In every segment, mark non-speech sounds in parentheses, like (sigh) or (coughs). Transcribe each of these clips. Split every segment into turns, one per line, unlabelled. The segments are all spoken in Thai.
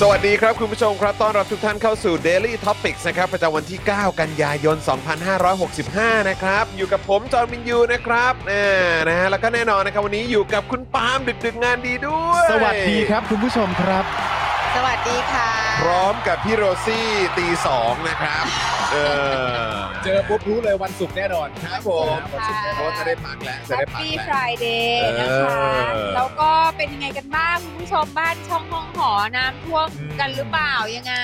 สวัสดีครับ คุณผู้ชมครับต้อนรับทุกท่านเข้าสู่ Daily Topics นะครับ ประจำวันที่ 9 กันยายน 2565 นะครับ อยู่กับผม จอห์นวินยูนะครับอ่านะฮะแล้วก็แน่นอนนะครับ วันนี้อยู่กับคุณปาล์มดึกดึกๆงานดีด้วย
สวัสดีครับคุณผู้ชมครับ
สวัสดีค่ะ
พร้อมกับพี่โรซี่ตีสองนะครับเออ
เจอปุ๊บรู้เลยวันศุกร์แน่นอน
ครับผม
วันศุกร์ค่ะ
เพราะว่าจะได้พักแล้วจะ
แฮ
ได้
ป
พัก
ปี้
แล้ว
ฟรายเดย์นะคะ
เออ
แล้วก็เป็นยังไงกันบ้างคุณผู้ชมบ้านช่องห้องหอน้ำท่วมกันหรือเปล่ายังไง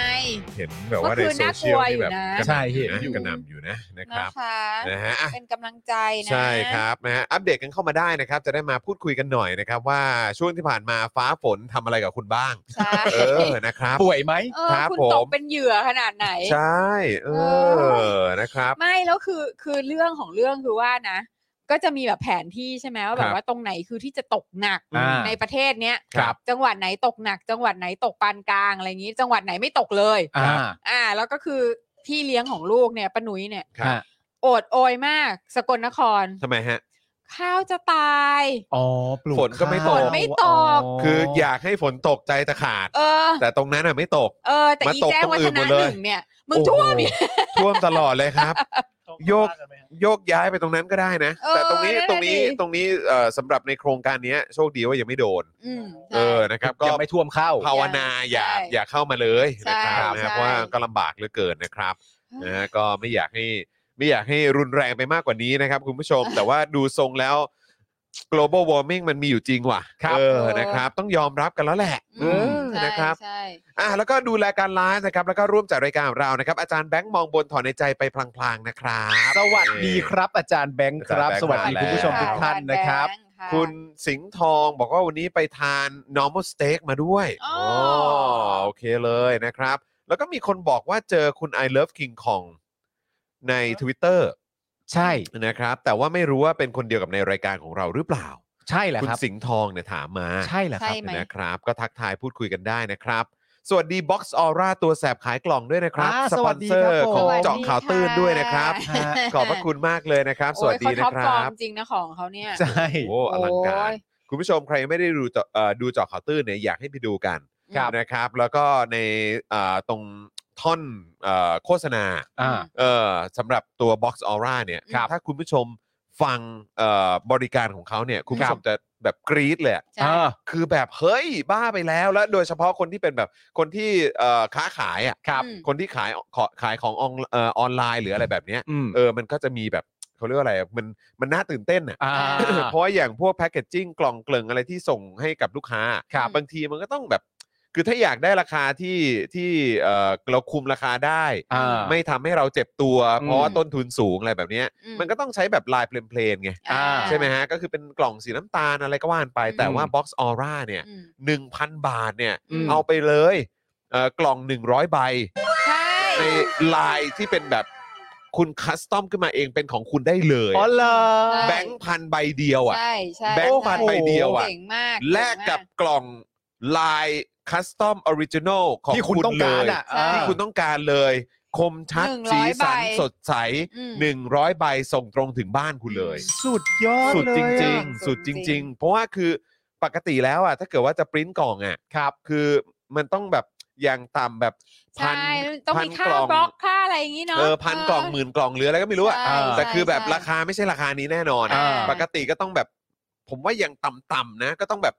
เห็นแบบว่าใน
เมื่อคืน
โซเชียล
น่ากลัว
ที่แบบ
อยู่นะ
กระห
ใช่
น่ำอ
เห็
ยู่
น
นะ
อยู่
กระหน่ำอยู่นะนะค
นะ
รับ
คะ
นะฮะอ่ะ
เป็นกำลังใจนะ
ใช่ครับนะฮะอัปเดตกันเข้ามาได้นะครับ จะได้มาพูดคุยกันหน่อยนะครับ ว่าช่วงที่ผ่านมาฟ้าฝนทำอะไรกับคุณบ้าง
ใช่
เออนะครับ
ป่วยไหม
เออ
ครับ
คุณ
ผม
ตกเป็นเหยื่อขนาดไหน
ใช่เอ
เอ
อนะครับ
ไม่แล้วคือคือเรื่องของเรื่องคือว่านะ ก็จะมีแบบแผนที่ใช่ไหมว่า
ค
แบ
รับ บ
ว่าตรงไหนคือที่จะตกหนัก
อ่า
ในประเทศเนี้ย
ครับ
จังหวัดไหนตกหนัก จังหวัดไหนตกปานกลางอะไรอย่างนี้ จังหวัดไหนไม่ตกเลย
อ่า
อ่าแล้วก็คือพี่เลี้ยงของลูกเนี่ยป้าหนุ้ยเนี่ย
ครับ
ฮะ
โอดโอยมาก สกลนคร
ทำไมฮะ
ข้าวจะตาย
อ๋อปลูก
ฝนก็ไม่ตก
ข้าว
ฝนไม่ตก
อ๋
คืออยากให้ฝนตกใจจะขาด
เออ
แต่ตรงนั้นน่ะไม่ตก
เออ แต่
มา
อี
ตก
แจ้ง
ตรง
วั
อื่
ฒ
นหมด
นะห
เลย
นึ่งเนี่ย มึงท่วมอีก
โอ้โหท่วมตลอดเลยครับ โยก โยกย้ายไปตรงนั้นก็ได้นะ
เออ
แต่ตรงนี้
นั่นน่ะ
ตรงนี้
ดิ
ตรงนี้เอ่อสำหรับในโครงการเนี้ยโชคดีว่ายังไม่โดน
อืมใช่
เออนะครับก็
ยังไม่ท่วมเข้า
ภาวนาอย่า
ใช่
อย่าเข้ามาเลยนะครับ
ใช่
นะครับ
ใช่
เพราะว่าก็ลำบากเหลือเกินนะครับนะฮะก็ไม่อยากให้ไม่อยากให้รุนแรงไปมากกว่านี้นะครับ คุณ
(laughs)
ผู้ชม แต่ว่าดูทรงแล้ว global warming มันมีอยู่จริงว่ะ
ครับ
เออนะครับ ต้องยอมรับกันแล้วแหละ
อืม
เออนะครับ
ใช่
อ่ะแล้วก็ดูแลการไลฟ์นะครับ แล้วก็ร่วมจัดรายการของเรานะครับ อาจารย์แบงค์มองบนถอนในใจไปพลางๆนะครับ
สวัสดีครับอาจารย์แบงค์ครับ
อาจารย์แบงค์
สวัสดีคุณผู้ชม
ใ
ทุกท่านนะครับ
แงะ
คุณสิงห์ทองบอกว่าวันนี้ไปทาน normal steak มาด้วย
อ๋อ
โอเคเลยนะครับ แล้วก็มีคนบอกว่าเจอคุณ I love King Kong ใน Twitter
ใช่
นะครับ แต่ว่าไม่รู้ว่าเป็นคนเดียวกับในรายการของเราหรือเปล่า
ใช่แหละ
คุณ
ครับ
สิงห์ทองเนี่ยถามมา
ใช่แหละค
ใช่
รับ
ไหม
นะครับ ก็ทักทายพูดคุยกันได้นะครับ สวัสดี Box Aura ตัวแสบขายกล่องด้วยนะครับ
อ่า
ส
ส
ป
วั
อ
ส
น
ดี
เซอ
ครับ
ร์
ผม
ของ
สวัสดี
เจาะข่าวตื้นด้วยนะครับ
ค่ะ
ขอบพระคุณมากเลยนะครับ สวัสดีนะ
โอ้ยเขาท็อ
ค
ปฟอ
รั
ร์
บ
มจริงนะของเขาเนี่ย
ใช่
โอ้อลังการ
โอ้ย
คุณผู้ชมใครไม่ได้ดูเจาะเอ่อดูเจาะข่าวตื้นเนี่ยอยากให้ไปดูกัน
ครับ
นะครับ แล้วก็ในเอ่อตรงท่อนเอ่อโฆษณา
อ่า
เอ่อสำหรับตัว Box Aura เนี่ย
ครับ
ถ้าคุณผู้ชมฟังเอ่อบริการของเขาเนี่ยคุณผู้ชมจะแบบกรี๊ดเลยอะ
ใช่
อ่า
คือแบบเฮ้ยบ้าไปแล้วแล้ว โดยเฉพาะคนที่เป็นแบบคนที่เอ่อค้าขายอ่ะ
ครับ
อืม
คนที่ขายขอขายของออนเอ่อออนไลน์หรืออะไรแบบเนี้ย
อืม
เออมันก็จะมีแบบเขาเรียกว่าอะไรอะมันมันน่าตื่นเต้นอ่ะ
อ่า
เพราะว่าอย่างพวกแพ c เกจจิ้งกล่องเกลิงอะไรที่ส่งให้กับลูกค้า
ครับ
บางทีมันก็ต้องแบบ คือถ้าอยากได้ราคาที่ที่เอ่อเราคุมราคาได้
อ่า
ไม่ทำให้เราเจ็บตัว
อืม
เพราะว่าต้นทุนสูงอะไรแบบเนี้ย
อืม
มันก็ต้องใช้แบบลายเพลนๆไง
อ่า
ใช่ไหมฮะ ก็คือเป็นกล่องสีน้ำตาลอะไรก็ว่านไป
อืม
แต่ว่า Box Aura เนี่ย
อืม
1,000 บาทเนี่ย
อืม
เอาไปเลยเอ่อกล่อง 100 ใบ
ใช่
ในลายที่เป็นแบบคุณคัสตอมขึ้นมาเองเป็นของคุณได้เลย
อ๋อเหรอ
แบงค์พันใบเดียวอ่ะ
ใช่ใช่
แบงค์พันใบเดียวอะ
เก่งมาก
แลกกับกล่องลายคัสตอมออริจินอลของ
ที่คุณต้องการ
เลย
อ่ะ
ที่คุณต้องการเลย คมชัด สีสันสดใส
อืม
100 ใบส่งตรงถึงบ้านคุณเลย
สุดยอด
สุดจ
เล
ริ
ย
ง
อะ
ๆสุ
สุ
ด
ด
จ
จริง
ริง ๆ เพราะว่าคือปกติแล้วอ่ะถ้าเกิดว่าจะปริ้นกล่องอ่ะ
ครับ
คือมันต้องแบบ อย่างต่ำแบบพั
ใช่
น
ต้อง
พัน
มีค่าก
ล่อง
บล็อกค่าอะไรอย่างนี้เนาะ
เออพันกล่องหมื่นกล่องเหลืออะไรก็ไม่รู้อะ
ใช่
เออแต่
ใช่
คือแบบ
ใช่
ราคาไม่ใช่ราคานี้แน่นอน
อ่า
ปกติก็ต้องแบบ ผมว่าอย่างต่ำๆนะ ก็ต้องแบบ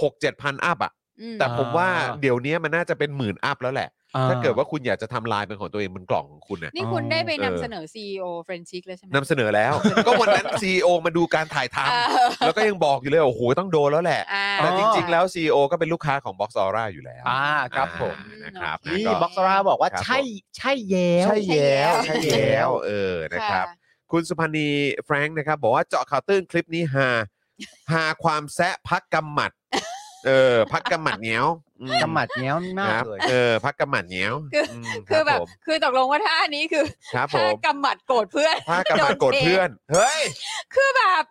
หกเจ็ดพันอัพอะ
อืม
แต่ผมว่า
อ่า
เดี๋ยวนี้มันน่าจะเป็นหมื่นอัพแล้วแหละ ถ้าเกิดว่าคุณอยากจะทำลายเป็นของตัวเองบนกล่องของคุณนะ
นี่คุณได้ไป
เออ
นำเสนอ CEO เฟรนชิกเลยใช่ไหม
นำเสนอแล้ว ก็วันนั้น CEO มาดูการถ่ายท
เออ
ำแล้วก็ยังบอกอยู่เลย โอ้โห ต้องโดนแล้วแหละ
อ่า
แต่จริง ๆ แล้ว CEO ก็เป็นลูกค้าของ Box Aura อยู่แล้ว
อ่าครับผม
อ่านะครับ
อืม
นี่
ก็
บ็อกซาร่าบอกว่า
ครับ
ใช่ใช่แย้ว
ใช่แล้ว
ใช่
ใช่
แล้
แล้ว วเออนะ
ค่ะ
ครับ คุณสุพรรณีแฟรงค์นะครับ บอกว่าเจาะข่าวตื้นคลิปนี้ฮาฮาความแซะพักกำหมัด เออพักกำหมัดเหนี้ยวอื
กำหมัดแย้วนี่มาก
ครับ
เลย
เออพักกำหมัดเหนี้ยว
คืออื
ม
คือแบบ
ผม
คือตกลงว่าท่านี้คือ
ครับผ
ท่าม กำหมัดโกรธเพื่อน (laughs)
พักกำหมัดโกรธเพื่อน เฮ้ย (laughs)
คือแบบ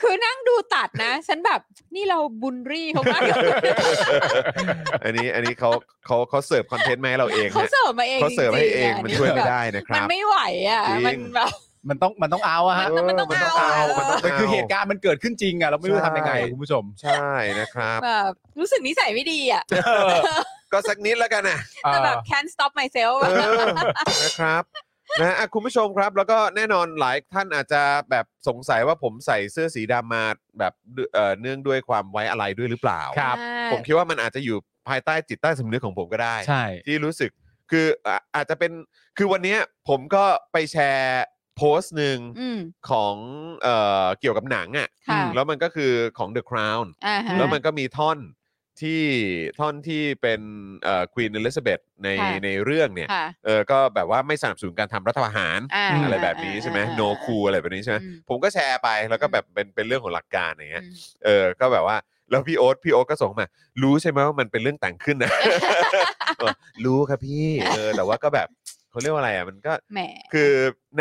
คือนั่งดูตัดนะ (laughs) ฉันแบบนี่เราบุนรี่เขา
(laughs)
มาก
อันนี้อันนี้เขาเขาเขาเสิร์ฟคอนเทนต์มาให้เราเอง
เขา
นะ
เสิร์ฟมาเอง
เขาเสิร์ฟให้
จ
เอง
ๆะ
มันช่วยไม่
แบบ
ได้นะค
มัน
รับ
ไม่ไหวอ่ะ
จริง
มันแบบ
มันต้องมันต้องเอาอะฮะ
เออมันต้องเอาอะ
มันต้อง
มัน
เอา
คือเหตุการณ์มันเกิดขึ้นจริงอะเราไม่รู้จะทำยังไง
ใช่
คุณผู้ชม
ใช่นะครับ
แบบรู้สึกนิสัยไม่ดีอ่ะ
ก็สักนิดแล้วกันนะ
แต่แบบ can't stop myself
เออนะครับนะอ่ะคุณผู้ชมครับ แล้วก็แน่นอนหลายท่านอาจจะแบบสงสัยว่าผมใส่เสื้อสีดำมาแบบเอ่อเนื่องด้วยความไว้อะไรด้วยหรือเปล่า
ครับ
ใช่
ผมคิดว่ามันอาจจะอยู่ภายใต้จิตใต้สำนึกของผมก็ได้
ใช่
ที่รู้สึกคืออ่ะอาจจะเป็นคือวันเนี้ยผมก็ไปแชร์โพสต์หนึ่ง
อืม
ของเอ่อเกี่ยวกับหนังอะ
ค่ะ
่ะแล้วมันก็คือของ The Crown
อ่าฮะ
แล้วมันก็มีท่อนที่ท่อนที่เป็นเอ่อควีนอลิซาเบธใน
ค่ะ
ในเรื่องเนี่ย
ค่ะ
เออก็แบบว่าไม่สนับสนุนการทำรัฐประหาร
า
อืม
อะไรแบบนี้ใช่ไหมโนคู อะไรแบบนี้ใช่ไหม
อืม
ผมก็แชร์ไปแล้วก็
อืม
แบบเป็นเป็นเรื่องของหลักการอย่างเงี้ย
อืม
เออก็แบบว่าแล้วพี่โอ๊ตพี่โอ๊ตก็ส่งมา รู้ใช่ไหมว่ามันเป็นเรื่องแต่งขึ้น
(laughs)
นะ เออรู้ครับพี่เออแต่ว่าก็แบบเขาเรียกว่าอะไรอ่ะมันก็
แหม
คือ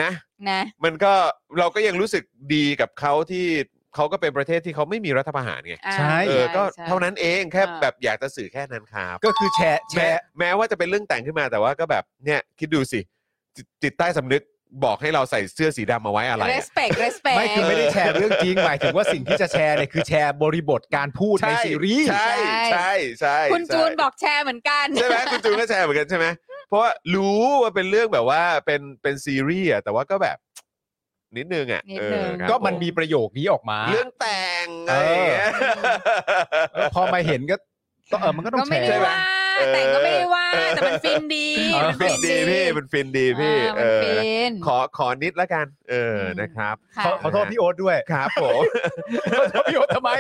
นะ
นะ
มันก็เราก็ยังรู้สึกดีกับเขาที่เขาก็เป็นประเทศที่เขาไม่มีรัฐประหารไง
อ่า
ใช่
เออก็
ใช่
เท่านั้นเองแค่
อ่า
แบบอยากจะสื่อแค่นั้นครับ
ก็คือแชร์แช
แม้
ร์
แม้ว่าจะเป็นเรื่องแต่งขึ้นมาแต่ว่าก็แบบเนี่ยคิดดูสิจิตจิตใต้สำนึกบอกให้เราใส่เสื้อสีดำมาไว้อะไรอะ
respect respect
ไม่คือไม่ได้แชร์เรื่องจริงหมายถึงว่าสิ่งที่จะแชร์เนี่ยคือแชร์บริบทการพูดในซีรีส์
ใช่ใช่ใช่
คุณ
ใช่
จูนบอกแชร์เหมือนกัน
ใช่ไหมคุณจูนก็แชร์เหมือนกันใช่ไหมเพราะว่ารู้ว่าเป็นเรื่องแบบว่าเป็นเป็นซีรีส์อะแต่ว่าก็แบบนิดนึงอะ
นิด
เอ
นึ
อง ครับ
ก็มัน
ผ
มีประโยคนี้ออกมา
เรื่องแต่งอะไรอย่างเงี้ย
พอมาเห็นก็ต้องเออมันก็ต้องแช
ไม่
ร์
ได้
ใช่ไหม
ว่
เอ
า
อ
แต่งก็ไม่ได้ว่า
เออ
แต่มันฟิน
(laughs)
ดี
เออ
มั
ฟินดีพี่มันฟินดีพี่
อ่า
เอ
มัน
อ
ฟิน
ขอขอนิดละกัน เอออ
ม
นะครับ
ค่ะ
ขอขอโทษพี่โอ๊ตด้วย
ครับผม
ขอโทษพี่โอ๊ตทำไม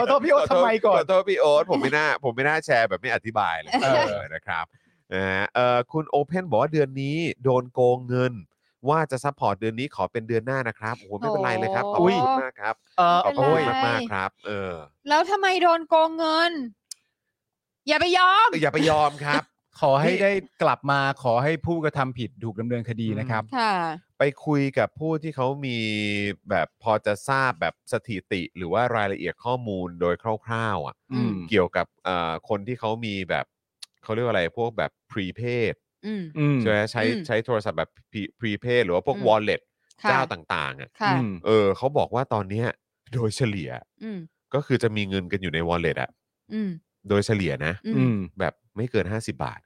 ขอโทษพี่โอ๊ตทำไมก่อ
ขอ
น
โทษพี่โอ๊ตผมไม่น่าผมไม่น่าแชร์แบบไม่อธิบายเลย
เออ
เออนะครับนะฮะเอ่อคุณโอเพนบอกว่าเดือนนี้โดนโกงเงิน ว่าจะซัพพอร์ตเดือนนี้ขอเป็นเดือนหน้านะครับโอ้โหไม่เป็นไรเลยครับขอบ
โอ้ย
คุณมากครับ
เอ
ขอ
อ
บ
ไม่
คุ
เป็น
ณ
ไร
มากๆครับ เออ
แล้วทำไมโดนโกงเงิน อย่าไปยอม
อย่าไปยอมครับ (laughs)
ขอให้ได้กลับมาขอให้ผู้กระทำผิดถูกดำเนินคดีนะครับ
ค่ะ
ไปคุยกับผู้ที่เขามีแบบพอจะทราบแบบสถิติหรือว่ารายละเอียดข้อมูลโดยคร่าวๆอ่ะ
อืม
เกี่ยวกับเอ่อคนที่เขามีแบบเขาเรียกว่าอะไรพวกแบบพรีเพด
อืม
อืม
ใช่ไหมใช้
อืม
ใช้โทรศัพท์แบบพรีเพดหรือว่าพวก
อืม
วอลเล็ต
ค่ะ
เจ้าต่างๆอ่ะ
ค่ะ
อืม
เออเขาบอกว่าตอนเนี้ยโดยเฉลี่ย
อืม
ก็คือจะมีเงินกันอยู่ในวอลเล็ตอะ
อืม
โดยเฉลี่ยนะ
อื
อื
ม
ม
แบบไม่เกิน 50 บาท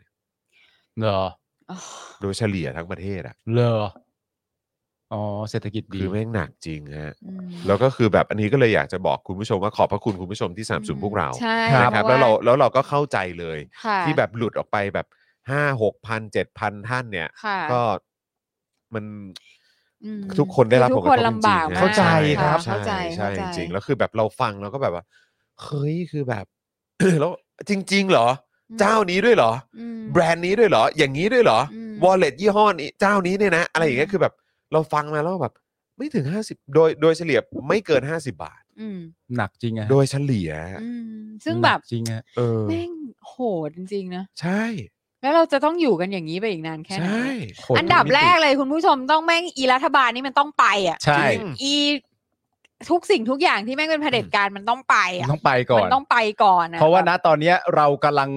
เหรอ
อ๋อ
โดยเฉลี่ยทั้งประเทศอะ
เหรออ๋อเศรษฐกิจดี
คือแม่งหนักจริงฮะ
อืม
แล้วก็คือแบบอันนี้ก็เลยอยากจะบอกคุณผู้ชมว่าขอบพระคุณคุณผู้ชมที่สนับสนุนพวกเรา
ใช่
นะครับแล้วเราแล้วเราก็เข้าใจเลย
ค่ะ
ที่แบบหลุดออกไปแบบห้าหกพันเจ็ดพันท่านเนี่ย
ค่ะ
ก็มัน
อืม
ทุกคนได้รับผลก
ทุ
ระ
คน
ทบจริง
ลำบาก
ๆนะ
มก
เข้าใจครับ
เข้าใจ
ใช่จริงๆ
แล้ว
แล้วคือแบบเราฟังเราก็แบบว่าเฮ้ยคือแบบ (coughs) แล้วจริง ๆ เหรอ เจ้านี้ด้วยเหรอ แบรนด์นี้ด้วยเหรอ อย่างนี้ด้วยเหรออ
ม
วอลเล็ตยี่ห้อนี้เจ้านี้เนี่ยนะ อะไรอย่างเงี้ย
อืม
คือแบบเราฟังมาแล้วแบบ ไม่ถึง 50 โดยโดยเฉลี่ยไม่เกิน 50 บาท
อืม
หนักจริงอะ
โดยเฉลี่ย
อืมซึ่ง
ห
แบ
นัก
บ
จริงอะ
เออ
แม่งโหดจริงๆนะ
ใช่
แล้วเราจะต้องอยู่กันอย่างนี้ไปอีกนานแค่ไหน
ใช่
โหด
อันดับแรก
มิติ
เลยคุณผู้ชมต้องแม่งอีรัฐบาลนี่มันต้องไปอ่ะ
ใช่
จริง
อีทุกสิ่งทุกอย่างที่แม่งเป็นเผด็จการมันต้องไปอ่ะ
ต้องไปก่อ
มัน นต้องไปก่อน
เพราะว่าณตอนเนี้ยเรากำลัง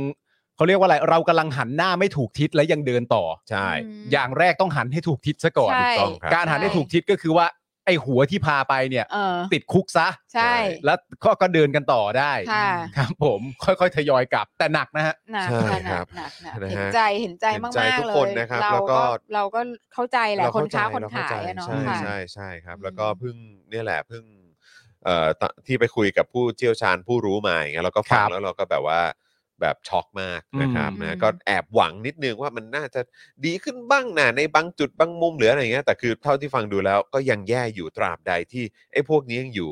เขาเรียกว่าอะไร เรากำลังหันหน้าไม่ถูกทิศและยังเดินต่อ
ใช่
อืม
อย่างแรกต้องหันให้ถูกทิศซะก่อน
ใช่
ถูกต้องครับการหันให้
ใช่
ถูกทิศก็คือว่า ไอ้หัวที่พาไปเนี่ย
เออ
ติดคุกซะ
ใช่
แล้วก็ก็เดินกันต่อได้
ค่ะ
ครับผมค่อยๆทยอยกลับแต่หนักนะฮะ
หนัก
ใช่
ค่ะห
ครั
นั
บ
กหนักหนัก
นะฮะ
เห็นใจเห็นใจ
เห็
มาน
ใจ
ก
ทุ
ๆ
ก
เล
คน
ย
นะครับ
เรา
แล้วก็
ก็เราก็เข้าใจแหละ
เร
คนค้า
เข้ใจ
คน
เร
ขา
เข้
ย
ใจ
อะเนาะ
ใช่
ค่ะ
ใช่ใช่ครับ
อืม
แล้วก็เพิ่งเนี่ยแหละเพิ่งเอ่อตที่ไปคุยกับผู้เชี่ยวชาญผู้รู้มาอย่างเงี้ยเราก็ฟัง
ครับ
แล้วเราก็แบบว่าแบบช็อกมากนะครับ
อืม
นะก็แอบหวังนิดนึงว่ามันน่าจะดีขึ้นบ้างนะในบางจุดบางมุมหรืออะไรเงี้ยแต่คือเท่าที่ฟังดูแล้วก็ยังแย่อยู่ตราบใดที่ไอ้พวกนี้ยังอยู่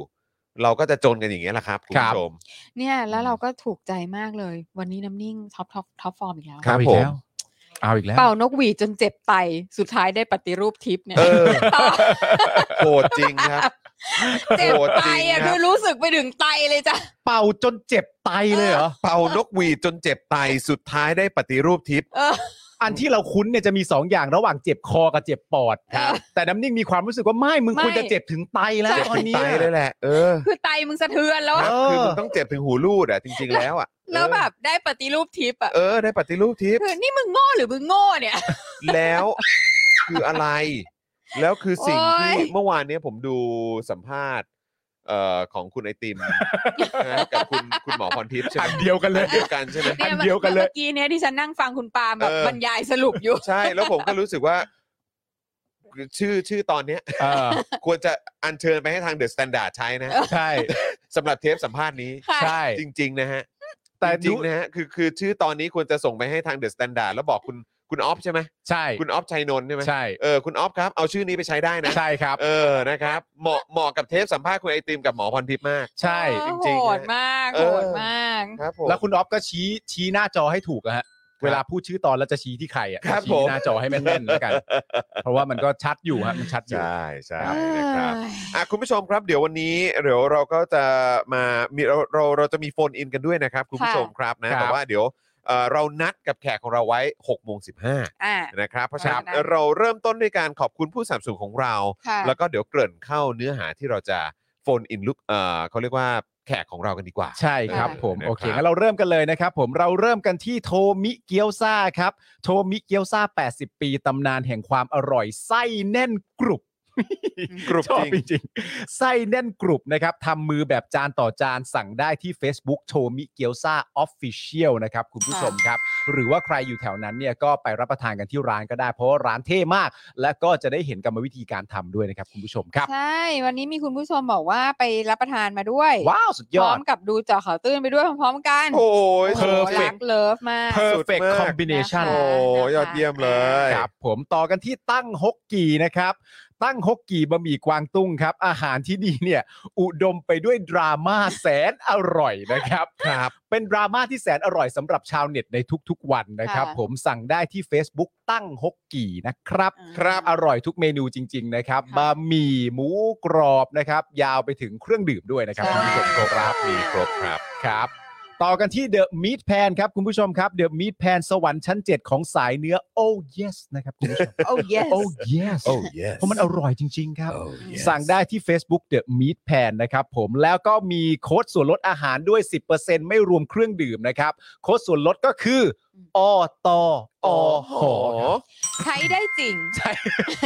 เราก็จะจนกันอย่างเงี้ยแหละครับคุณ
ครับ
ผู้ชม
เนี่ยแล้
อื
ว
ม
เราก็ถูกใจมากเลย วันนี้น้ำนิ่งท็อปท็อปท็อปฟอร์มอีกแล้ว
ครับ
เอาอี
ผม
กแล้วเอาอีกแล้ว
เป่านกหวีดจนเจ็บไตสุดท้ายได้ปฏิรูปทิปเนี่ย
เออ โหดจริงครับ
เจ็บ
โหด
ไต
จริง
อ่ะ
ครับ
คือรู้สึกไปถึงไตเลยจ้ะ
เป่าจนเจ็บไตเลยเหรอ
เป่านกหวีดจนเจ็บไตสุดท้ายได้ปฏิรูปทิพย์
เออ
อันที่เราคุ้นเนี่ยจะมี 2 อย่างระหว่างเจ็บคอกับเจ็บปอด
ครับ
แต่น้ำนิ่งมีความรู้สึกว่าไม่ มึง
ไม่
ควรจะเจ็บถึงไตแล้ว
ใช่
ตอนนี้
ไตเลยแหละ เออ
คือไตมึงสะเทือนแล้ว
ค
อะ
รับคือมึงต้องเจ็บถึงหูรูดอ่ะจริง ๆ แล้วอ่ะ
(laughs) แล้วแบบได้ปฏิรูปทิปอ่ะ
เออ ได้ปฏิรูปทิพย์
คือนี่มึงโง่หรือมึงโง่เนี่ย
แล้ว คืออะไร แล้วคือสิ่งที่
โอ๊ย
เมื่อวานเนี้ยผมดูสัมภาษณ์เอ่อของคุณไอติมนะกับคุณคุณหมอพรทิพย์ใช่
อัน
ไหม
เดียวกันเลย
เดียวกันใช่ไหม
อัน
นี่
เดียวกันเลย
เมื่อกี้เนี่ยที่ฉันนั่งฟังคุณปาล์มแบบ
เออ
บรรยายสรุปอยู่
ใช่แล้วผมก็รู้สึกว่า ชื่อชื่อตอนเนี้ย
เออ
ควรจะอัญเชิญไปให้ทางเดอะสแตนดาร์ดใช้นะฮะ
ใช่
สำหรับเทปสัมภาษณ์นี้
ค่ะ
ใช่
จริง ๆ นะฮะ
แต่
จริ
ดู
งๆนะฮะคือคือชื่อตอนนี้ควรจะส่งไปให้ทางเดอะสแตนดาร์ดแล้วบอกคุณคุณออฟใช่ไหม
ใช่
คุณออฟชัยนนท์ใช่ไหม
ใช่
เออคุณออฟครับ เอาชื่อนี้ไปใช้ได้นะ
ใช่ครับ
เออนะครับ เหมาะเหมาะกับเทปสัมภาษณ์คุณไอติมกับหมอพรทิพย์มาก
ใช่
เออ
จริงๆ
โหด
นะ
มาก
เออ
โหดมาก
ครับผม
แล้วคุณออฟก็ชี้ชี้หน้าจอให้ถูกอะฮะเวลาพูดชื่อตอนแล้วจะชี้ที่ใครอ่ะ
ครับผ
ชี้
ม
หน้าจอให้แม่นๆแล้วกัน เพราะว่ามันก็ชัดอยู่ฮะมันชัดอยู่
ใช่ใช่
ครับ
นะครับ
เอ้ย
อ่ะคุณผู้ชมครับเดี๋ยววันนี้เดี๋ยวเราก็จะมามีเราเราเราจะมีโฟนอินกันด้วยนะครับ คุณผู้ชมครับนะครับ แต่ว่าเดี๋ยวเอ่อเรานัดกับแขกของเราไว้6โมง15
อ่า
นะครับเพราะฉะนั้น
ครับ
เราเริ่มต้นด้วยการขอบคุณผู้สนับสนุนของเรา
ค่ะ
แล้วก็เดี๋ยวเกริ่นเข้าเนื้อหาที่เราจะโฟนอินลุกเอ่อเขาเรียกว่าแขกของเรากันดีกว่า
ใช่ครับ
ได้
ผม
นะครับ
โอเคงั้นเราเริ่มกันเลยนะครับผมเราเริ่มกันที่โทมิเกียวซาครับ โทมิเกียวซา80 ปีตำนานแห่งความอร่อยไส้แน่นกรุบ
กรุบ
ชอบ
จริง
จริงๆไส้แน่นกรุบนะครับทำมือแบบจานต่อจานสั่งได้ที่ Facebook โชมิเกียวซาออฟฟิเชียลนะครับคุณผู้ชมครับ หรือว่าใครอยู่แถวนั้นเนี่ยก็ไปรับประทานกันที่ร้านก็ได้ เพราะว่าร้านเท่มาก และก็จะได้เห็นกรรมวิธีการทำด้วยนะครับคุณผู้ชมครับ
ใช่ วันนี้มีคุณผู้ชมบอกว่าไปรับประทานมาด้วย
ว้าว สุดย
พร้
อ
อ
ด
มกับดูเจอข่าวตื้นไปด้วยพร้อมๆกัน
โอ้ย
โห
สุด
perfect
รักเลิฟมาก
perfect
สุดมาก
combination
โอ้ยยอดเยี่ยมเลย
ครับผมต่อกันที่ตั้งฮกกีนะครับ ตั้งฮกกีบะหมี่กวางตุ้งครับ อาหารที่นี่เนี่ย อุดมไปด้วยดราม่าแสนอร่อยนะครับ
ครับ
เป็นดราม่าที่แสนอร่อยสำหรับชาวเน็ตในทุกๆวันนะครับ
ค่ะ
ผมสั่งได้ที่ Facebook ตั้งฮกกี่นะครับ
อ่า
ครับ
อร่อยทุกเมนูจริง ๆ นะครับ
ค่ะ
บะหมี่หมูกรอบนะครับ ยาวไปถึงเครื่องดื่มด้วยนะครับ
ใช่
คุณผู้ชมครับ
มีครบครับ
ครับ ต่อกันที่เดอะม a t แพนครับ คุณผู้ชมครับเดอะม a t แพนสวรรค์ชั้น 7 ของสายเนื้อ oh yes นะครับคุณผู้ชม
โอ้ yes
oh yes
oh yes
เพราะมันอร่อยจริง ๆ ครับ
Oh yes
สั่งได้ที่ Facebook The Meat Pan นะครับผมแล้วก็มีโค้ดส่วนลดอาหารด้วย 10%ไม่รวมเครื่องดื่มนะครับ โค้ดส่วนลดก็คืออตออห
โอ้โห
ใช้ได้จริง
ใช่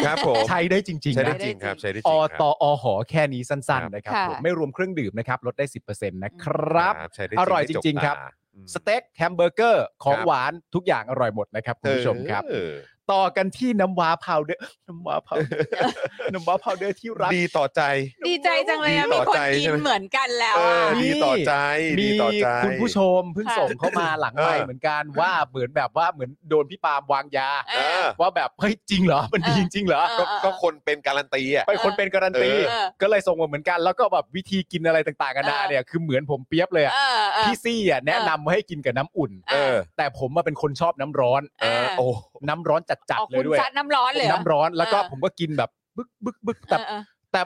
ครับผม
ใช้ได้จริง
ใช้
ๆ
ได้
นะ
จริงครับใช้ได้จ
อ
ริงค
ต
รับ
ออหอแค่นี้สั้น
ครับ
ๆ นะครับ
ค่ะ
ผมไม่รวมเครื่องดื่มนะครับ ลดได้ 10%นะครับ
ใช้ได้
อร่อยจริงๆ
ไม่
ครับ
ตาอืม
สเต็กแฮมเบอร์เกอร์ขอ
ค
ง
รับ
หวานทุกอย่างอร่อยหมดนะครับคุณผู้ชมครับ
เออ
ต่อกันที่น้ำว้าพาวเดอร์ (laughs) น้ำว้าพาวเดอร์ (laughs) น้ำว้าพาวเดอร์ที่รัก
ดีต่อใจ
ดีใจจังเลยนะ
ดีต่อ
มีคน
ใจ
กิ
ใช่
น
ไหม
เหมือนกันแล้
เออ
วอ่ะ
ดีต่อใจ
มี
ดีต่อใจ
คุณผู้ชมเพิ่ง
ค่ะ
ส่งเข้ามาหลัง
เออ
ไปเหมือนกันว่าเหมือนแบบว่าเหมือนโดนพี่ปาล์มวางยา
เอ
เอ
อ
อ
ว่าแบบเฮ้ยจริงเหรอมันดีจ
เออ
ริงเหรอ
เออ
ก็ก็คนเป็นการันตีอ่ะ
ไปคนเป็นการันตี
เออ
ก็เลยส่งมาเหมือนกัน แล้วก็แบบวิธีกินอะไรต่างๆกันานาเนี่ยคือเหมือนผมเปียบเลยอะ
เออเออ
พี่ซี่อะแนะนำว่าให้กินกับน้ำอุ่น
เออ
แต่ผมมาเป็นคนชอบน้ำร้อน
เออ
โอ้
น้ำร้อนจัด
เอา
ๆเล
คุ
ย
ณ
ด้วย
ซัดน้ำร้อนเลย
น้ำร้อนแล้วก็
เออ
ผมก็กินแบบบึกบึกบึกแต่
เออ
แต่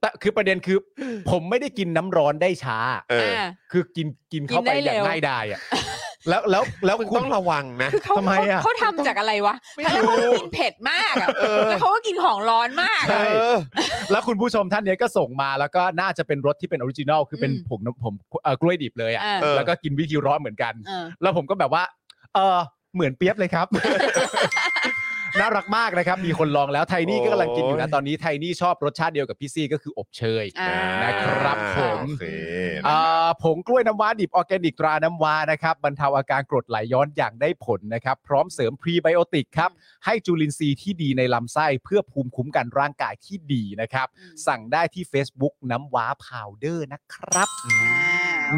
แต่คือประเด็นคือ ผมไม่ได้กินน้ำร้อนได้ช้า
เอ
เอ
อ
ออ่ะ
คือกินกินเข้าไป
กินได้
อย่าง
เร็ว
ง่ายดายอ่ะ แล้วแล้วแล้ว
มึง
คุณ
ต้องระวังนะ
คือเขา
ทำไมอ่ะ
เขาทำจากอะไรวะแล้วเขากินเผ็ดมากอ่ะ
เออ
แล้วเขาก็กินของร้อนมาก
เอ
อ่ะ
อ
แล้วคุณผู้ชมท่านเนี้ยก็ส่งมาแล้วก็น่าจะเป็นรสที่เป็นออริจินอลคือเป็น
อืม
ผมผมเอ่อกล้วยดิบเลยอ่ะ
อ่า
เออ
แล้วก็กินวิธีร้อนเหมือนกัน
เออ (laughs)
แล้วผมก็แบบว่า เออเหมือนเปียบเลยครับ น่ารักมากนะครับ มีคนลองแล้วไทนี่ก็กำลังกินอยู่นะ
โอ้ย
ตอนนี้ไทนี่ชอบรสชาติเดียวกับพี่ซี่ก็คืออบเชย
อ่า
นะครับผม
โอเค
อ่าผงกล้วยน้ำว้าดิบออร์แกนิกตราน้ำว้านะครับบรรเทาอาการกรดไหลย้อนอย่างได้ผลนะครับ พร้อมเสริมพรีไบโอติกครับ ให้จุลินทรีย์ที่ดีในลำไส้เพื่อภูมิคุ้มกันร่างกายที่ดีนะครับ
อืม
สั่งได้ที่ Facebook น้ำว้าพาวเดอร์นะครับ
อ่า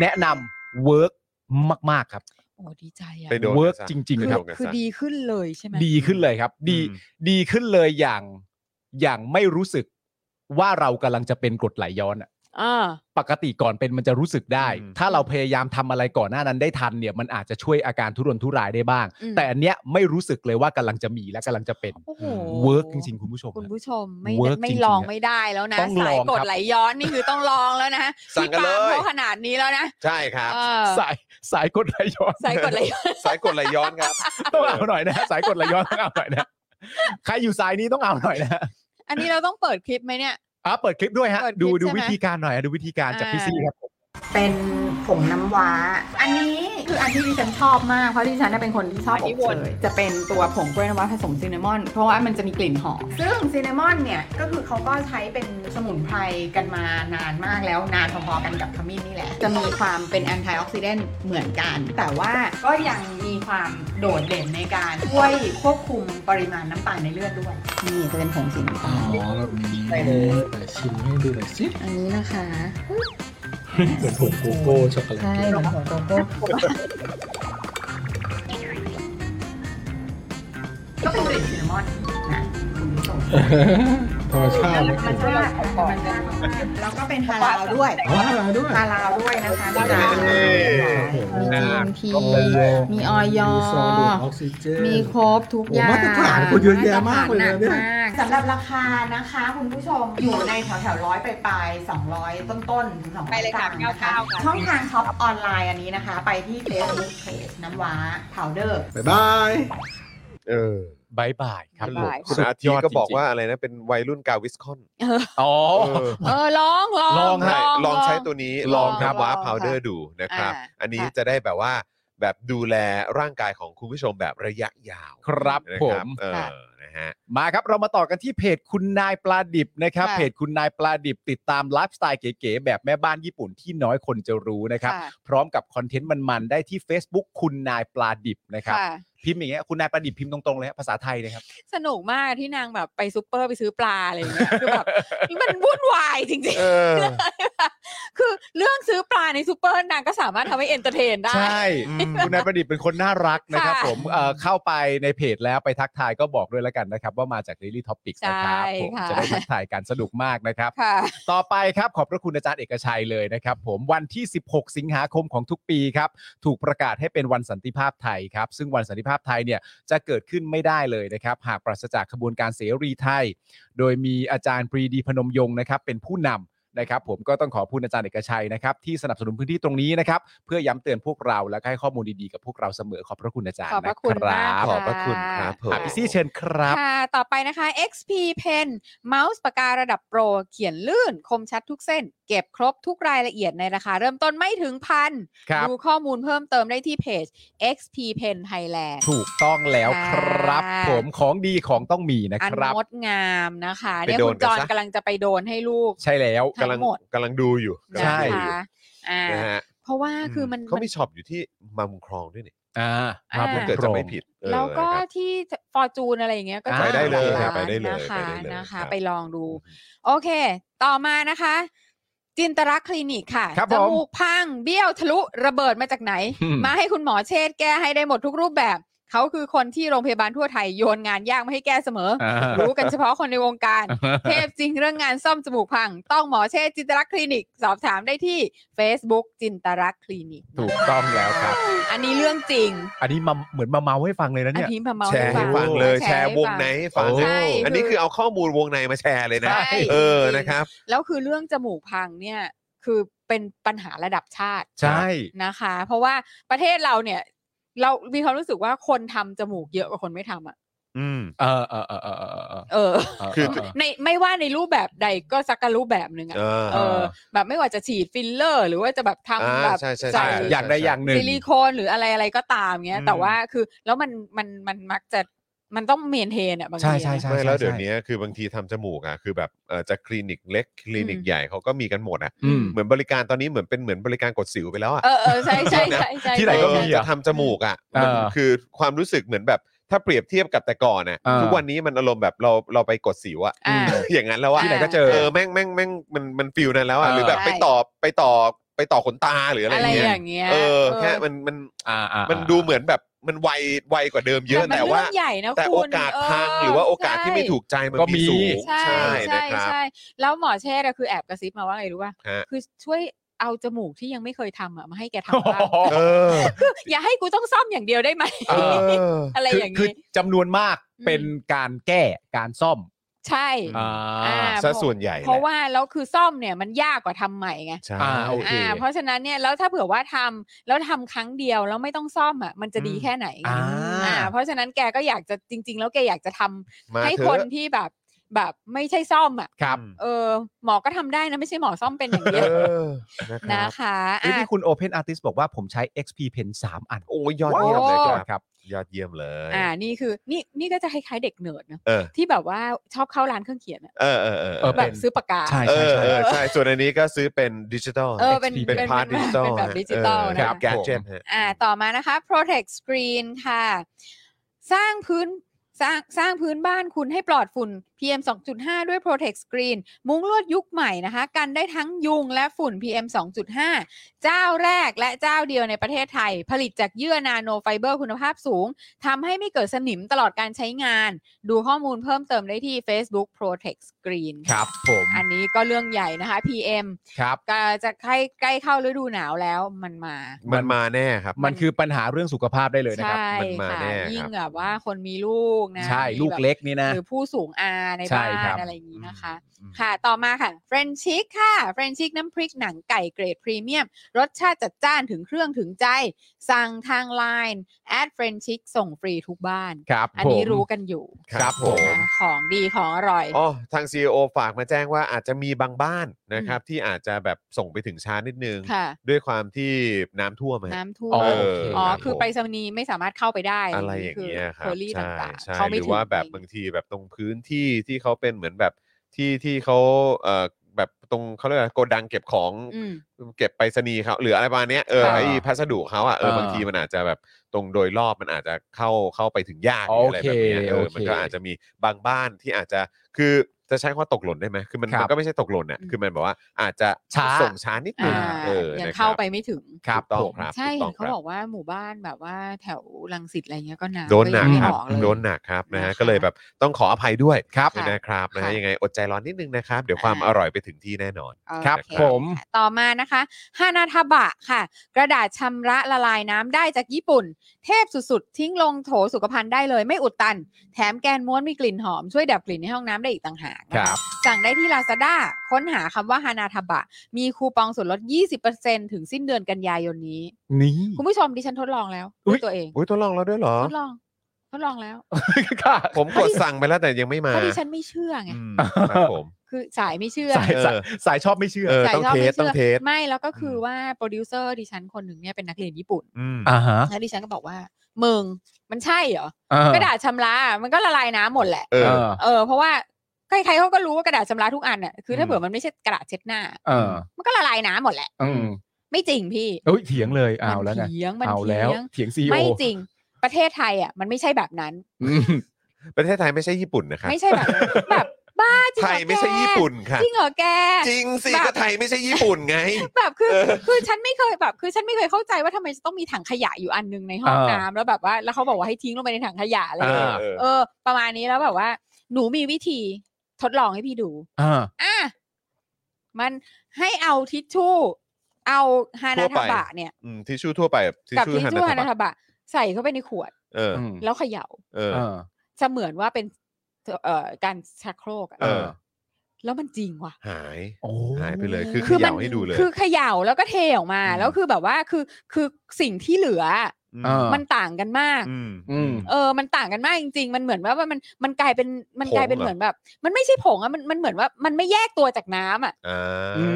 แนะนำเวิร์กมาก ๆ ครับ
โอ้ดีใจอ่ะ
ไปโดน
เวิร์ก
นซะ
จริง
คือ
ๆ ครับ
ไปโนกัน
คือ
ซะ
ดีขึ้นเลยใช่ไหม
ดีขึ้นเลยครับ ดี
อืม
ดีขึ้นเลยอย่างอย่างไม่รู้สึกว่าเรากำลังจะเป็นกรดไหลย้อนอะ
อ่า
ปกติก่อนเป็นมันจะรู้สึกได้
อืม
ถ้าเราพยายามทำอะไรก่อนหน้านั้นได้ทันเนี่ยมันอาจจะช่วยอาการทุรนทุรายได้บ้าง
อืม
แต่อันเนี้ยไม่รู้สึกเลยว่ากำลังจะมีและกำลังจะเป็น
โอ้โห
เวิร์กจริงๆ คุณผู้ชม
คุณ
นะ
ผู้ชมไม่
work
ไม่
จริงๆ
ลอง
อะ
ไม่ได้แล้วนะ
ต้องล
สา
อยง
กด
ครับ
ไหลย้อนนี่คือต้องลองแล้วนะ
สั่ง
พี่
กัน
ปาล์ม
เลย
เขาขนาดนี้แล้วนะ
ใช่ครับ
เออ
สายสายกดไหลย้อน
สายกดไหลย้อน
สายกดไหลย้อนครับ
ต้องเอาหน่อยนะสายกดไหลย้อนต้องเอาหน่อยนะใครอยู่สายนี้ต้องเอาหน่อยนะ
อันนี้เราต้องเปิดคลิปไหมเนี่ย
อ่ะเปิดคลิปด้วยฮะ
เปิดคลิป
ดูดู
ใช่ไหม
วิธีการหน่อยดูวิธีการจากพี่
อ่า
ซี่ครับ
เป็นผงน้ำว้า อันนี้คืออันที่ดิฉันชอบมาก เพราะดิฉันน่ะเป็นคนที่ชอบอบเชยจะเป็นตัวผงกล้วยน้ำว้าผสมซินนามอน เพราะว่ามันจะมีกลิ่นหอม ซึ่งซินนามอนเนี่ย ก็คือเขาก็ใช้เป็นสมุนไพรกันมานานมากแล้วนานพอๆกันกับขมิ้นนี่แหละ จะมีความเป็นแอนตี้ออกซิเดนต์เหมือนกัน แต่ว่าก็ยังมีความโดดเด่นในการช่วยควบคุมปริมาณน้ำตาลในเลือดด้วย นี่จะเป็นผงสีน้ำตาล
อ๋อแบบนี้ได้เลยแต่ชิมให้ดูหน่อยสิ
อันนี้นะคะ
เหมือนผงโกโก้ช็อกโกแลต
ใช่
เลย
เป็นผงโกโก้ก็เป็นกลิ่นซินนามอนนะคุณผู้ชม
ธรรมชาติ
ธรรมชาติของของแล้วก็เป็นฮาลาลด้วย
อ๋อมาด้วย
ฮาลาลด้วยนะคะมี
เย้
ฮาลาลมี
อ่า
GMP
ครบเลย
มีออย
มีซอสดูดออกซิเจน
มีครบทุกอย่าง
โอ้มาตรฐานคนเยอะแยะมากเลยนะเนี่ย
มาตรฐานหกมากสำหรับราคานะคะ คุณผู้ชมอยู่ในแถวแถวร้อยปลายปลายสองร้อยต้นต้นๆถึงสอง
ไปเลยค่ะ
กลางนะคะ
เก้าเก้าค่ะ
ช่องทางช็อปออนไลน์อันนี้นะคะ ไปที่ Facebook Page น้ำว้า powder
บ๊ายบาย
เออบ
ายบายครับ
บ๊ายบาย
คุณ
สุด
อาทิต
ย
ย์
ด
ก็บอก
จริงๆ
ว่าอะไรนะ เป็นวัยรุ่นกาวิสคอน
อ๋อ
เออ
เออลองลอง
ลองฮะ
ใช่ลองใช้ตัวนี้ล
ล
อ
อง ง
น้ำว้า
ลอง
พาวเดอร์
ค่ะ
ดูนะครับ
อ่า
อันนี้
ค่ะ
จะได้แบบว่าแบบดูแลร่างกายของคุณผู้ชมแบบระยะยาว
ครับ
นะ
ผม
เออนะฮะ
มาครับ เรามาต่อกันที่เพจคุณนายปลาดิบนะครับ
ค่ะ
เพจคุณนายปลาดิบ ติดตามไลฟ์สไตล์เก๋ๆแบบแม่บ้านญี่ปุ่นที่น้อยคนจะรู้นะครับ
ค่ะ
พร้อมกับคอนเทนต์มันๆ ได้ที่ Facebook คุณนายปลาดิบนะครับ
ค่ะ
พิมพ์อย่างเงี้ยคุณนายปลาดิบพิมพ์ตรงๆเลยฮะภาษาไทยเลยครับ
สนุกมากที่นางแบบไปซูเปอร์ไปซื้อปลาอะไรอย่างเงี้ยคือแบบมันวุ่นวายจริง
เออ
ๆ คือเรื่องซื้อปลาในซูเปอร์นางก็สามารถทำให้เอนเตอร์เทนได้
ใช่ คุณนายประดิษฐ์เป็นคนน่ารักนะครับ
ค่ะ
ผมเอ่อเข้าไปในเพจแล้วไปทักทายก็บอกด้วยแล้วกันนะครับ ว่ามาจาก Daily Topics นะครับ
ใช่
ผม
ค่ะ
จะได้ทักทายกันสนุกมากนะครับ
ค่ะ
ต่อไปครับ ขอบพระคุณอาจารย์เอกชัยเลยนะครับ ผมวันที่ 16 สิงหาคมของทุกปีครับ ถูกประกาศให้เป็นวันสันติภาพไทยครับ ซึ่งวันสันติภาพไทยเนี่ยจะเกิดขึ้นไม่ได้เลยนะครับ หากปราศจากขบวนการเสรีไทย โดยมีอาจารย์ปรีดีพนมยงค์นะครับ เป็นผู้นำนะครับผมก็ต้องขอบคุณอาจารย์เอกชัยนะครับ ที่สนับสนุนพื้นที่ตรงนี้นะครับ เพื่อย้ำเตือนพวกเราและให้ข้อมูลดีๆกับพวกเราเสมอขอบพระคุณอาจารย์
ขอบพระคุณมา
นะครั
ก
บ
ขอบพระคุณครับผม
อ่ะพี่ซี่เชิญครับ
ค่ะ ต่อไปนะคะ XP Pen เมาส์ปากการะดับโปร เขียนลื่น คมชัดทุกเส้น เก็บครบทุกรายละเอียดในราคาเริ่มต้นไม่ถึงพัน
ครับ
ดูข้อมูลเพิ่มเติมได้ที่เพจ XP Pen Thailand
ถูกต้องแล้วครับ
ค่ะ
ผมของดีของต้องมีนะ
อัน
ครับ
งดงามนะคะ
ไป
เนี่ย
โดน
คุณจอน
กันซะ
กำลังจะไปโดนให้ลูก
ใช่แล้ว
ทั้
กำลัง
งหมด
กำลังดูอยู่กำลั
นะ
งดูอยู่
คะอ่า
นะฮะ
เพราะว่าคือมัน
เขา
มัน
มีช็อปอยู่ที่มัมครองด้วยนี่
อ่า
อ่า
มา
มั
บุ
ถ้า
ญ
เกิด
โป
จะ
ร่ง
ไม่ผิดเออ
แล้วก็
นะครับ
ที่ฟอร์จูนอะไรอย่างเงี้ยก็
ไปได้เลย
หา
ครับไป
ร้าน
ได้เลย
นะคะ
ไปได้เลย
นะคะ
ครับ
ไปลองดู โอเค ต่อมานะคะ จินตรักษณ์คลินิกค่ะ
ครับผ
จ
ม
มูกพัง เบี้ยวทะลุระเบิดมาจากไหน
อืม
มาให้คุณหมอเชษฐ์แก้ให้ได้หมดทุกรูปแบบ เขาคือคนที่โรงพยาบาลทั่วไทยโยนงานยากมาให้แก้เสมอ
อ่า (laughs)
รู้กันเฉพาะคนในวงการ เทพจริงเรื่องงานซ่อมจมูกพัง ต้องหมอเชษฐ์จินตรักษณ์คลินิก สอบถามได้ที่ Facebook จินตรักษณ์คลินิก
ถูกต้องแล้วครับ
อันนี้เรื่องจริง
อันนี้มาเหมือนมาเมาให้ฟังเลยนะ
อัน
เนี่ย
นี้มาเมา
แชร์ให้ฟัง
ให้
เลย แช
ให้
ร์ว
ฟั
งในให้ฟัง
โอ้
ใช่
อันนี้คือเอาข้อมูลวงในมาแชร์เลยนะ
ใช่
เออ
จริงๆ
นะครับ
แล้วคือเรื่องจมูกพังเนี่ย คือเป็นปัญหาระดับชาติ
ใช่
นะคะ เพราะว่าประเทศเราเนี่ย เรามีความรู้สึกว่าคนทำจมูกเยอะกว่าคนไม่ทำอ่ะ
อืม
เออเออเออเออเออเออ
เออ
เออ
คือ
เออ
ในไม่ว่าในรูปแบบใดก็สักกะรูปแบบหนึ่งอ่ะ
เออ
เออ แบบไม่ว่าจะฉีดฟิลเลอร์ หรือว่าจะแบบทำ
อ่า
แบบ
ใช่ใช่ใช่
ใส่
อยากได้อย่างหนึ่ง
ซิลิโคนหรืออะไรอะไรก็ตามเงี้ย แต่ว่าคือแล้วมันมันมันมักจะ มันต้องเมนเทนอ่ะบางที
ใช่
อะ
ใช่ใช่
ไม่แล้ว
ใช่
เดี๋ยวนี้คือบางทีทำจมูกอ่ะคือแบบเอ่อจะคลินิกเล็กคลินิก
อืม
ใหญ่เขาก็มีกันหมดอ่ะ
อืม
เหมือนบริการตอนนี้เหมือนเป็นเหมือนบริการกดสิวไปแล้วอ่ะ
เออเออใช่ใช่ใช่ใช่
ที่ไหนก็มี
ใช่
อะ
จะทำจมูกอ่ะมัน
เออ
คือความรู้สึกเหมือนแบบถ้าเปรียบเทียบกับแต่ก่อนน่ะ
เออ
ทุกวันนี้มันอารมณ์แบบเราเราไปกดสิวอ่ะ
อ่า
อย่างนั้นแล้วอ่ะ
ที่ไหนก็เจอ
เออแม่งแม่งแม่งมันมันฟิลนั้นแล้วอ่ะ
เอ
ห
อ
รือแบบไปต่อไปต่อไปต่อขนตาหรืออะไร
อะไร
เงี้
อย ย่างเงี้ย
เออแค่
เออ
มันมัน
อ่าอ่า
มันดูเหมือนแบบมันไวไวกว่าเดิมเยอะ
มัน
แต่ว่า
เรื่องใหญ่นะ
แต่
คุณ
โอกาส
เ
พังหรือว่าโอกาสที่ไม่
ใช่
ถูกใจมันมีสูง
ใช่
นะ
ใช่
ครับ
ใช่แล้วหมอเชษฐ์อะคือแอบกระซิบมาว่าไงรู้ป่ะ
ฮะ
คือช่วยเอาจมูกที่ยังไม่เคยทำอะมาให้แกทำ
โอ้ (laughs)
บ้าง
โห
เออ
อย่าให้กูต้องซ่อมอย่างเดียวได้ไหม
เออ
อะไร
คือ อย่าง คือ
นี้
จำนวนมาก
อืม
เป็นการแก้การซ่อม
ใช่
อ่า
อ่า
ซะส่วนใหญ่
เพราะว่าแล้วคือซ่อมเนี่ยมันยากกว่าทำใหม่ไง
ใช่
อ่าโอเค
อ่าเพราะฉะนั้นเนี่ยแล้วถ้าเผื่อว่าทำแล้วทำครั้งเดียวแล้วไม่ต้องซ่อมอ่ะมันจะดีแค่ไหน
อ่า
อ่าเพราะฉะนั้นแกก็อยากจะจริง ๆ แล้วแกอยากจะทำ
มา
ให้
เถ
คน
อะ
ที่แบบแบบไม่ใช่ซ่อมอ่ะ
ครับ
เออหมอก็ทำได้นะ ไม่ใช่หมอซ่อมเป็นอย่าง
เอ
เดียว
อนะ
นะครับ คะ
เอ้ยนี่คุณ Open Artist บอกว่าผมใช้ XP Pen 3 อัน
โอ้ยยอดเยี่ยมเลย
โอ้
ครับ ยอดเยี่ยมเลย
อ่านี่คือนี่นี่ก็จะคล้ายๆเด็กเนิร์ดนะ
เออ
ที่แบบว่าชอบเข้าร้านเครื่องเขียนอะ
เออเออเออ
เออ
แบ
ป็
บ
น
ซื้อปากกา
ใช่
เออ
ใช่ใช่
เออใช่ส่วนอันนี้ก็ซื้อเป็นดิจิตอล
เออเป็น
เป็น
เป็น
พาร์ท
เป็น
ดิจิตอล
เป็นแบบดิจิทัลนะ
ครับแกเจ็ตฮะ
อ่าต่อมานะคะ protect screen ค่ะ สร้างพื้นสร้างสร้างพื้นบ้านคุณให้ปลอดฝุ่น PM 2.5 ด้วย Protect Screen มุ้งลวดยุคใหม่นะคะ กันได้ทั้งยุงและฝุ่น PM 2.5 เจ้าแรกและเจ้าเดียวในประเทศไทย ผลิตจากเยื่อนาโนไฟเบอร์คุณภาพสูงทำให้ไม่เกิดสนิมตลอดการใช้งาน ดูข้อมูลเพิ่มเติมได้ที่ Facebook Protect Screen
ค
ค่ะ
รับผม
อันนี้ก็เรื่องใหญ่นะคะ PM
ครับ
ก็จะใกล้ใกล้เข้าฤดูหนาวแล้วมันมา
มันมาแน่ครับ
มันคือปัญหาเรื่องสุขภาพได้เลยนะครับ
ใช่
มันมา
ค่ะ
แน่ครับ
ยิ่งแบบว่าคนมีลูกนะ
ใช่
มี
ลูก
แบบ
เล็กนี่นะ
หรือผู้สูงอาใน
ใช่
บ้า
ครั
น
บ
อะไรอย่างนี้นะคะ
อืม
ค่ะ ต่อมาค่ะเฟรนชิกค่ะเฟรนชิกน้ำพริกหนังไก่เกรดพรีเมียม รสชาติจัดจ้านถึงเครื่องถึงใจ สั่งทางไลน์แอดเฟรนชิกส่งฟรีทุกบ้าน
ครับ
อันนี้
ผม
รู้กันอยู่
ครับผม
นะคะของดีของอร่อย
อ๋อทาง CEO ฝากมาแจ้งว่าอาจจะมีบางบ้านนะครับ ที่อาจจะแบบส่งไปถึงช้านิดนึง
ค่ะ
ด้วยความที่น้ำท่วมฮะ
น้ำท่ว
อ๋
ม
อ
เออ
โอเค
อ๋อ
รับ
คือ
ผม
ไปรษณีย์ไม่สามารถเข้าไปได้
อะไรอย่างเงี้ยครับ
โพลี
ใช่
ต่าง
ใช่
ๆ เขา
ห
ไม่
รือ
ถึง
ว่าแบบบางทีแบบตรงพื้นที่ที่เขาเป็นเหมือนแบบที่ที่เขาเอ่อแบบตรงเขาเรียกอะไรโกดังเก็บของ
อืม
เก็บไปรษณีย์เขาหรืออะไรประมาณเนี้ยเออ
ค่ะ
ไอ้พัสดุเขาอ่ะเอ
เออบ
อางทีมันอาจจะแบบตรงโดยรอบมันอาจจะเข้าเข้าไปถึงยากห
โอ
รือ
เค
อะไรแบบเนี้ยเออ
โอเค
มันก็อาจจะมีบางบ้านที่อาจจะคือจะใช้คำว่าตกหล่นได้ไหมคือมัน
ครับ
มันก็ไม่ใช่ตกหล่นน่ะ
อืม
คือมันแบบว่าอาจจะ
ช้า
ส่งช้านิดนึ
อ่าง
เออ
ยัง
นะครับ
เข้าไปไม่ถึง
ครับ
ถูกต้อ
ผ
ง
ม
ครับ
ใช่
ถูก
เห็
ต้อน งค
เขา
รับ
บอกว่าหมู่บ้านแบบว่าแถวลังสิตอะไรเงี้ยก็น้ำ
โดนหนัก
ก็ยังไม่
ครับ
ออกเลย
โดนหนักครับนะฮะก็เลยแบบต้องขออภัยด้วย
ครับ
ะ
นะครับนะฮะ
ค่ะ
ยังไงอดใจร้อนนิดนึงนะครับ เดี๋ยวความ
อ่า
อร่อยไปถึงที่แน่นอน
โอเ
ครับ
นะค
ผ
รับ
ม
ค่ะต่อมานะคะฮานาทาบะค่ะ กระดาษชำระละลายน้ำได้จากญี่ปุ่น เทพสุดๆ ทิ้งลงโถสุขภัณฑ์ได้เลยไม่อุดตัน แถมแกนม้วนมีกลิ่นหอม ช่วยดับกลิ่นในห้องน้ำได้อีกต่างหากนะะ
ครับ
สั่งได้ที่ Lazada ค้นหาคำว่าฮานาทาบะ มีคูปองส่วนลด 20%ถึงสิ้นเดือนกันยายนนี้
นี่
คุณผู้ชมดิฉันทดลองแล้ว
อุ๊
ด้วย ยตัวเอง
อุ้ยทดลองแล้วด้วยเหรอ
ทดลองทดลองแล้ว
ค่ะ
ผมกดสั่งไปแล้วแต่ยังไม่มา
เพราะดิฉันไม่เชื่อไง
อืมครับผม
คือสายไม่เชื่อ
สายสายสายชอบไม่เชื่อ
เออ
สาย
ต้อง
ชอบ
เท
ไม่
สต้อ
เชื่
งเทส
ไม่แล้วก็คือว่าโปรดิวเซอร์ดิฉันคนหนึ่งเนี่ยเป็นนักเรียนญี่ปุ่น
อืม
ฮะ
แล้วดิฉันก็บอกว่ามึงมันใช่เหรอ
เออก
ระดาษชำระมันก็ละลายน้ำหมดแหละ
เอ
เอ
อ
อ
เออเพราะว่าใครๆเขาก็รู้ว่ากระดาษชำระทุกอันน่ะคือถ้าเผื่อมันไม่ใช่กระดาษเช็ดหน้า
เออ
มันก็ละลายน้ำหมดแหละ
อืม
ไม่จริงพี่
เอ้ยเถียงเลยเอา
มัน
แล้วไง
เถียงมัน
เอา
เถี
แล้ว
ยง
เถียงซีโอ
ไม่จริงประเทศไทยอ่ะมันไม่ใช่แบบนั้น
ประเทศไทยไม่ใช่ญี่ปุ่นนะครับ
ไม่ใช่แบบนั้นแบบบ้าจริง
ไท
เหรอย แก
ไม่ใช่ญี่ปุ่นค่ะ
จริงเหรอแก
จริงสิ
แบบ
ก็ไทยไม่ใช่ญี่ปุ่นไง
แบบคือ
เออ
คือฉันไม่เคยแบบ คือฉันไม่เคยเข้าใจว่าทำไมจะต้องมีถังขยะอยู่อันหนึงในห้องน้ำแล้วแบบว่า แล้วเขาบอกว่าให้ทิ้งลงไปในถังขยะอะไรอย่างเงี้ย
า
เออ
เออ ประมาณนี้แล้วแบบว่า หนูมีวิธีทดลองให้พี่ดู
อ่า
อ่ะมันให้เอาทิชชู่ เอาฮานา
ทั่
ทาว
ไป
บะเนี่ย
อืมทิชชู่ทั่วไปแบบทิช
กับ
ชู่
ทิช
ฮัน
ชู่ฮานา
นะ
ทาบะ ใส่เข้าไปในขวด
เออ
อืม
แล้วเขย่า
เออ
เออ
เสมือนว่าเป็นเอ่อการชักโครกอะ
เออ
แล้วมันจริงว่ะ
หาย
โอ้
หายไปเลย คือ
คือ
เข
มั
ยาน วให้ดูเลย
คือเขย่าแล้วก็เทออกมา
อืม
แล้วคือแบบว่าคือคือสิ่งที่เหลืออะ
ม
เออ
มันต่างกันมาก
อืม
อืม
เออ มันต่างกันมากจริง ๆ มันเหมือนว่ามันมันกลายเป็นมัน
ผง
กลายเป็น
เหรอ
เหมือนแบบ มันไม่ใช่ผงอะมันมันเหมือนว่ามันไม่แยกตัวจากน้ำอะ
อ่า
อื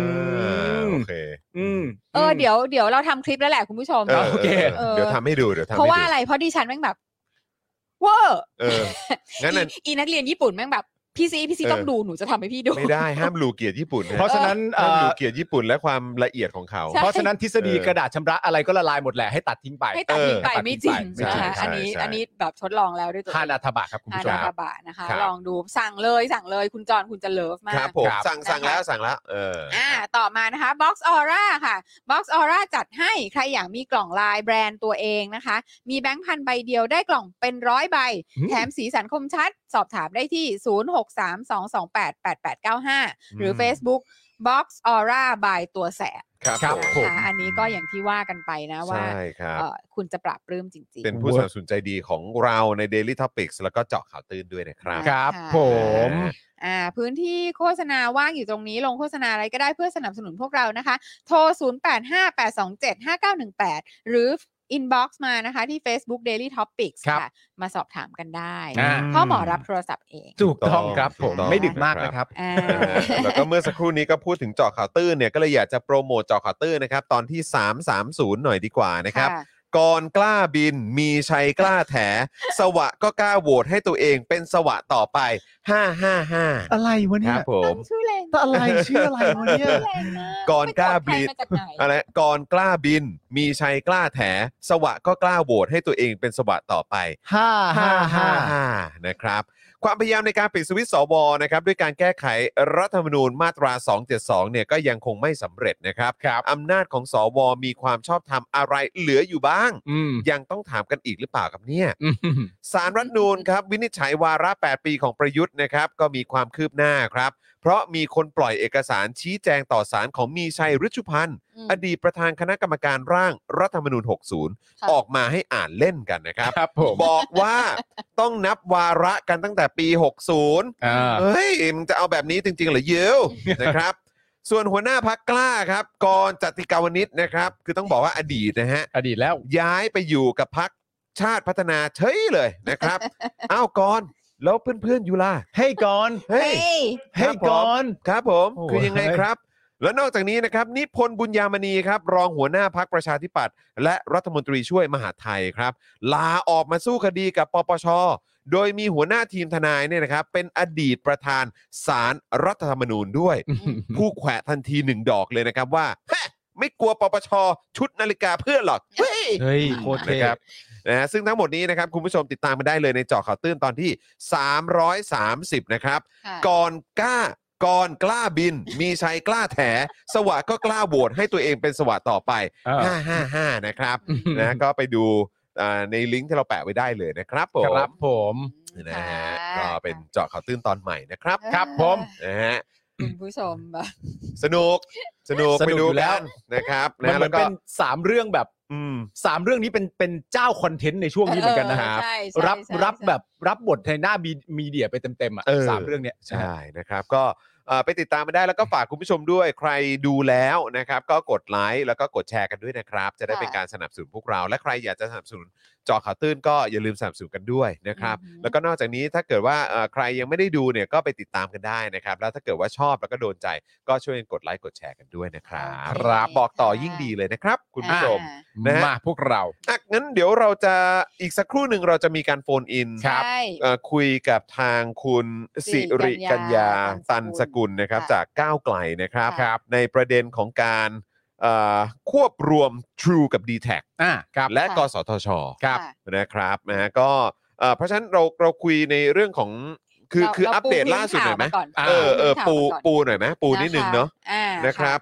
ม
โอเค
อืม
เออเดี๋ยวเดี๋ยวเราทำคลิปแล้วแหละคุณผู้ชม
าโอเค
เดี๋ยวทำให้ดูเดี๋ยวทำให้
เพราะว่า
ดู
อะไรเพราะดิฉันแม่งแบบ เวอร์
เอองั้นน่ะ
อีอีนักเรียนญี่ปุ่นแม่งแบบพี่ซีพี่ซี
เออ
ต้องดูหนูจะทำให้พี่ดู
ไม่ได้ห้ามหลูเกียรติญี่ปุ่น
เพราะฉะนั้นเอ่
ห้ามหลู
อ
เกียรติญี่ปุ่นและความละเอียดของเขา
ใช่
เพราะฉะนั้นทฤษฎี
เออก
ระดาษชำระอะไรก็ละลายหมดแหละให้ตัดทิ้งไป
ให้ตัดทิ้งไป
เออ
ไม่จริง
ไม่จริ
นะ
ง
คะ
ใช่
อันนี้
ใช่
อันนี้แบบทดลองแล้วด้วยตัวเอ
ห้าง นาทบะครับคุณ
อา
ผู้ชม
นา
ค
คา
รับ
บะนะคะ
ครับ
ลองดูสั่งเลยสั่งเลยคุณจอนคุณจะเลิฟมา
ครั
ก
บผม
ครับ
สั่งสั่ง
นะ
แล้ว
คะ
สั่งแล้วเอออ
อ่าต่อมานะคะ Box Aura ค่ะ Box Aura จัดให้ใครอยากมีกล่องลายแบรนด์ตัวเองนะคะ มีแบงค์พันใบเดียวได้กล่องเป็นร้อยใบ
อืม
แถมสีสันคมชัด สอบถามได้ที่ 0632288895 หรือ
ม
Facebook Box Aura by ตัวแสบ
ครับ
ครับ
นะ
ผม
คะอันนี้ก็อย่างที่ว่ากันไปนะว่า
ใช่ครับ
เอ่อคุณจะปรับปรื้มจริง ๆ
เป็นผู้สนับสนุนใจดีของเราใน Daily Topics แล้วก็เจาะข่าวตื่นด้วยนะครับ
ค
ครั
รับ บผม
อ่า
อ่าพื้นที่โฆษณาว่างอยู่ตรงนี้ลงโฆษณาอะไรก็ได้เพื่อสนับสนุนพวกเรานะคะ โทร 0858275918 หรือ inbox มานะคะที่ Facebook Daily Topics ค่ะ มาสอบถามกันได้
อ่า
พ่อหมอรับโทรศัพท์เอง
ถูกต้องครับผม
ถูกต้อง
ไม่ดึกมากนะครับ
อ่า
นะฮะแล้วก็เมื่อสักครู่นี้ก็พูดถึงเจาะข่าวตื้นเนี่ยก็เลยอยากจะโปรโมทเจาะข่าวตื้นนะครับ ตอนที่ 330 หน่อยดีกว่านะครับ ก่อนกล้าบินมีชัยกล้าแถ สวะก็กล้าโหวตให้ตัวเองเป็นสวะต่อไป 555
อะไรวะ
ค
เนี่ย
รับผม
ชื่อแรง
แต่อะไรชื่ออะไรวะเนี่ย
ชื่อแรงมา
ก่อนกล้า
ไป
บิ
ด
ด
ใครมาจากไหน
อะไรก่อนกล้าบิน มีชัยกล้าแถ สวะก็กล้าโหวตให้ตัวเองเป็นสวะต่อไป
ห้าห้าห้า
55นะครับ ความพยายามในการปิดสวิตช์สวนะครับ ด้วยการแก้ไขรัฐธรรมนูญมาตรา 272 เนี่ยก็ยังคงไม่สำเร็จนะครับ
ครับ
อำนาจของสวมีความชอบธรรมอะไรเหลืออยู่บ้าง
อืม
ยังต้องถามกันอีกหรือเปล่าครับเนี่ย
อืม
สารรัฐธรรมนูญครับ วินิจฉัยวาระ 8 ปีของประยุทธ์นะครับ ก็มีความคืบหน้าครับ เพราะมีคนปล่อยเอกสารชี้แจงต่อสารของมีชัยฤชุพันธ์
ม
อดีตประธานคณะกรรมการร่างรัฐธรรมนูญ
ค่ะ
60 ออกมาให้อ่านเล่นกันนะครับ
ครับผม
บอกว่าต้องนับวาระกันตั้งแต่ปี 60
อ่า
เฮ้ยมึงจะเอาแบบนี้จริง ๆ เหรอยิว นะครับ ส่วนหัวหน้าพักกล้าครับกรจติกาวนิตนะครับ คือต้องบอกว่าอดีตนะฮะ
อดีตแล้ว
ย้ายไปอยู่กับพักชาติพัฒนาเฉยเลยนะครับ อ้าวกรณ์แล้วเพื่อนๆอยู่ล่ะ
ให้ก่อน
เฮ้ย
เฮ้ย
ให้ก่อน
ครับผม
โอ้โห
คือยังไงครับ แล้วนอกจากนี้นะครับนิพนธ์บุญยามณีครับ รองหัวหน้าพักประชาธิปัตย์และรัฐมนตรีช่วยมหาดไทยครับ ลาออกมาสู้คดีกับปปช โดยมีหัวหน้าทีมทนายเนี่ยนะครับ เป็นอดีตประธานสารรัฐธรรมนูญด้วย ผู้แขวะทันทีหนึ่งดอกเลยนะครับว่าแฮะไม่กลัวปปช ชุดนาฬิกาเพื่อนหร
(laughs)
อกเฮ้ย
เฮ้ยโคตรเท่
นะครับนะฮะซึ่งทั้งหมดนี้นะครับ คุณผู้ชมติดตามมาได้เลยในเจอข่าวตื้นตอนที่ 330 นะครับ
ค่ะ
ก่อนกล้าก่อนกล้าบิน มีชัยกล้าแถ สวะก็กล้าโหวตให้ตัวเองเป็นสวะต่อไป
อ่า
555 นะครับนะก็ไปดูอ่าในลิงก์ที่เราแปะไว้ได้เลยนะครับผม
ครับผม
นะฮะก็เป็นเจาะข่าวตื้นตอนใหม่นะครับ
เออ
ครับผม
นะฮะ
คุณผู้ชมแบบ
สนุกสนุก
สนุก
ไปดู
อยู่แล้
กั
ว
นนะครับ
มัน
นะ
เหมื
แล้
อน
วก็
เป็นสามเรื่องแบบ
อืม
สามเรื่องนี้เป็นเป็นเจ้าคอนเทนต์ในช่วงนี้เหมือนกันนะ
เออใช่ใช่
รับ
ใช่
รับ
ใช่
แบบรับบทในหน้ามีมีเดียไปเต็มๆอ่ะ
เออ
สามเรื่องเนี้ย
ใช่นะครับก็เอ่อไปติดตามมาได้แล้วก็ฝากคุณผู้ชมด้วยใครดูแล้วนะครับ ก็กดไลค์แล้วก็กดแชร์กันด้วยนะครับ จะได้เป็นการสนับสนุนพวกเรา และใครอยากจะสนับสนุนเจอข่าวตื้นก็อย่าลืมสนับสนุนกันด้วยนะครับ
อือฮึ
แล้วก็นอกจากนี้ถ้าเกิดว่าเอ่อใครยังไม่ได้ดูเนี่ยก็ไปติดตามกันได้นะครับ แล้วถ้าเกิดว่าชอบแล้วก็โดนใจก็ช่วยกดไลค์กดแชร์กันด้วยนะครับ
ครับ
บอกต่อยิ่งดีเลยนะครับ คุณผู้ชม
อ่า
นะฮะ
มาพวกเรา
อ่ะงั้นเดี๋ยวเราจะอีกสักครู่หนึ่งเราจะมีการโฟนอิน
ใช่
เอ่อคุยกับทางคุณสิริกัญญา
ตั
ตั
น
นส
สกุ
กุ
ล
ลนะครับ
ค่ะ
จากก้าวไกลนะครับ
ค่ะ
ในประเด็นของการเอ่อควบรวม True กับ d t แท
อ่าครับ
และกสทช
ครับ
ค่ะ
นะครับนะฮะก็เอ่อเพราะฉะนั้นเราเราคุยในเรื่องของคือ
เรา
คือ
เรา
อัป
ปู
เดต
พื้น
ล่าสุดหน่อยไหม
ข่าวมาก่อน
เออเออ
ปู
ปู
พื้น
ปูห
ข่าวมาก่อน
น่อยไหมปูนิดนึงเนาะ
อ่า
นะครับ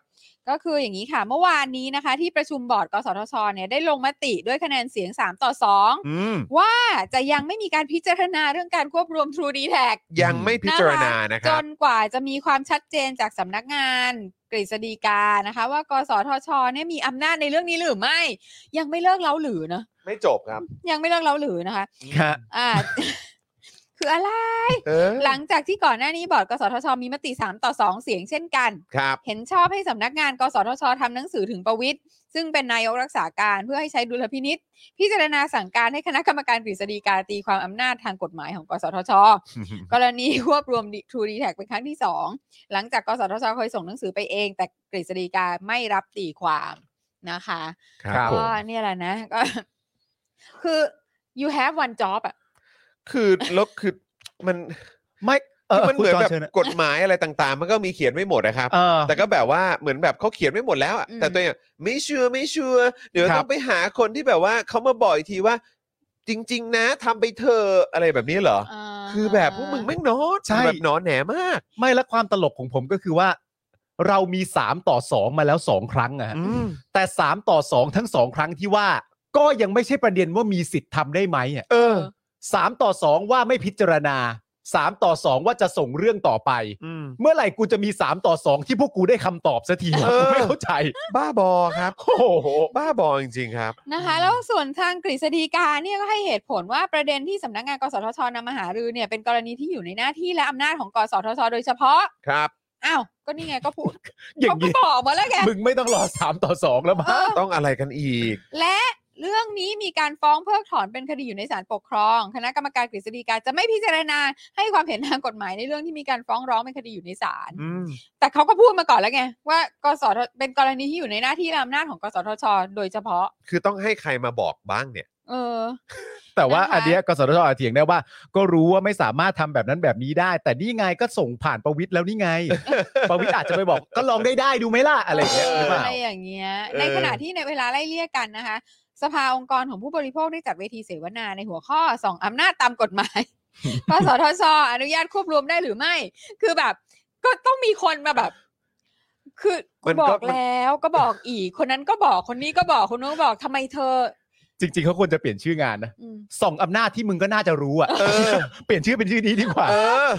ก็คืออย่างนี้ค่ะ เมื่อวานนี้นะคะ ที่ประชุมบอร์ดกสทชเนี่ยได้ลงมติด้วยคะแนนเสียง 3 ต่อ
อืม
2 ว่าจะยังไม่มีการพิจารณาเรื่องการควบรวม True d t a c
ยังไม่พิจารณานะค
จ
รับ
นกว่าจะมีความชัดเจนจากสำนักงานกฤษฎีกานะคะ ว่ากสทชเนี่ยมีอำนาจในเรื่องนี้หรือไม่ ยังไม่เลิกเล้าหรือนะ
ไม่จบครับ
ยังไม่เลิกเล้าหรือนะคะ
ฮะ
อ่า (laughs) คืออะไร
เออ
หลังจากที่ก่อนหน้านี้บอร์ดกสทชมีมติ 3 ต่อ 2 เสียงเช่นกัน
ครับ (laughs)
เห็นชอบให้สำนักงาน กสทชทำหนังสือถึงประวิทย์ซึ่งเป็นนายกรักษาการเพื่อให้ใช้ดุลพินิษพิจารณาสั่งการให้คณะกรรมการกฤษฎีกาตีความอำนาจทางกฎหมายของ กสทช กรณีควบรวมทูดีแท็กเป็นครั้งที่ 2 หลังจาก กสทชเคยส่งหนังสือไปเอง แต่กฤษฎีกาไม่รับตีความนะคะ
ครับผม
ก็เนี่ยแหละนะก็ คือ you have one job อะ
คือแล้วคือมัน
ไม่เออ
คือมันเหมือน
คุณจ
แบ
เชิญ
บกฎหมายอะไรต่างๆ มันก็มีเขียนไม่หมดนะครับ
เออ
แต่ก็แบบว่าเหมือนแบบเขาเขียนไม่หมดแล้วอะ
อืม
แต่ตัวเองอะไม่เชื่อไม่เชื่อเดี๋ยว
ครั
ต้
บ
องไปหาคนที่แบบว่าเขามาบอกอีกทีว่า จริง ๆ นะทำไปเถอะอะไรแบบนี้เหรอ
อ่า
คือแบบพวกมึงแม่งนอน
ใช่
แบบหนอนแหนมาก
ไม่และความตลกของผมก็คือว่า เรามี 3 ต่อ 2 มาแล้ว 2 ครั้งอะฮะ
อืม
แต่ 3 ต่อ 2 ทั้ง 2 ครั้งที่ว่า ก็ยังไม่ใช่ประเด็นว่ามีสิทธิ์ทำได้ไหมอะ
เออ
สามต่อ 2 ว่าไม่พิจารณา 3 ต่อ 2 ว่าจะส่งเรื่องต่อไป
อืม
เมื่อไหร่กูจะมี 3 ต่อ 2 ที่พวกกูได้คำตอบสักทีวะ
เออ
กูไม่เข้าใจ
บ้าบอครับ (laughs)
โอ้โห
บ้าบอจริงๆครับ
นะคะแล้วส่วนทางกฤษฎีกาเนี่ยก็ให้เหตุผลว่าประเด็นที่สำนักงานกสทชนำมาหารือเนี่ยเป็นกรณีที่อยู่ในหน้าที่และอำนาจของกสทช โดยเฉพาะ
ครับ
อ้าวก็นี่ไงก็พูด
อย่า
เขา
ง
ก็
นี้
บอกมาแล้วไง
มึง (laughs) ไม่ต้องรอ 3 ต่อ 2 แล้วมั้ง
เออ
ต้องอะไรกันอีก
และเรื่องนี้มีการฟ้องเพิกถอนเป็นคดีอยู่ในศาลปกครอง คณะกรรมการกฤษฎีกาจะไม่พิจารณาให้ความเห็นทางกฎหมายในเรื่องที่มีการฟ้องร้องเป็นคดีอยู่ในศาล
อืม
แต่เขาก็พูดมาก่อนแล้วไงว่ากสทเป็นกรณีที่อยู่ในหน้าที่และอำนาจของกสทช โดยเฉพาะ
คือต้องให้ใครมาบอกบ้างเนี่ย
เออ
แต่ว่า
นะคะ
อันเนี้ยกสทชอาจเถียงได้ว่า ก็รู้ว่าไม่สามารถทำแบบนั้นแบบนี้ได้ แต่นี่ไงก็ส่งผ่านประวิทย์แล้วนี่ไง ประวิทย์อาจจะไปบอก ก็ลองได้ได้ดูไหมล่ะ อะไรอย่างเงี้ยหรือเปล่า
ไรอย่างเงี้ย
เออ
ในขณะที่ในเวลาไล่เลี่ยกันนะคะ สภาองค์กรของผู้บริโภคได้จัดเวทีเสวนาในหัวข้อสองอำนาจตามกฎหมาย
(laughs)
กสทชอนุญาตควบรวมได้หรือไม่ คือแบบ ก็ต้องมีคนมาแบบ คือ
มัน
บ
ก็
อก
มัน
แล้วก็บอกอีก คนนั้นก็บอกคนนี้ก็บอกคนนู้นก็บอกทำไมเธอ
จริง ๆเขาควรจะเปลี่ยนชื่องานนะ
อืม
ส่องอำนาจที่มึงก็น่าจะรู้อ่ะ
เออ
เปลี่ยนชื่อเป็นชื่อนี้ดีกว่า
เออ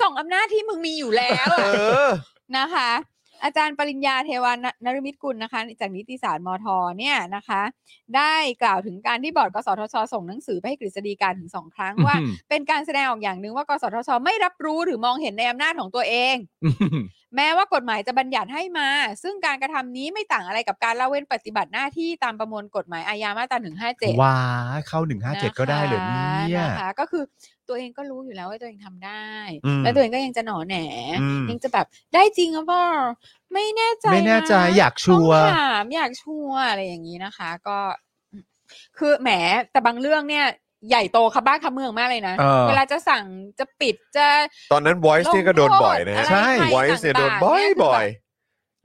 สองอำนาจที่มึงมีอยู่แล้ว
เอ
อะ
อ
นะคะ อาจารย์ปริญญาเทวานนรมิตกุลนะคะ จากนิติศาสตร์มทเนี่ยนะคะ ได้กล่าวถึงการที่บอร์ดกสทช ส่งหนังสือไปให้กฤษฎีการถึงสองครั้งว่า
อืม
เป็นการแสดงออกอย่างหนึ่งว่ากสทช ไม่รับรู้หรือมองเห็นในอำนาจของตัวเอง แม้ว่ากฎหมายจะบัญญัติให้มา ซึ่งการกระทำนี้ไม่ต่างอะไรกับการละเว้นปฏิบัติหน้าที่ตามประมวลกฎหมายอาญามาตราหนึ่งห้าเจ็ด
ว้าเข้าหนึ่งห้าเจ็ดก็ได้เลยเนี่ย
นะคะก็คือตัวเองก็รู้อยู่แล้วว่าตัวเองทำได้
อืม
แล้วตัวเองก็ยังจะหนอแหน
อืม
ยังจะแบบได้จริงหรือเปล่าไม่แน่ใจ
ไม่แน่ใจ
นะ
อยากชัวร์
ต้องถามอยากชัวร์อะไรอย่างนี้นะคะ ก็ คือแหมแต่บางเรื่องเนี่ย ใหญ่โตครับบ้านครับเมืองมากเลยนะ
เออ
เวลาจะสั่งจะปิดจะ
ตอนนั้น voice เนี่ยก็โดนบ่อยนะฮะ
ลง
ใช่
โทษะไรใคร
voice เนี่ยโดน
ต่างๆ
บ่อย
เนี่
บ่อย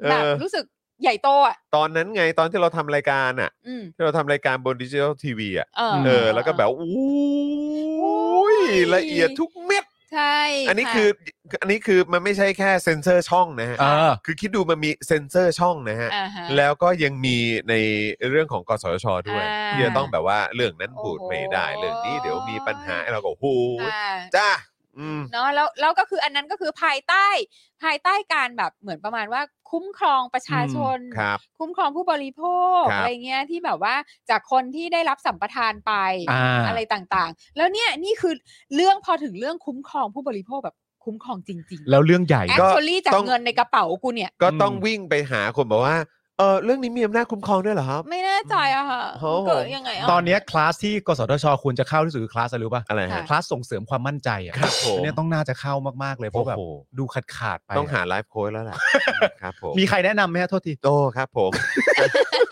คื
เอ
แบบ
อ
รู้สึกใหญ่โตอ่ะ
ตอนนั้นไงตอนที่เราทำรายการอ่ะ
อืม
ที่เราทำรายการบนดิจิทัลทีวีอ่ะ
เออ
เออ แล้วก็แบบอู้ยละเอียดทุกเม็ด
ใช่
อันนี้
ะ
คือ อันนี้คือมันไม่ใช่แค่เซ็นเซอร์ช่องนะฮะ
เออ
คือคิดดูมันมีเซ็นเซอร์ช่องนะฮะ
อ่าฮะ
แล้วก็ยังมีในเรื่องของกสชด้วย
อ่า
ที่จะต้องแบบว่าเรื่องนั้นพูดไม่ได้
โอ้โห
เรื่องนี้เดี๋ยวมีปัญหาเราก็โอ้โห
อ่า
จ้าอืม
เนาะแล้วแล้วก็คืออันนั้นก็คือภายใต้ภายใต้การแบบเหมือนประมาณว่าคุ้มครองประชาชน
ครับ
คุ้มครองผู้บริโภค
ครับ
อะไรเงี้ยที่แบบว่าจากคนที่ได้รับสัมปทานไป
อ่า
อะไรต่างๆ แล้วเนี่ยนี่คือเรื่องพอถึงเรื่องคุ้มครองผู้บริโภคแบบคุ้มครองจริงๆ
แล้วเรื่องใหญ่
แอค
ก็
ชวลี่จาก
ต้อง
เงินในกระเป๋ากูเนี่ย
ก็ต้อง
อืม
วิ่งไปหาคนบอกว่า เออเรื่องนี้มีอำนาจคุ้มครองด้วยเหรอครับ
ไม่แน่ใจอะค่ะ
โอ้โห
เกิดยังไงอะ
ตอนเนี้ยคลาสที่กสทชควรจะเข้าที่สุดคือคลาสอะไรรู้ป่ะ
อะไรฮะ
คลาสส่งเสริมความมั่นใจอ่ะ
ครับผม
เนี่ยต้องน่าจะเข้ามากๆเลยเพราะแบบ
โอ้โห
ดูขาดขาดๆไป
ต้องหาไลฟ์โค้ชแล้วล่ะ
(laughs)
ครับผม
มีใครแนะนำไหมฮะโทษที
โตครับ
(laughs)
ผม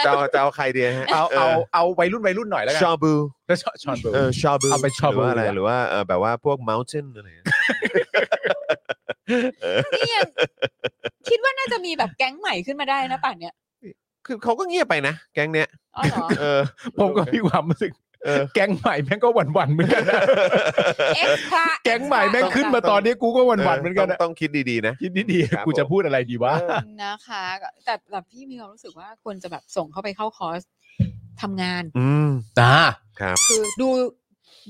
จะเอาจะเอาใครดีฮะ
เอาเอาเอาวัยรุ่นวัยรุ่นหน่อยแล้วกัน
ชอบู
แล้วชอชอนเบอร์
เออชอบู
เอาไป Shabu
หรือว่าอะไร
ดีกว่า
หรือว่าเออแบบว่าพวก mountain อะไรอย่างเงี้ย
นี่ยังคิดว่าน่าจะมีแบบแก๊งใหม่ขึ้นมาได้นะป่านเนี้ย
คือเขาก็เงียบไปนะ แก๊งเนี้ย
อ๋อเหรอ
เออ
ผมก็มีความรู้สึก
เออ
แก๊งใหม่แม่งก็หวั่นหวั่นๆเหมือนกันนะ
เอ็กซ์พระ
แก๊งใหม่แม่งขึ้นมาตอนนี้กูก็หวั่นหวั่นๆเหมือนกัน
ต้
นะ
งต้องคิดดีๆนะ
คิดดี
ครับ
ๆกูจะพูดอะไรดีวะ
เออ
นะคะก็แต่แต่พี่มีความรู้สึกว่าควรจะแบบส่งเข้าไปเข้าคอร์สทำงาน
อืม
อ่า
ครับ
คือดู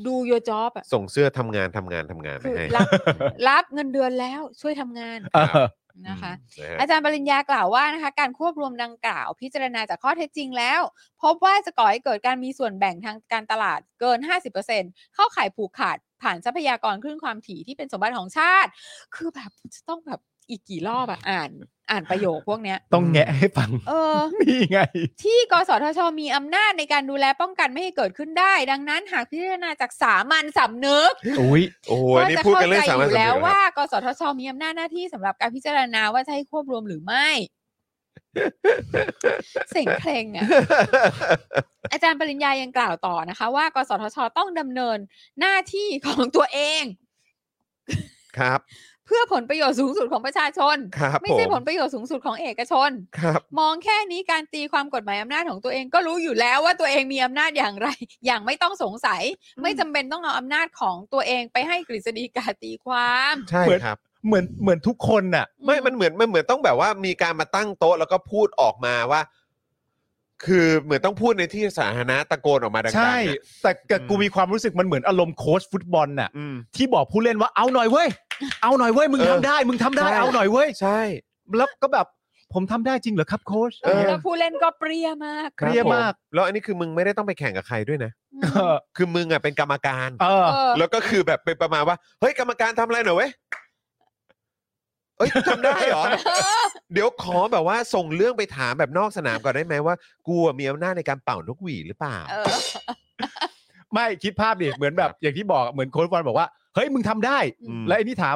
ดู your job อะ
ส่งเสื้อทำงานทำงานทำงานไป
คือ
ให้
รับ (laughs) รับเงินเดือนแล้วช่วยทำงาน
เออ
นะคะ
อืมนะฮะ
อาจารย์ปริญญากล่าวว่านะคะการควบรวมดังกล่าว พิจารณาจากข้อเท็จจริงแล้ว พบว่าจะก่อให้เกิดการมีส่วนแบ่งทางการตลาดเกิน 50%เข้าข่ายผูกขาดผ่านทรัพยากรคลื่นความถี่ที่เป็นสมบัติของชาติ คือแบบจะต้องแบบอีกกี่รอบอะอ่านอ่านประโยคพวกเนี้ย
ต้องแงะให้ฟัง (laughs)
เอ (laughs) อ
นี่ไง
ที่กสทช มีอำนาจในการดูแลป้องกันไม่ให้เกิดขึ้นได้ ดังนั้นหากพิจารณาจากสามัญสำนึก
อุ้ย
โอ้โห
ก็
นี่
จะ
พูด
เข้า
กันเรื่อง
ใจ
สา
อ
มัญสำ
ยู่
นึก
แล้ว
เหรอครับ
ว่ากสทช มีอำนาจหน้าที่สำหรับการพิจารณาว่าจะให้ควบรวมหรือไม่ เสียงเพลง
(laughs)
อ่ะ อาจารย์ปริญญายังกล่าวต่อนะคะ ว่ากสทชต้องดำเนินหน้าที่ของตัวเอง
ครับ
เพื่อผลประโยชน์สูงสุดของประชาชน
ครับ
ไม่ใช่
ผ
ผม ลประโยชน์สูงสุดของเอกชน
ครับ
มองแค่นี้การตีความกฎหมายอำนาจของตัวเองก็รู้อยู่แล้วว่าตัวเองมีอำนาจอย่างไร (laughs) อย่างไม่ต้องสงสัย ไม่จำเป็นต้องเอาอำนาจของตัวเองไปให้กฤษฎีกาตีความ
ใช่
เหมือน
ครับ
เหมือนเหมือนทุกคนน่ะ
ไม่มันเหมือนมันเหมือนต้องแบบว่ามีการมาตั้งโต๊ะแล้วก็พูดออกมาว่า คือเหมือนต้องพูดในที่สาธารณะตะโกนออกมาดังๆ
ใช่
อะ
แต่กับกูมีความรู้สึกมันเหมือนอารมณ์โค้ชฟุตบอลน่ะ
อืม
ที่บอกผู้เล่นว่าเอาหน่อยเว้ย เอาหน่อยเว้ย มึง
เออ
ทำได้ มึงทำได้
ใช่
เอาหน่อยเว้ย
ใช่
แล้วก็แบบผมทำได้จริงเหรอครับโค้ช
เออ
แล้วผู้เล่นก็เปรี้ยมาก
เครียดมาก
แล้วอันนี้คือมึงไม่ได้ต้องไปแข่งกับใครด้วยนะ
อื
เอ
ม
อ
คือมึงอ่ะเป็นกรรมการ
เออ
เออ
แล้วก็คือแบบเป็นประมาณว่า เฮ้ยกรรมการทำอะไรหน่อยเว้ยเอ้ยทำได้
(laughs)
เหรอ เดี๋ยวขอแบบว่าส่งเรื่องไปถามแบบนอกสนามก่อนได้ไหมว่า กูอะมีอำนาจในการเป่านกหวีดหรือเปล่า
เออ
ไม่คิดภาพดิเหมือนแบบอย่างที่บอกเหมือนโค้ชบอลบอกว่าเฮ้ยมึงทำได้
อืม
แล้วไอ้นี่ถาม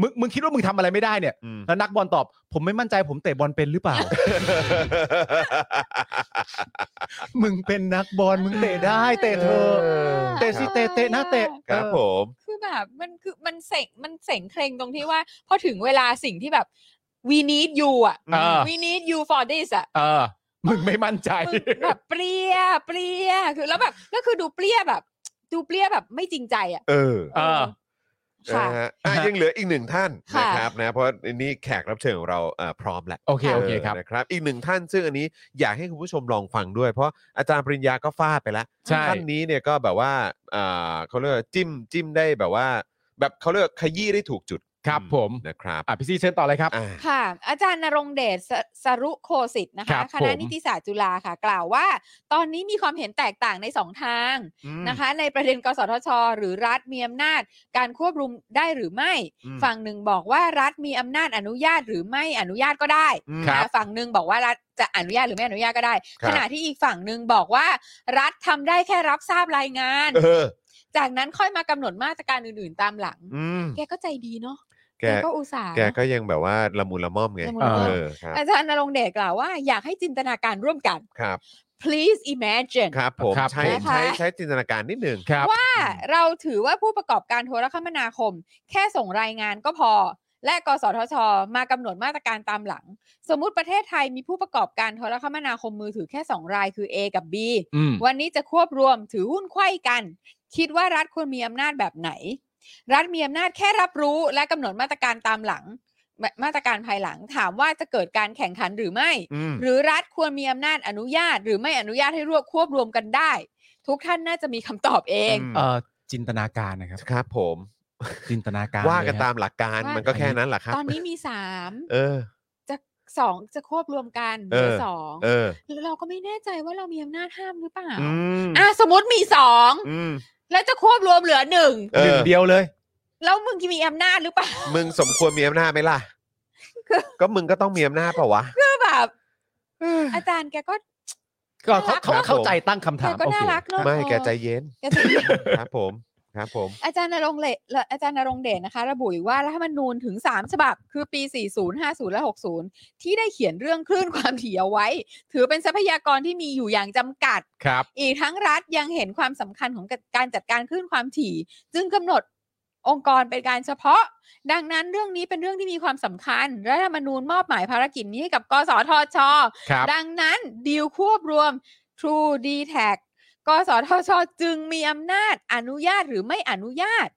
มึงมึงคิดว่ามึงทำอะไรไม่ได้เนี่ย
อืม
แล้วนักบอลตอบ ผมไม่มั่นใจผมเตะบอลเป็นหรือเปล่า มึงเป็นนักบอลมึงเตะได้เตะเธอะ
เออ
เตะสิเตะเตะนะเตะ
(laughs) ครับผม
คือแบบมันคือมันเสงมันเสงเครงตรงที่ว่า พอถึงเวลาสิ่งที่แบบ we need you อ่ะ
เออ
we need you for this อ่ะ
เออ มึงไม่มั่นใจ
มึงแบบเปรี้ยเปรี้ยคือแล้วแบบก็คือดูเปรี้ยแบบ ดูเปรี้ยแบบไม่จริงใจอ่ะ
เออ
เออ
ค่ะ
นะฮะอ่ะยังเหลืออีกหนึ่งท่าน
ค่ะ
นะครับนะเพราะนี่แขกรับเชิญของเราเอ่อพร้อมแล้ว
โอเคโอเคครับ
นะครับ อีกหนึ่งท่านซึ่งอันนี้อยากให้คุณผู้ชมลองฟังด้วย เพราะอาจารย์ปริญญาก็ฟาดไปแล้ว
ใช่
ท่านนี้เนี่ยก็แบบว่าอ่าเขาเรียกว่าจิ้มจิ้มได้แบบว่า แบบเขาเรียกว่าขยี้ได้ถูกจุด
ครับผม
นะครับ
อ่ะพี่ซี่เชิญต่อเลยครับ
อ่า
ค่ะ อาจารย์นรงเดชสสรุโคสิทธ์นะ
ครั
คะ
บ
คณะ
ผม
นิติศาสตร์จุฬาค่ะ กล่าวว่า ตอนนี้มีความเห็นแตกต่างในสองทาง นะคะในประเด็นกสทช หรือรัฐมีอำนาจ การควบรุมได้หรือไม่
อืม
ฝั่งหนึ่งบอกว่ารัฐมีอำนาจอนุญาตหรือไม่อนุญาตก็ได้
อืม
อ่าฝั่งหนึ่งบอกว่ารัฐจะอนุญาตหรือไม่อนุญาตก็ได้
ครับ
ขณะที่อีกฝั่งหนึ่งบอกว่า รัฐทำได้แค่รับทราบรายงาน
เออ
จากนั้นค่อยมากำหนดมาตรการอื่นๆตามหลัง
อืม
แกก็ใจดีเนาะ
แก
แกก็อุตส่าห์
แกก็ยังแบบว่าละมุนละม่อมไง
ละมุนละม่อม
เออครับ
อาจารย์นรงค์เดชกล่าวว่าอยากให้จินตนาการร่วมกัน
ครับ
please imagine
ครับผม
ครับ
ใช้
นะคะ
ใช้ใช้จินตนาการนิดหนึ่ง
ครับ
ว่าเราถือว่าผู้ประกอบการโทรคมนาคม แค่ส่งรายงานก็พอ และกสทช มากำหนดมาตรการตามหลัง สมมุติประเทศไทยมีผู้ประกอบการโทรคมนาคมมือถือแค่ 2 รายคือ A กับ B
อืม
วันนี้จะควบรวมถือหุ้นไขว้กัน คิดว่ารัฐควรมีอำนาจแบบไหน รัฐมีอำนาจแค่รับรู้และกำหนดมาตรการตามหลังมามาตรการภายหลังถามว่าจะเกิดการแข่งขันหรือไม่
อืม
หรือรัฐควรมีอำนาจอนุญาต หรือไม่อนุญาตให้รวบควบรวมกันได้ ทุกท่านน่าจะมีคำตอบเอง
อืม
เอ่อจินตนาการนะครับ
ครับผม
จินตนาการ
ว่ากัน
เลยฮะ
ตามหลักการ
ว่ามั
มันก็แค่นั้นแหละครับ
ตอนนี้มีสาม
เออ
จะสองจะควบรวมกันเห
เอ
ลื
อ
อสอง
เออ
เราก็ไม่แน่ใจว่าเรามีอำนาจห้ามหรือเปล่า
อืม
อ่ะสมมติมีสอง
อืม
แล้วจะควบรวมเหลือหนึ่ง
เอ
หนึ่ง
อ
เดียวเลย
แล้วมึงมีอำนาจหรือเปล่า
มึงสมควรมีอำนาจไหมล่ะ
คือ
ก็มึงก็ต้องมีอำนาจเปล่าวะ
ก็แบบ อาจารย์แกก็
ก็
น่ารั
เขา
ก
เขา
ครับผม
เข้าใจตั้งคำ
แก
ถาม
ก็
โอ
น่า
เค
รักเนอะ
ไม่แกใจ
เออ
เย็น
แกใจเย็น
ครับผม ครับผม
อาจารย์นรงค์เลและอาจารย์นรงค์เดชนะคะ ระบุอีกว่ารัฐธรรมนูญถึง 3 ฉบับ คือปี 40 50 และ 60 ที่ได้เขียนเรื่องคลื่นความถี่เอาไว้ ถือเป็นทรัพยากรที่มีอยู่อย่างจำกัด
ครับ
อีกทั้งรัฐยังเห็นความสำคัญของการจัดการคลื่นความถี่ จึงกำหนดองค์กรเป็นการเฉพาะ ดังนั้นเรื่องนี้เป็นเรื่องที่มีความสำคัญรัฐธรรมนูญมอบหมายภารกิจนี้ให้กับกสทช
ครับ
ดังนั้นดีลควบรวม True d t a c กสทช จึงมีอำนาจอนุญาตหรือไม่อนุญาต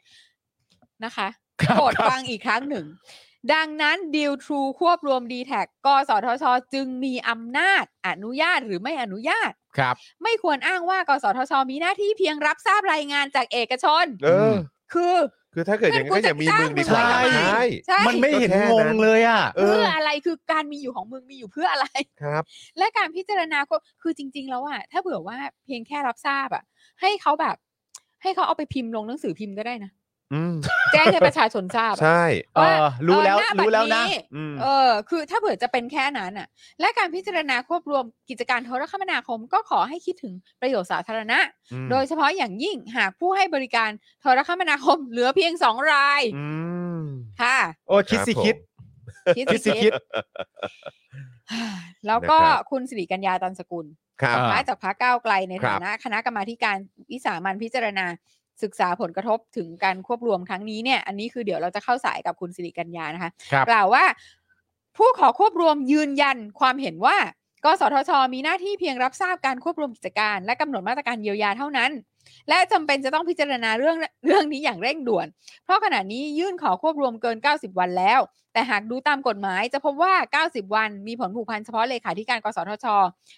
นะคะ
ครับ
โปรด
ครับ
ฟังอีกครั้งหนึ่ง ดังนั้นดีล True ควบรวม d t a c กสทช จึงมีอำนาจอนุญาตหรือไม่อนุญาต
ครับ
ไม่ควรอ้างว่ากสทช มีหน้าที่เพียงรับทราบรายงานจากเอกชน
เออ
คือ
คือถ้าเกิดอย่างนั้นก็อย่ามีมึงดีกว่า
ใช่
ใช่
ใช่
มันไม่เห็น
ก็แค่
ง
นั้
ง
น
เลยอ่ะ
เออ
เพื่ออะไรคือการมีอยู่ของมึงมีอยู่เพื่ออะไร
ครับ
และการพิจารณาก็คือจริง ๆ แล้วอะถ้าเผื่อว่าเพียงแค่รับทราบอะให้เขาแบบ ให้เขาเอาไปพิมพ์ลงหนังสือพิมพ์ก็ได้นะ
อืม
แจ้งให้ประชาชนทราบอะ
ใช่
เออรู้แล้ว
เออหน้า
รู้แล้ว
บั
นะ
ด
อืม
เออ คือถ้าเผื่อจะเป็นแค่นั้นอะและการพิจารณาควบรวมกิจการโทรคมนาคมก็ขอให้คิดถึงประโยชน์สาธารณะ
อืม
โดยเฉพาะอย่างยิ่งหากผู้ให้บริการโทรคมนาคมเหลือเพียงสองราย
อืม
ค่ะ
โอ้คิดสิ
ครับผม
คิด
คิด
คิดสิคิด
แล้วก็
นะครับ
คุณสิริกัญญาตันสกุล
ครับ
อ่า
ย้ายจากพรรคก้าวไกลใน
ครับ
ฐานะคณะกรรมาธิการวิสามันพิจารณาศึกษาผลกระทบถึงการควบรวมครั้งนี้เนี่ยอันนี้คือเดี๋ยวเราจะเข้าสายกับคุณสิริกัญญานะคะ
ครับ
กล่าวว่าผู้ขอควบรวมยืนยันความเห็นว่า กสทช มีหน้าที่เพียงรับทราบการควบรวมกิจการ และกำหนดมาตรการเยียวยาเท่านั้น และจำเป็นจะต้องพิจารณาเรื่องเรื่องนี้อย่างเร่งด่วน เพราะขณะนี้ยื่นขอควบรวมเกิน 90 วันแล้ว แต่หากดูตามกฎหมายจะพบว่า 90 วันมีผลผูกพันเฉพาะเลขาธิการกสทช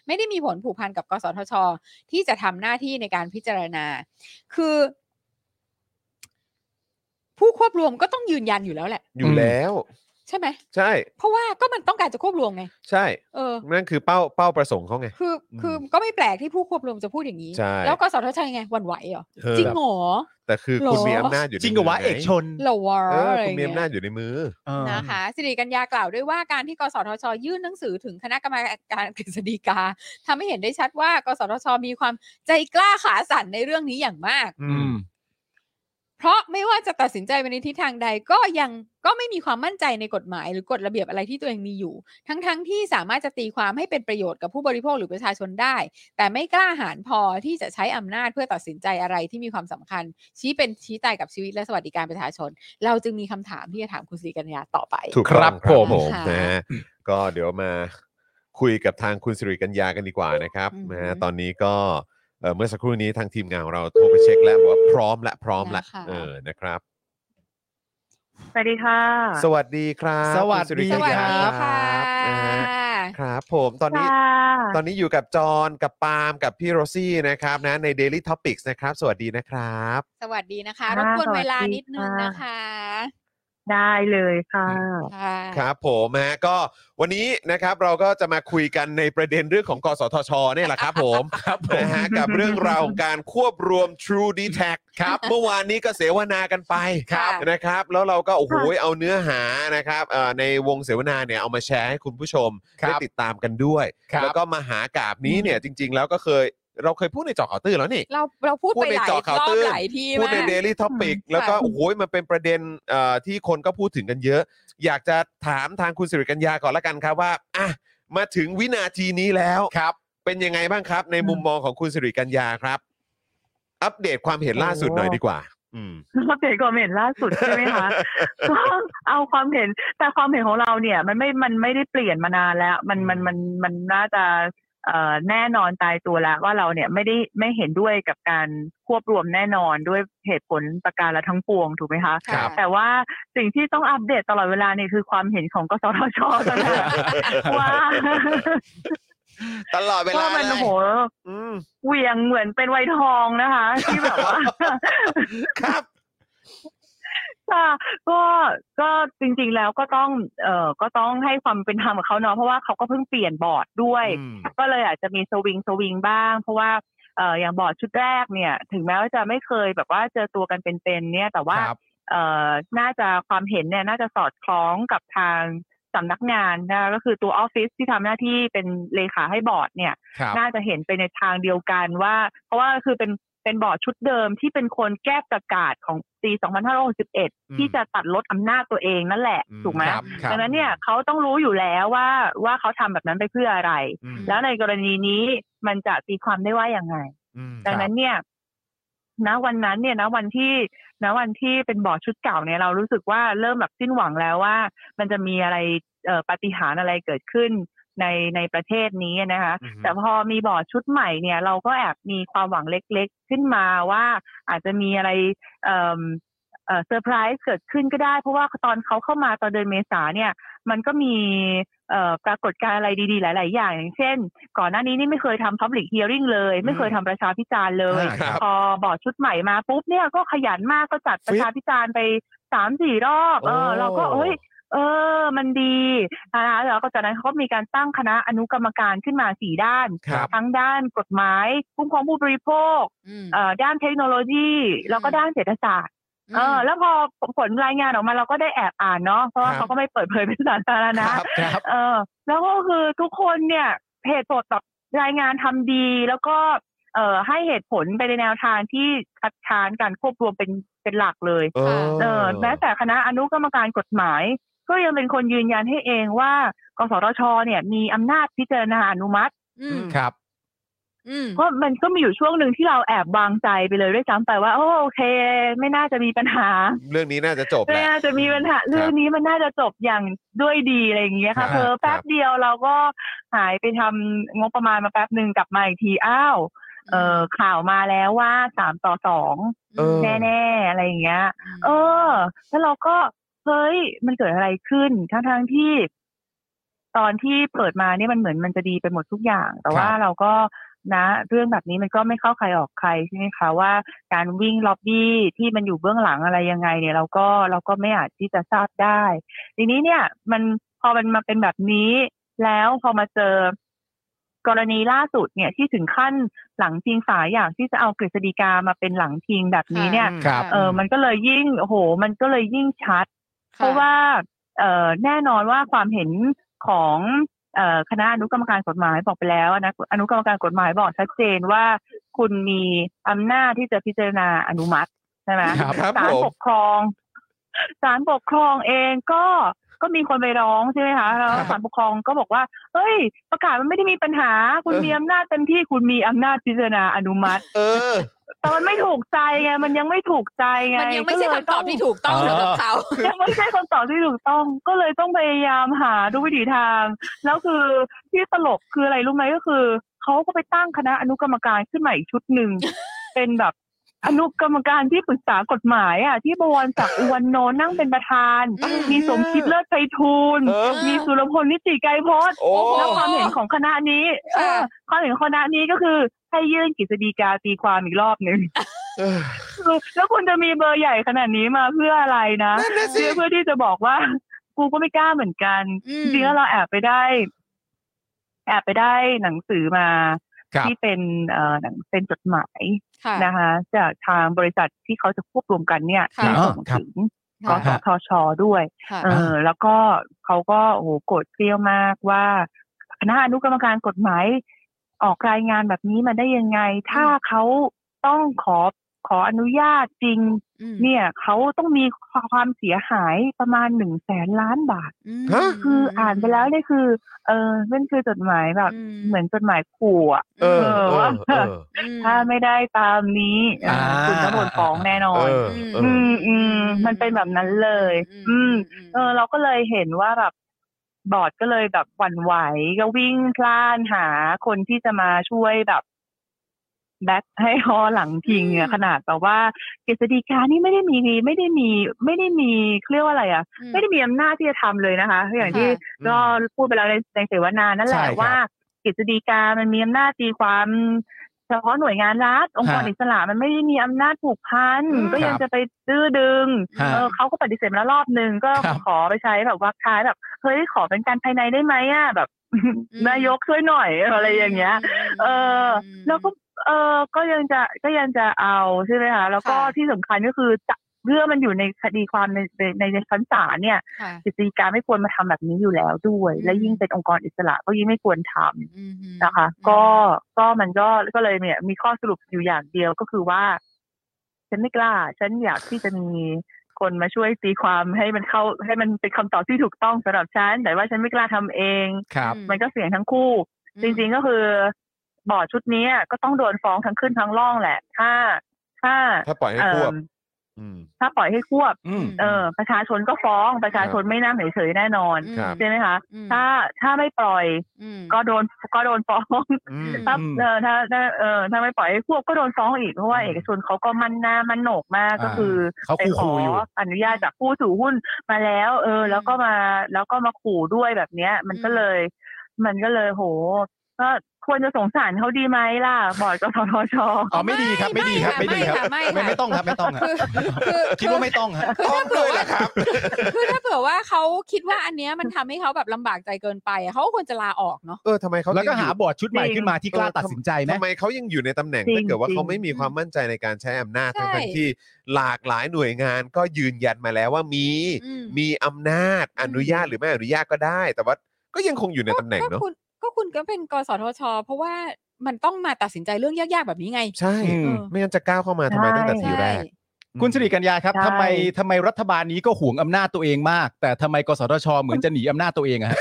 ไม่ได้มีผลผูกพันกับกสทช ที่จะทำหน้าที่ในการพิจารณา คือ ผู้ควบรวมก็ต้องยืนยันอยู่แล้วแหละ
อยู่แล้ว
ใช่ไหม
ใช่
เพราะว่าก็มันต้องการจะควบรวมไง
ใช่
เออ
(laughs) นั่นคือเป้าเป้าประสงค์เขาไง
คือ
อืม
คือก็ไม่แปลกที่ผู้ควบรวมจะพูดอย่างนี้
ใช่
แล้วกสทชไงหวันไหวเหรอ
เออ
จริงเหรอ
แต่คือ
หรอ
คุณมีอำนาจอยู่ใน
จริงเหรอวะ
มืไ
เอกชน
เหรอวะ
เออ
อะไร
คุณมี
เงี้
อำนาย จอยู่ในมือ
เออ
นะคะสิริกัญญากล่าวด้วยว่าการที่กสทช ยื่นหนังสือถึงคณะกรรมการกฤษฎีกาทำให้เห็นได้ชัดว่า กสทช มีความใจกล้าขาสั่นในเรื่องนี้อย่างมาก
อืม
เพราะไม่ว่าจะตัดสินใจไปในทิศทางใดก็ยังก็ไม่มีความมั่นใจในกฎหมาย หรือกฎระเบียบอะไรที่ตัวเองมีอยู่ ทั้งๆทที่สามารถจะตีความให้เป็นประโยชน์กับผู้บริโภคหรือประชาชนได้ แต่ไม่กล้าหาญพอที่จะใช้อำนาจเพื่อตัดสินใจอะไรที่มีความสำคัญ ชี้เป็นชี้ตายกับชีวิตและสวัสดิการประชาชน เราจึงมีคำถามที่จะถามคุณศรีกัญญาต่อไป
ถูก
ครับ
ต้องครับ
ผม
ผม
ค่ะ
นะฮะก็เดี๋ยวมาคุยกับทางคุณสิริกัญญากันดีกว่านะครับ
อือหือ
นะฮะตอนนี้ก็เอ่อเมื่อสักครู่นี้ทางทีมงานของเราโทรไปเช็คแล้วบอกว่าพร้อมและพร้อมและ
นะคะ
เออนะครับ
สวัสดีค่ะ
สวัสดีครับ
สวัสดี
คุณริ
ส
กัญ
วัส
ญา
ดีค่ะ
ครับนะฮะครับผมตอนนี้ตอนนี้อยู่กับจอห์นกับปาล์มกับพี่โรซี่นะครับนะใน Daily Topics นะครับ สวัสดีนะครับ
สวัสดีนะคะร
ค่ะ
บกวน
สวัสดี
เวลานิดนึง
ค่ะ
นะคะ
ได้เลยค่ะ
ค่ะ
ครับผมฮะก็วันนี้นะครับเราก็จะมาคุยกันในประเด็นเรื่องของกสทชเนี่ยแห
(laughs)
ละครับผม
ครับผม
นะฮะกับเรื่องราวของการควบรวม True d e t a c
(laughs)
ครับเมื่อวานนี้ก็เสวนากันไป
ครับ
นะครับ แล้วเราก็โอ้โหเอาเนื้อหานะครับเอ่อในวงเสวนาเนี่ยเอามาแชร์ให้คุณผู้ชม
ครับ
ได้ติดตามกันด้วย
ครับ
แล้วก็มหากาบนี้เนี่ยจริง ๆ แล้วก็เคยเราเคยพูดในเจอข่าวตื้นแล้วนี่
เราเราพูด
พูด
ไป
ใน
หลาย
เจาะข่าว
รอ
ตื้
บ
น
หลายที่
พูด
มา
ใน
ก
Daily Topic แล้วก็
ค่ะ
โอ้โหมันเป็นประเด็นเอ่อที่คนก็พูดถึงกันเยอะ อยากจะถามทางคุณสิริกัญญาก่อนละกันครับว่าอ่ะมาถึงวินาทีนี้แล้วครับ เป็นยังไงบ้างครับ ในมุมมองของคุณสิริกัญญาครับ อัปเดตความเห็นล่าสุดหน่อยดีกว่า อืม
อัปเดตความเห็นล่าสุดใช่ไหมคะ
(laughs)
ก็เอาความเห็นแต่ความเห็นของเราเนี่ย มันไม่มันไม่ได้เปลี่ยนมานานแล้ว มันมันมันมันน่าจะเอ่อแน่นอนตายตัวแล้วว่าเราเนี่ยไม่ได้ไม่เห็นด้วยกับการควบรวมแน่นอนด้วยเหตุผลประการละทั้งปวงถูกไหมคะ
ค่ะ
แต่ว่าสิ่งที่ต้องอัปเดตตลอดเวลาเนี่ยคือความเห็นของกสทชตลอดว่า
ตลอดเวลา
ว่ามัน
เล
โอ้
ย
โห
อืม
เหวี่ยงเหมือนเป็นไวทองนะคะ ที่แบบว่า
ครับ
ค่ะก็ก็จริงๆแล้วก็ต้องเอ่อก็ต้องให้ความเป็นธรรมกับเขาเนาะเพราะว่าเขาก็เพิ่งเปลี่ยนบอร์ดด้วย
อืม
ก็เลยอาจจะมีสวิงสวิงบ้าง เพราะว่าเอ่ออย่างบอร์ดชุดแรกเนี่ย ถึงแม้ว่าจะไม่เคยแบบว่าเจอตัวกันเป็นๆเนี่ยแต่ว่า
ครับ
เอ่อน่าจะความเห็นเนี่ยน่าจะสอดคล้องกับทางสำนักงานนะก็คือตัวออฟฟิศที่ทำหน้าที่เป็นเลขาให้บอร์ดเนี่ย
ครับ
น่าจะเห็นไปในทางเดียวกันว่า เพราะว่าคือเป็นเป็นบอร์ดชุดเดิมที่เป็นคนแก้ประกาศของปี 2561 ที่จะตัดลดอำนาจตัวเองนั่นแหละ
อืม
ถูกไหม
ครับครับ
ดังนั้นเนี่ยเขาต้องรู้อยู่แล้วว่าว่าเขาทำแบบนั้นไปเพื่ออะไร
อืม
แล้วในกรณีนี้มันจะตีความได้ว่าอย่างไง
อืม
ดังนั้นเนี่ยณวันนั้นเนี่ยณวันที่ณวันที่เป็นบอร์ดชุดเก่าเนี่ยเรารู้สึกว่าเริ่มแบบสิ้นหวังแล้วว่า มันจะมีอะไรเอ่อปาฏิหาริย์อะไรเกิดขึ้นในในประเทศนี้นะคะ
อืม
แต่พอมีบอร์ดชุดใหม่เนี่ย เราก็แอบมีความหวังเล็กๆ ขึ้นมาว่าอาจจะมีอะไรเอ่อเอ่อเซอร์ไพรส์เกิดขึ้นก็ได้ เพราะว่าตอนเขาเข้ามาตอนเดือนเมษาเนี่ย มันก็มีเอ่อปรากฏการณ์อะไรดีๆ หลาย ๆ อย่าง อย่างเช่น ก่อนหน้านี้นี่ไม่เคยทำ Public Hearing เลย ไม่เคยทำประชาพิจารณ์เลย
อ่าครับ
พอบอร์ดชุดใหม่มาปุ๊บเนี่ยก็ขยันมากก็จัดประชาพิจารณ์ไปสามสี่รอบ เออ เราก็เฮ้ย เออ มันดีนะคะแล้วก็จากนั้นเขาก็มีการตั้งคณะอนุกรรมการขึ้นมาสี่ด้าน
ครับ
ทั้งด้านกฎหมายคุ้มครองผู้บริโภค
อืม
เอ่อด้านเทคโนโลยี แล้วก็ด้านเศรษฐศาสตร์ เออ แล้วพอผลรายงานออกมาเราก็ได้แอบอ่านเนาะ เพราะว่า
ครับ
เขาก็ไม่เปิดเผยเป็นสาธารณะ
ครับครับ
เออแล้วก็คือทุกคนเนี่ยเพจสดแบบรายงานทำดี แล้วก็เอ่อให้เหตุผลไปในแนวทางที่คัดค้านการควบรวมเป็นเป็นหลักเลย
เออ
เออแม้แต่คณะอนุกรรมการกฎหมาย ก็ยังเป็นคนยืนยันให้เองว่ากสทชเนี่ยมีอำนาจพิจารณาอนุมัติ
อืม
ครับ
อืม
ก็มันก็มีอยู่ช่วงหนึ่งที่เราแอบวางใจไปเลยด้วยซ้ำไปว่าโอ้โอเค ไม่น่าจะมีปัญหา
เรื่องนี้น่าจะจบ
ไม่
แล้ว
น่าจะมีปัญหาเรื่องนี้มันน่าจะจบอย่างด้วยดีอะไรอย่างเงี้ย
ครั
ค่ะ
บ
เพอแป๊บเดียวเราก็หายไปทำงบประมาณมาแป๊บหนึ่งกลับมาอีกทีอ้าวเออข่าวมาแล้วว่าสามต่อสอง
เออ
แน่ๆอะไรอย่างเงี้ย เออ แล้วเราก็เฮ้ยมันเกิดอะไรขึ้นทั้งทั้งๆที่ ตอนที่เปิดมาเนี่ยมันเหมือนมันจะดีไปหมดทุกอย่าง แต่ว่า
ครับ
เราก็นะ เรื่องแบบนี้มันก็ไม่เข้าใครออกใครใช่ไหมคะว่าการวิ่งล็อบบี้ที่มันอยู่เบื้องหลังอะไรยังไง เนี่ย เราก็เราก็ไม่อาจที่จะทราบได้ ทีนี้เนี่ย มันพอมันมาเป็นแบบนี้ แล้วพอมาเจอกรณีล่าสุดเนี่ย ที่ถึงขั้นหลังพิงสายอยากที่จะเอากฤษฎีกามาเป็นหลังพิงแบบนี้เนี่ย
ครับ
เออ มันก็เลยยิ่ง โอ้โห มันก็เลยยิ่งชัด
ค่
เพราะว่า เอ่อ แน่นอนว่าความเห็นของเอ่อคณะอนุกรรมการกฎหมายบอกไปแล้วนะ อนุกรรมการกฎหมายบอกชัดเจนว่า คุณมีอำนาจที่จะพิจารณาอนุมัติใช่ไหม
ครับ
ครับ
ศาล
ผม
ปกครองศาลปกครองเองก็ ก็มีคนไปร้องใช่ไหมคะ แล้ว
ครับ
ศาลปกครองก็บอกว่า เฮ้ย ประกาศมันไม่ได้มีปัญหา คุณ
เออ
มีอำนาจเต็มที่ คุณมีอำนาจพิจารณาอนุมัติ
เออ
แต่มันไม่ถูกใจไง มันยังไม่ถูกใจไง
มันยังไม่ใช่
ก็เลย
คำตอบที่ถูกต้อง
เออ
สำหรับเขา
(laughs) ยังไม่ใช่คำตอบที่ถูกต้อง ก็เลยต้องพยายามหาทุกวิถีทาง แล้วคือที่ตลกคืออะไรรู้ไหมก็คือเขาก็ไปตั้งคณะอนุกรรมการขึ้นมาอีกชุด
(laughs)
หนึ่ง เป็นแบบอนุกรรมการที่ปรึกษากฎหมายอ่ะที่บวรศักดิ์อุวันโนนั่งเป็นประธาน
อืม
มีสมคิดเลิศไพฑูรย์
เออ
มีสุรพลนิติไกรพจน์
โอ้
แล้วความเห็นของคณะนี้เออความเห็นของคณะนี้ก็คือให้ยื่นกฤษฎีกาตีความอีกรอบหนึ่ง คือแล้วคุณจะมีเบอร์ใหญ่ขนาดนี้มาเพื่ออะไรนะ
นั่นน่ะสิ
เพื่อเพื่อที่จะบอกว่า กูก็ไม่กล้าเหมือนกัน
อื
จ
ม
ริงๆแล้วเราแอบไปได้ แอบไปได้หนังสือมา
ครับ
ที่เป็นเอ่อหนังเป็นจดหมาย
ค่ะ
นะคะ จากทางบริษัทที่เขาจะควบรวมกันเนี่ย
ค่ะ
ที่ส่งถึงก
ค่ะ
สทชด้วย
ค่ะ
เออแล้วก็เขาก็โอ้โหโกรธเกรี้ยวมากว่าคณะอนุกรรมการกฎหมาย ออกรายงานแบบนี้มาได้ยังไง ถ้าเขาต้องขอขออนุญาตจริง
อืม
เนี่ยเขาต้องมีความเสียหายประมาณหนึ่งแสนล้านบาท
อืม
ฮะ
คืออ่านไปแล้วเนี่ยคือ เออนั่นคือจดหมายแบบเหมือนจดหมายขู่อะ
เออ
เออ
เออ
อืม
ถ้าไม่ได้ตามนี้อ่ะ
อ่า
คุณก็โดนฟ้องแน่นอน
เออเอ
อื
อ
มอืมมันเป็นแบบนั้นเลย อืม เออเราก็เลยเห็นว่าแบบบอร์ดก็เลยแบบหวั่นไหวก็วิ่งคลานหาคนที่จะมาช่วยแบบแบ็คให้ฮอหลังพิงเนี่ย
อืม
ขนาดแบบว่ากฤษฎีกานี่ไม่ได้มีไม่ได้มี ไม่ได้มีเขาเรียกว่าอะไรอ่ะ
อื
ไม่ได้มีอำนาจที่จะทำเลยนะคะ อย่างที่ก็พูดไปแล้วในในเสวนานั่นแห
ใช่ค
ละ
รับ
ว่ากฤษฎีกามันมีอำนาจตีความ เฉพาะหน่วยงานรัฐองค์กร
ฮะ
อิสระมันไม่ได้มีอำนาจผูกพัน
อืม
ก็ยัง
ครับ
จะไปดื้อดึง
ฮะ
เออเขาก็ปฏิเสธมาแล้วรอบหนึ่งก็
ครับ
ขอไปใช้แบบว่าคล้ายแบบเฮ้ยขอเป็นการภายในได้ไหมอ่ะแบบ นายกช่วยหน่อยอะไรอย่างเงี้ย เออ แล้วก็เออก็ยังจะก็ยังจะเอาใช่ไหมคะแล้วก็
ค่ะ
ที่สำคัญก็คือจะเรื่องมันอยู่ในคดีความในในในชั้นศาลเนี่ย
ค่ะ
กฤษฎีกาไม่ควรมาทำแบบนี้อยู่แล้วด้วย
อืม
และยิ่งเป็นองค์กรอิสระก็ยิ่งไม่ควรทำ
อืม
นะคะ ก็ก็มันก็ก็เลยเนี่ยมีข้อสรุปอยู่อย่างเดียวก็คือว่า ฉันไม่กล้า ฉันอยากที่จะมีคนมาช่วยตีความให้มันเข้า ให้มันเป็นคำตอบที่ถูกต้องสำหรับฉันแต่ว่าฉันไม่กล้าทำเอง
ครับ
มันก็เสี่ยงทั้งคู่ จริง ๆก็คือบอร์ดชุดนี้ก็ต้องโดนฟ้องทั้งขึ้นทั้งล่องแหละ ถ้าถ้า
ถ้าปล่อยให้
เอิ่
ควบ
ม
อืม
ถ้าปล่อยให้ควบ
อืม
เออประชาชนก็ฟ้องประชาชนไม่นั่งเฉยๆแน่นอน
อืม
ครับ
ใช่ไหมคะ
อืม
ถ้าถ้าไม่ปล่อย
อืม
ก็โดนก็โดนฟ้อง
อืม
ถ้า
อืม
เออถ้าถ้าเออถ้าไม่ปล่อยให้ควบก็โดนฟ้องอีกเพราะว่า
อืม
เอกชนเขาก็มั่นหน้ามั่นโหนกมาก
อ่า
ก็คือ
เขา
ไป
ขู่
ขอ
ๆอยู่
อนุญาตจากผู้ถือหุ้นมาแล้ว เออ แล้วก็มาแล้วก็มาขู่ด้วยแบบเนี้ย มันก็
อืม
เลย มันก็เลยโห ก็ควรจะสงสารเขาดีไหมล่ะบอร์ดกสทช
อ๋อไม่ดีครับไม่ดีครับไม่ดีครับ
ไม่
ไม่
ค่ะ
ไม่ต้องครับไม่ (laughs) ต้องฮะ
คือคือ
คิดว่าไม่ต้องฮะ
คือถ้าเผื่อว่าคือถ้าเผื่อว่าเขาคิดว่าอันเนี้ยมันทำให้เขาแบบลำบากใจเกินไปอะเขาก็ควรจะลาออกเนาะ
เออทำไมเขา
แล้วก็
ยังอ
หา
ยู่
บอร์ดชุดใหม่ขึ้นมาที่กล้าตัดสินใจนะ
ทำไมเขายังอยู่ในตำแหน่ง
จริง
ถ้าเกิดว่า
จริง
เขาไม่มีความมั่นใจในการใช้อำนาจ
ใช่
ทั้งๆที่หลากหลายหน่วยงานก็ยืนยันมาแล้วว่ามี
อืม
มีอำนาจ
อืม
อนุญาตหรือไม่อนุญาตก็ได้ แต่ว่าก็ยังคงอยู่ในตำแหน่ง
ก็
เนาะ
คุณก็คุณก็เป็นกสทช เพราะว่ามันต้องมาตัดสินใจเรื่องยากๆแบบนี้ไง
ใช่
อืม
ไม่งั้นจะก้าวเข้ามาทำไมตั้งแต่ที
ใช่
แรก
คุณสิริกัญญาครับ
ใช่
ทำไมทำไมรัฐบาลนี้ก็หวงอำนาจตัวเองมาก แต่ทำไมกสทชเหมือนจะหนีอำนาจตัวเองอะฮะ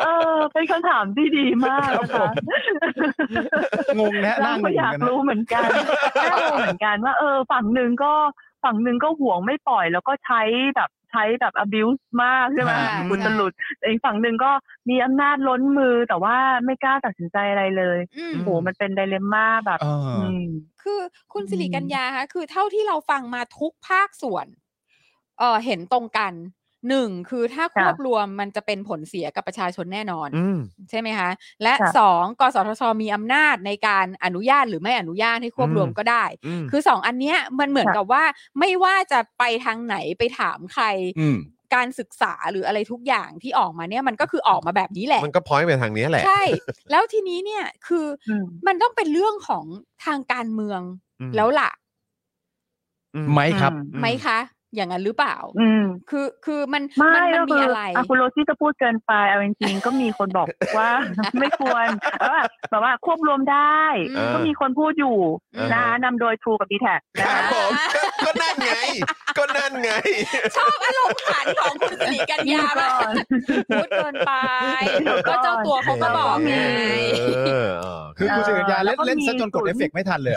เออเป็นคำถามที่ดีมากนะ
ครั
คะ
บ งงนะฮะ
เรา
น่าง
ก็
ง
อยาก
กันนะ
รู้เหมือนกัน
(laughs)
น่ารู้เหมือนกันว่า เออ ฝั่งหนึ่งก็ฝั่งหนึ่งก็ห่วงไม่ปล่อย แล้วก็ใช้แบบใช้แบบ abuse มากใช่ไหม
ใช่
คุณตลุดแต่อีกฝั่งหนึ่งก็มีอำนาจล้นมือแต่ว่าไม่กล้าตัดสินใจอะไรเลย
อืม
โอ้โหมันเป็นไดเลมม่าแบบ
เอออ
ม
คือคุณสิริ
อืม
กัญญาคะคือเท่าที่เราฟังมาทุกภาคส่วนเออเห็นตรงกันหนึ่งคือถ้าควบรวมมันจะเป็นผลเสียกับประชาชนแน่นอน
อืม
ใช่ไหมคะ และ
ค่ะ
สองกสทชมีอำนาจในการอนุญาตหรือไม่อนุญาตให้ควบรวม
อืม
ก็ได้
อืม
คือสองอันเนี้ยมันเหมือนกับว่าไม่ว่าจะไปทางไหนไปถามใคร
อืม
การศึกษาหรืออะไรทุกอย่างที่ออกมาเนี่ยมันก็คือออกมาแบบนี้แหละ
มันก็พอยไปทางนี้แหละ
ใช่ แล้วทีนี้เนี่ยคืออ
อืม
มันต้องเป็นเรื่องของทางการเมือง
อืม
แล้วล่ะ
อืม
ไหมครับ
อืม
ไหมคะ อย่างนั้นหรือเปล่า
อืม
คือคือมัน
ไม่
มันมัน
ก็
มี
คือ
อะไร
อ่ะคุณโรซี่ก็พูดเกินไปเอาจริงๆ ก็มีคนบอกว่า (laughs) ไม่ควรแล้วแบบแบบว่าควบรวมได้
อืม
ก็มีคนพูดอยู่
อืม
นะคะนำโดยทรูกับดีแท็ก
ค
นะ
รับ
คะ
ผมก็นั่นไง ก็นั่นไง
ชอบอารมณ์ขันของคุณสิริกัญญามากพูดเกินไปก็เจ้าตัวเขาก็บอกไง
เออเออ
คือคุณสิริกัญญาเล่นเล่นซะจนกดเอฟเฟกต์ไม่ทันเลย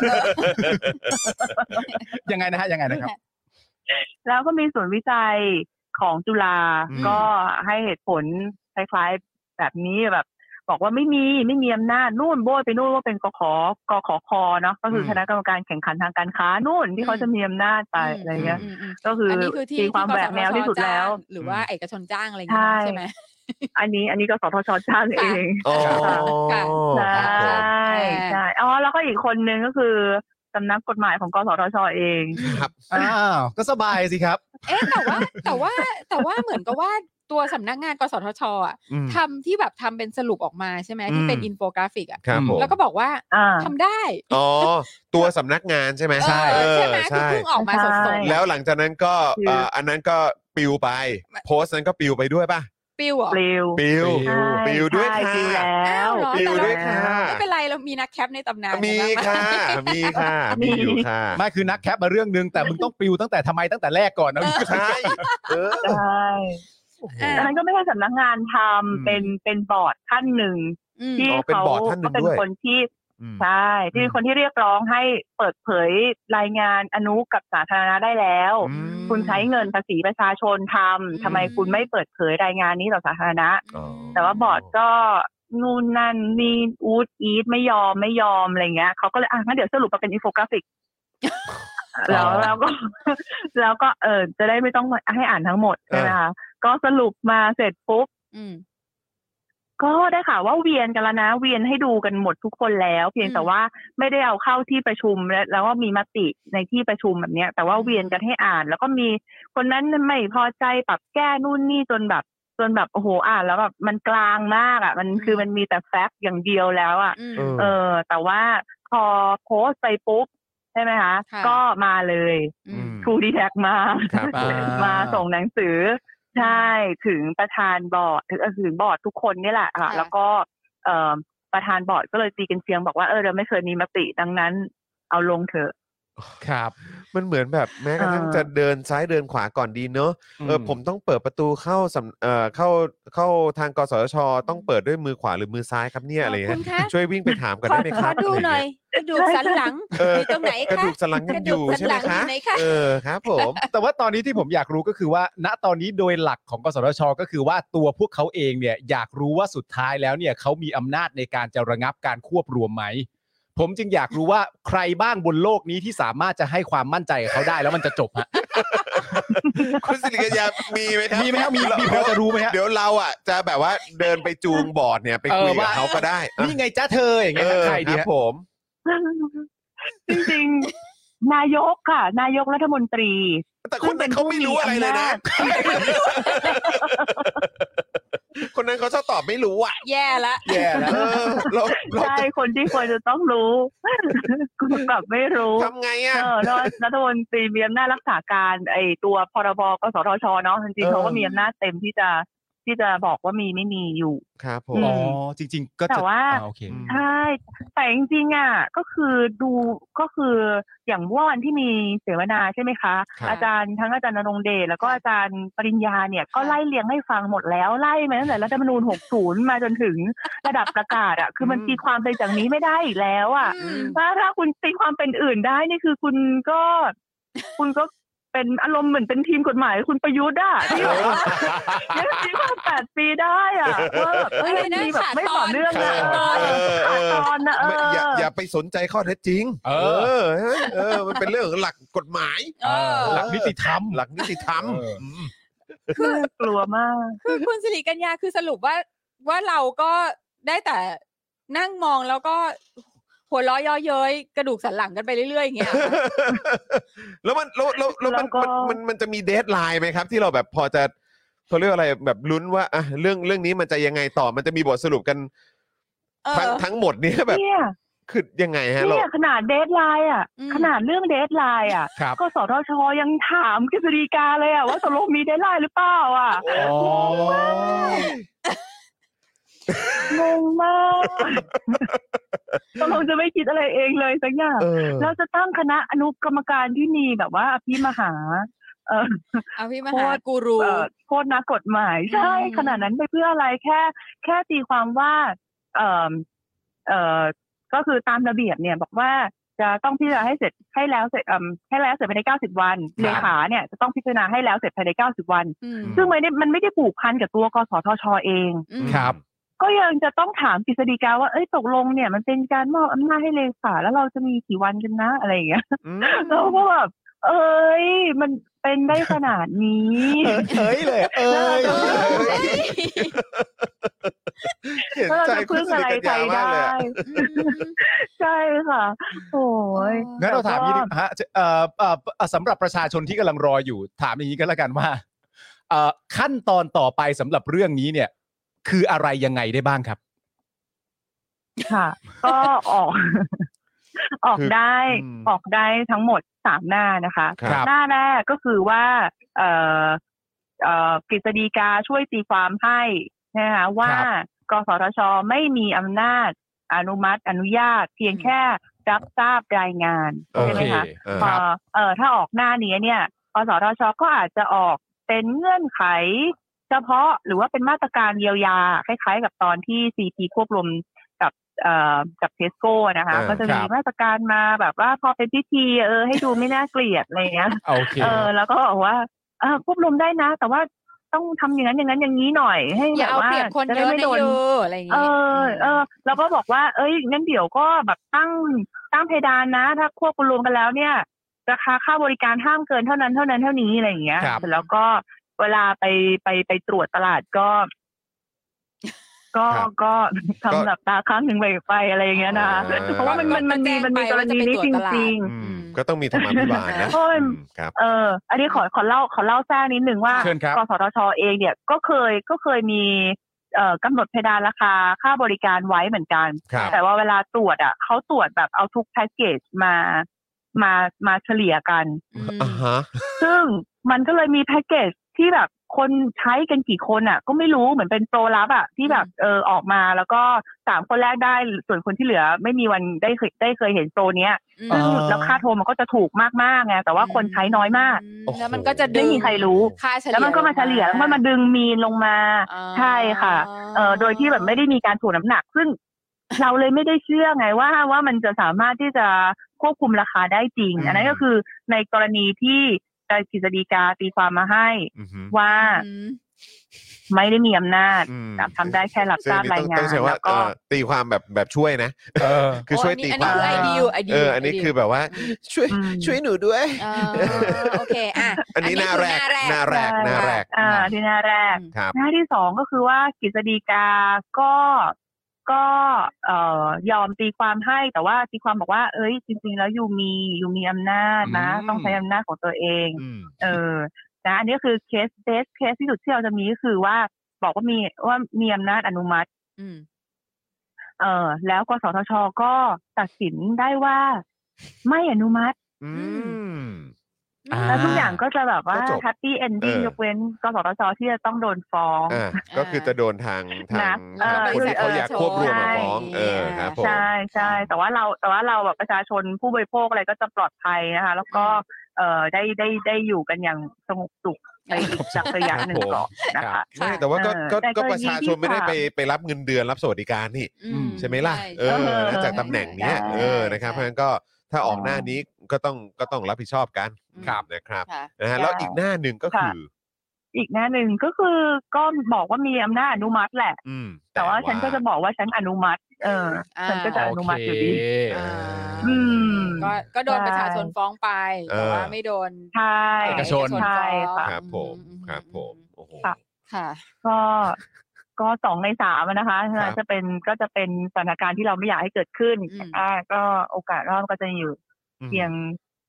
ยังไงนะฮะยังไงนะครับ
แล้วก็มีส่วนย์วิจัยของจุฬา
อืม
ก็ให้เหตุผลคล้ายๆแบบนี้แบบ บอกว่าไม่มีไม่มีอำนาจนู่นโบยไปนู่นว่าเป็นกขกขคเนาะก็คืออ
ม
คณะกรรมการแข่งขันทางการค้านู่นที่เขาจะมีอำนาจไปอะไรเงี้ย
อืมอืม
ก็
อื
คือ
ม
อ
อันนี้คือที่
ตีความ
ที่
แบบแนวที่สุดแล้ว
กสทชจ้างหรือว่าเอกชนจ้างอะไรอย่างเงี้ย
ใช่
ใช่ไหม
อันนี้อันนี้ก็สทชจ้างเอง
อ๋อ
ค่ะ
ใช
ครับผ่ ม
ใช่อ๋อแล้วก็อีกคนนึงก็คือสำนักกฎหมายของกสทชเอง
ครับ
อ้าวก็สบายสิครับ
เอ๊ะแต่
(laughs)
ว่าแต่ว่าแต่ว่าเหมือนกับว่าตัวสำนักงานกสทชอ่ะ
อืม
ทำที่แบบทำเป็นสรุปออกมาใช่ไหมที่เป็น
อืม
อินโฟกราฟิกอ่ะ
ครับผม
แล้วก็บอกว่า
อ่า
ทำได้
อ๋อ ตัวสำนักงานใช่ไหม
เอ
เอ
อ
อ
ใช่ไหมคือ
ใช่
เพิ่งออกมาส
ใช่
ดๆ
แล้วหลังจากนั้นก็
คือ
เอ่ออันนั้นก็ปิวไป โพสต์นั้นก็ปิวไปด้วยป่ะ
ปิวเหรอ
ปลิว
ปิว
ใช่
ปิวด้วย
ใช่
ค่ะ
ปลิวแล้
อ้า
ว
วเหรอ
ปิวด้วยค่ะ
ไม่เป็นไรเรามีนักแคปในตำนาน
มี
นะ
ค่ะ มีค่ะ มีอยู่ค่ะ
ไม่คือนักแคปมาเรื่องนึง แต่มึงต้องปิวตั้งแต่ทำไมตั้งแต่แรกก่อนนะ
ใช่ เออ
ใช่
โอ้โห
อันนั้นก็ไม่ใช่สำนักงานท
ม
ำเป็นเป็นบอร์ดท่านหนึ่ง
อืม
ที่
อ๋อเป็น
เขา
บอร์ดท่านหนึ่
ก็
ง
เป็น
ด้วย
คนที่
อืม
ใช่ที่เป็นคนที่เรียกร้องให้เปิดเผยรายงานอนุกับสาธารณะได้แล้ว
อืม
คุณใช้เงินภาษีประชาชนทำทำไมคุณไม่เปิดเผยรายงานนี้ต่อสาธารณะ
อ๋อ
แต่ว่าบอร์ดก็นู่นนั่นนี่อูดอีทไม่ยอมไม่ยอมอะไรเงี้ยเขาก็เลยอ่ะงั้นเดี๋ยวสรุปมาเป็นอินโฟกราฟิ
(laughs)
ก แล้วแล้วก็ (laughs) แล้วก็เออจะได้ไม่ต้องให้อ่านทั้งหมด
เออ
ใช่ไหมคะก็สรุปมาเสร็จปุ๊บ
อืม
ก็ได้ข่าวว่าเวียนกันแล้วนะ เวียนให้ดูกันหมดทุกคนแล้ว เพียง
อืม
แต่ว่าไม่ได้เอาเข้าที่ประชุมและแล้วก็มีมติในที่ประชุมแบบเนี้ย แต่ว่า
อืม
เวียนกันให้อ่าน แล้วก็มีคนนั้นไม่พอใจปรับแก้นู่นนี่จนแบบจนแบบโอ้โหอ่านแล้วแบบมันกลางมากอ่ะ มันคือมันมีแต่แฟกต์อย่างเดียวแล้วอ่ะ
อืม
เออ
เออ แต่ว่าพอโพสต์ไปปุ๊บใช่ไหมคะ
ค่ะ
ก็มาเลย
อืม
ครูดีแท็กมา
ครับผม
มาส่งหนังสือ ใช่ ถึงประธานบอร์ดถึงเอ่อถึงบอร์ดทุกคนเนี่ยแหละค่ะ
ค่ะ
แล้วก็เอ่อประธานบอร์ดก็เลยตีกันเชียงบอกว่าเออเราไม่เคยมีมติดังนั้น เอาลงเถอะ
ครับ
มันเหมือนแบบแม้กระทั่ง
เออ
จะเดินซ้ายเดินขวาก่อนดีเนอะเออผมต้องเปิดประตูเข้าสำเอ่อเข้าเข้าทางกสทชต้องเปิดด้วยมือขวาหรือมือซ้ายครับเนี่ยอะไร
คุ
เงี้ย
ณคะ
(laughs) ช่วยวิ่งไปถามกัน
ขอ
ได้ไหม
ข
ค
อ
รับ
ดูหน่อยกระดูกสันหลัง
เออ
อยู่ตรงไหน
กระ
คะ
ดูกสันหลังยัง
กระ
อ
ดูก
ยู่
สัน
ใช่ไห
ห
ม
ลั
คะ
งอยู่ไหนคะ
เออครับผม
แต่ว่าตอนนี้ที่ผมอยากรู้ก็คือว่า ณตอนนี้โดยหลักของกสทช ก็คือว่าตัวพวกเขาเองเนี่ยอยากรู้ว่าสุดท้ายแล้วเนี่ยเขามีอำนาจในการจะระงับการควบรวมไหม ผมจึงอยากรู้ว่าใครบ้างบนโลกนี้ที่สามารถจะให้ความมั่นใจกับเขาได้แล้วมันจะจบฮะ
คุณสิริกัญญามีไหมครับ
มีไหมครับมีมีพ
เดี๋
อ
ยว
จะรู้ไหมฮะ
เดี๋ยวเราอ่ะจะแบบว่าเดินไปจูงบอร์ดเนี่ยไป
เออ
คุยกับ
ว่า
เขาก็ได้อ่ะ
นี่ไงจ้าเธออย่าง
เอ
เงี้ยฮะ
อ
ใครดี
ค
ฮะ
รับผม
จริงๆ นายกค่ะ นายกรัฐมนตรี
แต่คนนั้นเขาไม่รู้อะไรเลยนะ คนนั้นเขาชอบตอบไม่รู้อ่ะ
แย่ละ
แย่แล้ว
เออเราเรา
ใช่ (laughs) คนที่ควรจะต้องรู้ (laughs) คุณกลับไม่รู้
ทำไงอ่ะ
เออแล้วรัฐมนตรีมีอำนาจรักษาการไอตัวพรบกสทชเนาะจริง
เออ
ๆเขาก็มีอำนาจเต็มที่จะ ที่จะบอกว่ามีไม่มีอยู่
ครับผ
อื
ม
ม
อ๋อจริง ๆ ก็จะ
แต่ว่า
อ่โอเค
อืม
ใช่แต่จริงๆอ่ะก็คือดูก็คืออย่างเมื่อวันที่มีเสวนาใช่ไหมคะ
ครับ
อาจารย์ทั้งอาจารย์นรงค์เดชแล้วก็
ครับ
อาจารย์ปริญญาเนี่ยก็
ครับ
ไล่เลียงให้ฟังหมดแล้วไล่มาตั้งแต่รัฐธรรมนูญ 60 มาจนถึงระดับประกาศอ่ะคือมันตีความไปจากนี้ไม่ได้อีกแล้วอ่ะ
อืม
ถ้าถ้าคุณตีความเป็นอื่นได้นี่คือคุณก็ คุณก็เป็นอารมณ์เหมือนเป็นทีมกฎหมายคุณประยุทธ์อะที่แบบว่ายังตีความแปดปีได้อะว่าแบบ
เอ้ย
ไม่มีแบบ
ขาดตอน
ไม่ต่อเนื่องนะ
เออ
เออ
เออ
ขาดตอนนะเอ
ไม่
ออ
อย่าอย่าไปสนใจข้อเท็จจริง
เออ
อเออเออ มันเป็นเรื่องของหลักกฎหมาย
เออ
หลักนิติธรรม
หลักนิติธรรม (laughs)
เอออื
ม
คือ
กลัวมาก
คือคุณสิริกัญญาคือสรุปว่าว่าเราก็ได้แต่นั่งมองแล้วก็หัวล้อยอเย้ยกระดูกสันหลังกันไปเรื่อยๆอย่างเงี้ย
แล้วมันแล้วแล้วแล้วมันมันมันมันจะมีเดทไลน์ไหมครับ ที่เราแบบพอจะเขาเรียกอะไรแบบลุ้นว่าอ่ะเรื่องเรื่องนี้มันจะยังไงต่อมันจะมีบทสรุปกัน
เอ
ทั้ง
อ
ทั้งหมดเนี้แบบ
เนี่ย
คือยังไงฮะเรา
เนี่ยขนาดเดทไลน์อะ
อืม
ขนาดเรื่องเดทไลน์อะ
ครับ
ก็สทชยังถามกฤษฎีกาเลยอะว่าตกลงมีเดทไลน์หรือเปล่าอะ
อ๋อ
งง
(laughs)
มากตกลงจะไม่คิดอะไรเองเลยสักอย่าง
เออ
เราจะตั้งคณะอนุกรรมการที่มีแบบว่าพี่มหา เออ
เอาพี่ม
โค
หา
ตร
กูรู
เอ่อโทษนะกฎหมายใช่
อืม
ขนาดนั้นไปเพื่ออะไรแค่ แค่ตีความว่า เออเออก็คือตามระเบียบเนี่ย บอกว่าจะต้องพิจารณาให้เสร็จให้แล้วเสร็จเอ่อให้แล้วเสร็จภายในเก้าสิบวันเลขาเนี่ยจะต้องพิจารณาให้แล้วเสร็จภายในเก้าสิบวัน
อืม
ซึ่งไม่ได้มันไม่ได้ผูกพันกับตัวกสทชเอง
อืม
ครับ
ก็ยังจะต้องถามกฤษฎีกาว่าเอ้ยตกลงเนี่ย มันเป็นการมอบอำนาจให้เลขาแล้วเราจะมีกี่วันกันนะอะไรอย่างเงี้ย
อืม
เราก็ (laughs) แบบเอ้ย มันเป็นได้ขนาดนี้
เอ้ยเลย เอ้ย
เออ
เห็น
แล้วเรา
ใจ
จะ
คุณ
พึ่ง
สิ
อะไร
ริกัญ
ใคร
ญามาก
ได้
เลยอะ
ใช่ค่ะ โอ้ย
งั้นเราถามอย่างนี้ดีกว่าฮะจะเอ่อเอ่อเอ่อสำหรับประชาชนที่กำลังรออยู่ ถามอย่างนี้ก็แล้วกันว่าเอ่อขั้นตอนต่อไปสำหรับเรื่องนี้เนี่ย คืออะไรยังไงได้บ้างครับ
ค่ะ ก็ออก (laughs) ออกได้ออกได้ทั้งหมดสามหน้านะคะ
ครับ
หน้าแรกก็คือว่า เอ่อเอ่อกฤษฎีกาช่วยตีความให้นะคะว่ากสทชไม่มีอำนาจอนุมัติอนุญาต เพียงแค่รับทราบรายงาน
เออ
ใช่ไหมคะ
เออ
พอเออถ้าออกหน้านี้เนี่ยกสทชก็อาจจะออกเป็นเงื่อนไข เฉพาะหรือว่าเป็นมาตรการเยียวยา คล้ายๆ กับตอนที่ซีพีควบรวมกับเอ่อกับเทสโก้นะคะ
า
ก็จะมีมาตรการมาแบบว่าพอเป็นพิธีเออให้ดูไม่น่าเกลียดอะไรอย่างเงี้ย
โอเค
เออแล้วก็บอกว่าเออควบรวมได้นะ แต่ว่าต้องทำอย่างนั้นอย่างนั้นอย่างนี้หน่อยให้
อย่า
แบบ
เอา
ว่า
เปรียบคน
จะ
เยอะ
ได้ไม่
นะ
โดน
เยอะอะไรอย่าง
เอ
เงี้ย
อเออแล้วก็บอกว่า เอ้ยงั้นเดี๋ยวก็แบบตั้งตั้งเพดานนะ ถ้าควบรวมกันแล้วเนี่ยราคาค่าบริการห้ามเกินเท่านั้นเท่านั้นเท่านี้อะไรอย่างเงี้ย
ครับ
เสร็จแล้วก็เวลาไปไปไปตรวจตลาดก็ ก็
ครับ
ก็ (laughs)
ก็
ทำแบบตาค้างหนึ่งไปไปอะไรอย่างเงี้ยนะ
อ่า
เพราะว่ามันมันมันมีมันมีกรณีนี้จริง
อืมก็ต้องมีธรรมาภิบาลนะ
โอ้ย
อืมครับ
ๆเออ อันนี้ขอขอเล่าขอเล่าแท้นิดนึงว่า
เชิญครับ
กสทชเองเนี่ยก็เคยก็เคยมีเอ่อกำหนดเพดานราคาค่าบริการไว้เหมือนกัน
ครับ
แต่ว่าเวลาตรวจอ่ะเขาตรวจแบบเอาทุกแพ็กเกจมามามาเฉลี่ยกัน
ม
อ่าฮะ
ซึ่งมันก็เลยมีแพ็กเกจที่แบบคนใช้กันกี่คนอ่ะ ก็ไม่รู้เหมือนเป็นโปรลับอ่ะที่แบบเออออกมาแล้วก็สามคนแรกได้ส่วนคนที่เหลือ ไม่มีวันได้เคยได้เคยเห็นโปรเนี้ย
อืม
ซึ่งแล้วค่าโทรมันก็จะถูกมากๆไงแต่ว่าคนใช้น้อยมาก
แล้วมันก็จะดึ
ไม่
ง
มีใครรู้
ค่าเฉลี่ย
แล้วมันก็มาเฉลี่ยแล้วมันมาดึงมีนลงมา
อ่า
ใช่ค่ะ เออโดยที่แบบไม่ได้มีการถูกน้ำหนัก ซึ่ง เราเลยไม่ได้เชื่อไงว่าว่ามันจะสามารถที่จะควบคุมราคาได้จริง
อืม
อันนั้นก็คือในกรณีที่กฤษฎีกาตีความมาให้
อือฮึ
ว่า
อืม
ไม่ได้มีอำนาจ
อืม
ทำได้แค่รับทราบรายงา
ซึ่อัต้
น
องใช้ว่า
แล้วก็
เอ่อตีความแบบแบบช่วยนะ
เออ
คือช่วยตีความ
ไอเดียไอเดีย
เอออันนี้คือแบบว่า ช่วย
อืม
ช่วยหนูด้วย
เออโอเคอ่ะ
อันนี้หน้าแรก
คือ
หน้าแรกหน้าแรก
อ่าที่หน้าแรก
ครับ
หน้าที่สองก็คือว่ากฤษฎีกาก็ก็เอ่อยอมตีความให้แต่ว่าตีความบอกว่า เอ้ย จริง ๆ แล้วอยู่มีอยู่มีอำนาจนะ
อืม
ต้องใช้อำนาจของตัวเอง
อืม
เออนะอันนี้ก็คือเคสเบสเคสที่สุดที่เราจะมีก็คือว่าบอกว่ามีว่ามีอำนาจอนุมัติ
อืม
เออแล้วกสทชก็ตัดสินได้ว่า ไม่อนุมัติ
อืม
อ่า
แล้วทุกอย่างก็จะแบบว่า
ก็จบ
แฮปปี้เอนดิ้ง
เออ
ยกเว้นกสทชที่จะต้องโดนฟ้อง
อ่าก็คือจะโดนทางทาง
นะ
ทางคนที่
เออ
เขาอยากควบรวมมา
ใช่
ฟ้องเออครับผม
ใช่ใช่แต่ว่าเราแต่ว่าเราแบบประชาชนผู้บริโภคอะไรก็จะปลอดภัยนะคะ แล้วก็เอ่อได้ได้ได้อยู่กันอย่างสงบสุขในอีกสักระยะหนึ่งก่อนนะ
ครั
คะ
บ
ไม่แต่ว่าก็
เออ
ก็
แต่
ก็
กร
ประ
ณี
ชาชน
ที่
ไม่ได้
สาม
ไปไปรับเงินเดือนรับสวัสดิการนี่
อืม
ใช่ไหมล่ะ เออ
ใช่
นะจากตำแหน่งเนี้ย
ใช่
เออนะครับเพราะฉะนั้นก็ถ้าออกหน้านี้ก็ต้องก็ต้องรับผิดชอบกัน
ครับ
นะครับ
ค่ะ
นะฮะแล้วอีกหน้าหนึ่งก็คือ
อีกแน่หนึ่งก็คือก็บอกว่ามีอำนาจอนุมัติแหละ
อืม
แต่ว่าฉันก็จะบอกว่าฉันอนุมัติ เออ
อ่า
ฉันก็จะอนุมัติอยู่ดี
โเค
อ่า
อืม
ก็ก็โดนประชาชนฟ้องไป
เอ
แต่
อ
ว่าไม่โดน
ใช่
เอกชนฟ้อง
ใช่ค่ะ
ครับผมครับผมโอ้โห
ค่ะ
ค่ะ
ก็ก็สองในสามอะนะคะ
ครับ
จะเป็นก็จะเป็นสถานการณ์ที่เราไม่อยากให้เกิดขึ้น
อืม
อ่าก็โอกาสรอดก็จะอยู่
อืม
เพียง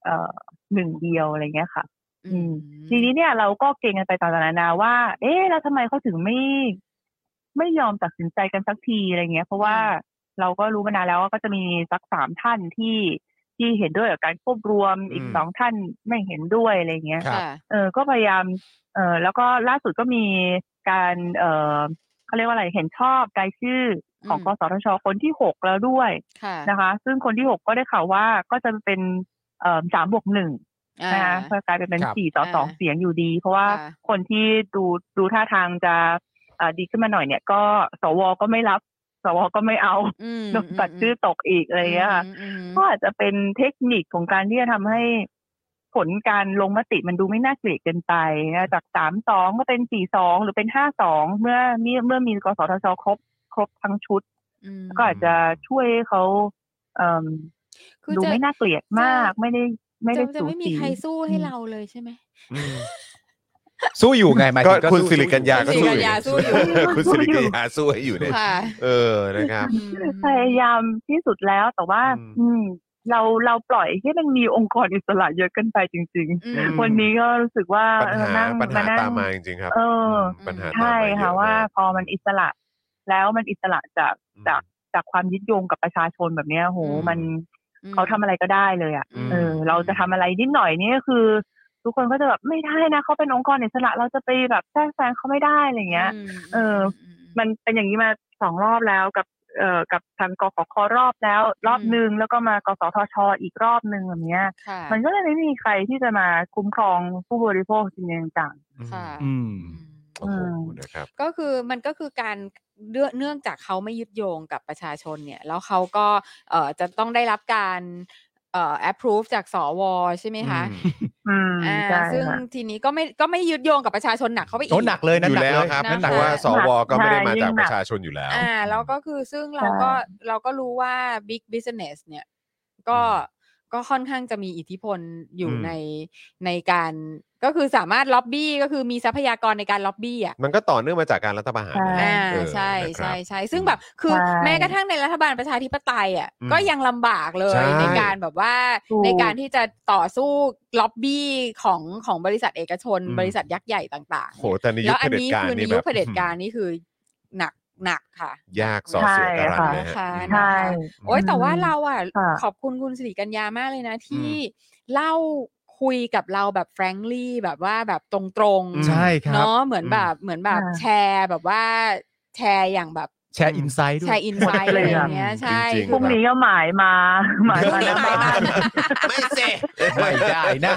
เอ่อหนึ่งเดียวอะไรเงี้ยค่ะ
อืม
ทีนี้เนี่ยเราก็เกรงกันไปต่างๆนานาว่า เอ๊ะแล้วทำไมเขาถึงไม่ ไม่ยอมตัดสินใจกันสักทีอะไรเงี้ย เพราะว่าเราก็รู้มานานแล้วว่าก็จะมีสักสามท่านที่ที่เห็นด้วยกับการควบรวมอีก
อืม
สองท่านไม่เห็นด้วยอะไรเงี้ย
ครับ
เออก็พยายาม เออแล้วก็ล่าสุดก็มีการเออเขาเรียกว่าอะไรเห็นชอบรายชื่อของ
อืม
กสทชคนที่หกแล้วด้วย
ค่ะ
นะคะ ซึ่งคนที่หกก็ได้ข่าวว่าก็จะเป็นเออสามบวกหนึ่ง
อ่า
นะคะก็กลายเป็นเป็น
ครับ
สี่ต่อสอง
อ่า
เสียงอยู่ดี เพราะว่า
อ่า
คนที่ดูดูท่าทางจะเอ่อดีขึ้นมาหน่อยเนี่ยก็สวก็ไม่รับ สวก็ไม่เอา
อืม
โดนตัดชื่อตกอีกอะไรอย่างเงี้ยค่ะ
อืม
ก็อาจจะเป็นเทคนิคของการที่จะทำให้ผลการลงมติมันดูไม่น่าเกลียดเกินไปนะจากสามสองก็เป็นสี่สองหรือเป็นห้าสองเมื่อมีเมื่อมีกสทชครบครบทั้งชุด
อืม
ก็อาจจะช่วยให้เขาเอิ่ม
คือ
ดู
จะ
ไม่น่าเกลียดมากไม่ได้ไม่ได้
จะจะ
สู
ไม่มี
สี
ใครสู้ให้
อืม
เราเลยใช่ไหม
สู้อยู่ไงหมาย
ก็
ถึง
คุณ
สู้
สิริกัญญาก็
คุณ
สู้
สิ
อ
ริ
ยู่
ญญาสู้อยู่
คุณสิริกัญญาสู้ให้อยู่เนี่ย
ค่ะ
เออนะครับ
อืม
พยายามที่สุดแล้วแต่ว่า
อืม
อืม เราเราปล่อยให้มันมีองค์กรอิสระเยอะเกินไปจริง
อืม
ๆ วันนี้ก็รู้สึกว่า
ปัญ
เออ
หา
นั่ง
ปัญหา
นั่ง
ตามมาจริงๆครับ
เอออ
มปัญหาตามมา
ใช่
เย
ค่ะ
อมก
ว่าพอมันอิสระแล้วมันอิสระจาก
อืม
จากจากความยึดโยงกับประชาชนแบบเนี้ยโห
อืม
มันเขาทำอะไรก็ได้เลยอ่ะ
อืม
เออ เราจะทำอะไรนิดหน่อยนี่ก็คือ ทุกคนก็จะแบบไม่ได้นะเขาเป็นองค์กรอิสระเราจะไปแบบแทรกแซงเขาไม่ได้อะไรอย่างเงี้ย
ม
เออ มันเป็นอย่างนี้มาสองรอบแล้วกับเอ่อกับทางกฟครอบแล้ว รอบหนึ่งแล้วก็มากสทชอีกรอบหนึ่งแบบเนี้ย
ค่ะ
มันก็เลยไม่มีใครที่จะมาคุ้มครองผู้บริโภคจริงๆจัง
ค่ะ
อืม
อืม
โอ้โหนะครับ
ก็คือมันก็คือการเนื่องเนื่องจากเขาไม่ยึดโยงกับประชาชนเนี่ย แล้วเขาก็เอ่อจะต้องได้รับการเอ่อ approve จากสวใช่ไหมคะ
อืม
อ่า
ใช่
ซึ่ง
ค่ะ
ทีนี้ก็ไม่ก็ไม่ยึดโยงกับประชาชนหนักเข้าไปอี
โอ้
ก
หนักเลยนะ
อยู่
หนัก
แล้ว
เย
ครับ
นะ
หนั
เพ
ก
ราะว่า
เลย
สวก็ไม่ได้มาจาก
ใช่
ประชาชนอยู่แล้ว
อ่าแล้วก็คือซึ่งเราก็
ใช่
เราก็รู้ว่า big business เนี่ยก็ก็ค่อนข้างจะมีอิทธิพลอยู่
อืม
ในในการ ก็คือสามารถล็อบบี้ก็คือมีทรัพยากรในการล็อบบี้อ่ะ
มันก็ต่อเนื่องมาจากการรัฐประหาร
ใช่
นะ
อ่า
เออ
ใช่
นะครับ
ใช่ใช่ซึ่งแบบคือ
ใช่
แม้กระทั่งในรัฐบาลประชาธิปไตยอ่ะ
อืม
ก็ยังลำบากเลย
ใช่
ในการแบบว่า
ถูก
ในการที่จะต่อสู้ล็อบบี้ของของบริษัทเอกชน บริษัทยักษ์ใหญ่ต่างๆ
โห
เนี่ย
แต่ในยุควเผด็จ
แล้อันนี้
การ
คือใน
นี่
ยุ
แบ
ค
บ
เผด็จการนี่คือหนักหนักค่ะ
ยากสอเสือการันนะฮะ
ใช่ค่ะ
ใช่
โอ้ยแต่ว่า
อืม
เราอ่ะ
ค่ะ
ขอบคุณคุณสิริกัญญามากเลยนะที่
อื
เล่าคุยกับเราแบบแฟรงลี่แบบว่าแบบตรง
อืม
ใช่ครับ
เนาะเหมือนแบบเหมือนแบบ
ค่ะ
แชร์แบบว่าแชร์อย่างแบบ
แชร์อินไซด์ด้วย
แชร์อินไซต์อะ
หมดไป
ไร
เลย
อ
อะ
ย่างเงี้ยใช่
จริงๆ
พรุ่งนี้ก็หมายมา (laughs) หมายมา
ไม่
หน้า
หมาย
บ้า
มา
น
(laughs)
ไม่เสร็จ
ไม่ได้นะ